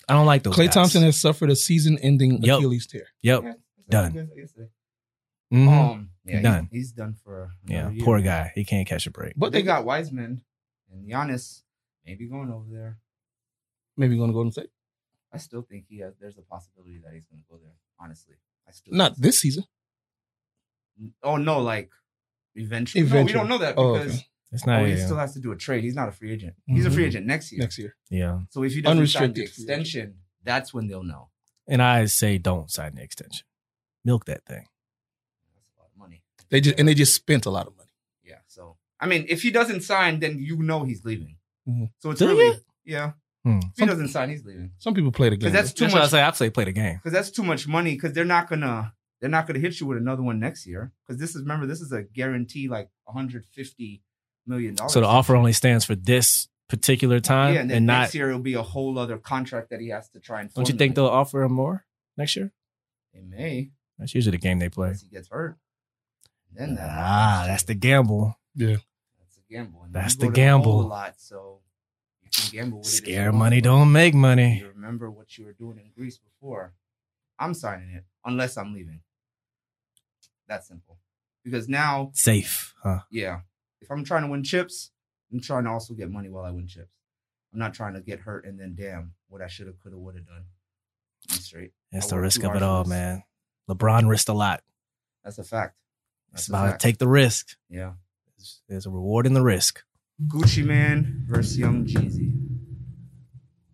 [SPEAKER 2] I don't like those.
[SPEAKER 3] Clay
[SPEAKER 2] guys.
[SPEAKER 3] Thompson has suffered a season-ending
[SPEAKER 2] Yep.
[SPEAKER 3] Achilles tear.
[SPEAKER 2] Yep.
[SPEAKER 4] Yeah,
[SPEAKER 2] Done.
[SPEAKER 4] I guess- I guess so.
[SPEAKER 2] Mhm.
[SPEAKER 4] Um, yeah,
[SPEAKER 2] Done.
[SPEAKER 4] done. He's, done for.
[SPEAKER 2] yeah.
[SPEAKER 4] another year.
[SPEAKER 2] Poor guy. He can't catch a break.
[SPEAKER 4] But
[SPEAKER 3] But
[SPEAKER 4] they got Wiseman and Giannis maybe going over there.
[SPEAKER 3] maybe going to Golden State.
[SPEAKER 4] I still think he has. There's a possibility that he's going to go there. Honestly, I still
[SPEAKER 3] Not
[SPEAKER 4] think so.
[SPEAKER 3] this season.
[SPEAKER 4] Oh no, like eventually. No, we
[SPEAKER 3] Eventually.
[SPEAKER 4] don't know that
[SPEAKER 3] Oh,
[SPEAKER 4] because
[SPEAKER 3] okay.
[SPEAKER 2] It's
[SPEAKER 4] Oh,
[SPEAKER 2] not.
[SPEAKER 4] he
[SPEAKER 2] yeah. Mm-hmm.
[SPEAKER 4] still has to do a trade. He's not a free agent. He's a free
[SPEAKER 3] Mhm.
[SPEAKER 4] agent next year.
[SPEAKER 3] Next year.
[SPEAKER 2] yeah.
[SPEAKER 4] So if he doesn't sign the
[SPEAKER 3] Unrestricted free agent.
[SPEAKER 4] extension, that's when they'll know.
[SPEAKER 2] And I say, don't sign the extension. Milk that thing.
[SPEAKER 4] That's a lot of money.
[SPEAKER 3] They just and they just spent a lot of money.
[SPEAKER 4] Yeah. So I mean, if he doesn't sign, then you know he's leaving.
[SPEAKER 2] Mm-hmm.
[SPEAKER 3] Mhm.
[SPEAKER 4] So it's
[SPEAKER 2] Do
[SPEAKER 4] really
[SPEAKER 2] you?
[SPEAKER 4] yeah.
[SPEAKER 2] Hmm.
[SPEAKER 4] If he doesn't sign, he's leaving
[SPEAKER 3] Some people play the game.
[SPEAKER 4] because that's too
[SPEAKER 2] That's why I
[SPEAKER 4] much.
[SPEAKER 2] say. I say play the game.
[SPEAKER 4] Because that's too much money. Because they're not gonna they're not gonna hit you with another one next year. Because this is remember this is a guarantee like 150 million dollars.
[SPEAKER 2] So the offer only stands for this particular time
[SPEAKER 4] Yeah, and
[SPEAKER 2] and,
[SPEAKER 4] then next
[SPEAKER 2] not.
[SPEAKER 4] year it'll be a whole other contract that he has to try and.
[SPEAKER 2] don't you
[SPEAKER 4] formulate.
[SPEAKER 2] think they'll offer him more next year?
[SPEAKER 4] They may
[SPEAKER 2] That's usually the game they play.
[SPEAKER 4] unless he gets hurt. Then that
[SPEAKER 2] Ah, that's the gamble.
[SPEAKER 4] That's the gamble. And
[SPEAKER 2] That's
[SPEAKER 4] you
[SPEAKER 2] the
[SPEAKER 4] go to
[SPEAKER 2] gamble.
[SPEAKER 4] bowl A lot, so you can gamble with it. if you
[SPEAKER 2] Scare
[SPEAKER 4] want,
[SPEAKER 2] money
[SPEAKER 4] but
[SPEAKER 2] don't make money.
[SPEAKER 4] You remember what you were doing in Greece before. I'm signing it unless I'm leaving. That simple. Because now,
[SPEAKER 2] Safe, huh?
[SPEAKER 4] yeah, if I'm trying to win chips, I'm trying to also get money while I win chips. I'm not trying to get hurt and then damn what I should have, could have, would have done. I'm straight.
[SPEAKER 2] That's
[SPEAKER 4] I
[SPEAKER 2] the
[SPEAKER 4] worked
[SPEAKER 2] risk
[SPEAKER 4] too
[SPEAKER 2] of
[SPEAKER 4] hard for
[SPEAKER 2] it all,
[SPEAKER 4] this.
[SPEAKER 2] man. LeBron risked a lot.
[SPEAKER 4] That's a fact. That's
[SPEAKER 2] It's
[SPEAKER 4] a
[SPEAKER 2] about to
[SPEAKER 4] fact.
[SPEAKER 2] take the risk.
[SPEAKER 4] Yeah.
[SPEAKER 2] There's- There's a reward in the risk.
[SPEAKER 4] Gucci Man versus Young Jeezy.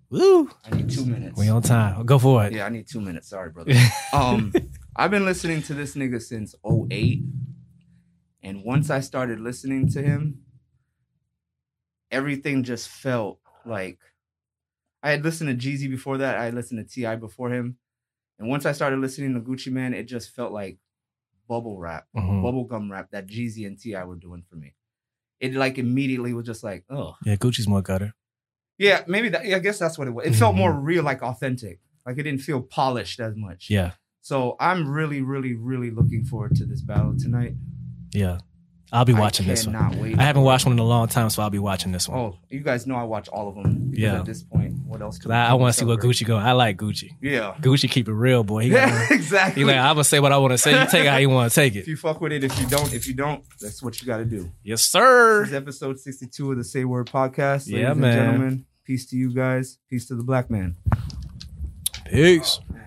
[SPEAKER 2] Woo!
[SPEAKER 4] I need two minutes.
[SPEAKER 2] We on time. Go for it.
[SPEAKER 4] Yeah, I need two minutes. Sorry, brother. Um, I've been listening to this nigga since 08. And once I started listening to him, everything just felt like I had listened to Jeezy before that. I had listened to T.I. before him. And once I started listening to Gucci Man, it just felt like bubble wrap,
[SPEAKER 2] Mhm.
[SPEAKER 4] bubble gum wrap that Jeezy and T.I. were doing for me. It like immediately was just like, oh.
[SPEAKER 2] Yeah, Gucci's more gutter.
[SPEAKER 4] Yeah, maybe that, I guess that's what it was. It felt more real, like authentic. Like it didn't feel polished as much.
[SPEAKER 2] Mm-hmm. Yeah,
[SPEAKER 4] So I'm really, really, really looking forward to this battle tonight.
[SPEAKER 2] yeah. I'll be watching this one.
[SPEAKER 4] Cannot wait.
[SPEAKER 2] I haven't watched one in a long time, so I'll be watching this one.
[SPEAKER 4] Oh, you guys know I watch all of them. Because
[SPEAKER 2] Yeah.
[SPEAKER 4] At this point, what else?
[SPEAKER 2] Cause I, I want to see what Gucci go. I like Gucci.
[SPEAKER 4] Yeah.
[SPEAKER 2] Gucci keep it real, boy. He,
[SPEAKER 4] Yeah.
[SPEAKER 2] got-
[SPEAKER 4] Exactly.
[SPEAKER 2] he like, "Ah." I'm gonna say what I want to say. You take it how you want to take
[SPEAKER 4] if
[SPEAKER 2] it.
[SPEAKER 4] you fuck with it, if you don't, if you don't, that's what you got to do.
[SPEAKER 2] Yes,
[SPEAKER 4] This
[SPEAKER 2] sir.
[SPEAKER 4] is episode 62 of the Say Word Podcast.
[SPEAKER 2] Yeah,
[SPEAKER 4] ladies and
[SPEAKER 2] man.
[SPEAKER 4] Gentlemen, Peace to you guys. Peace to the black man.
[SPEAKER 2] Peace.
[SPEAKER 4] Man.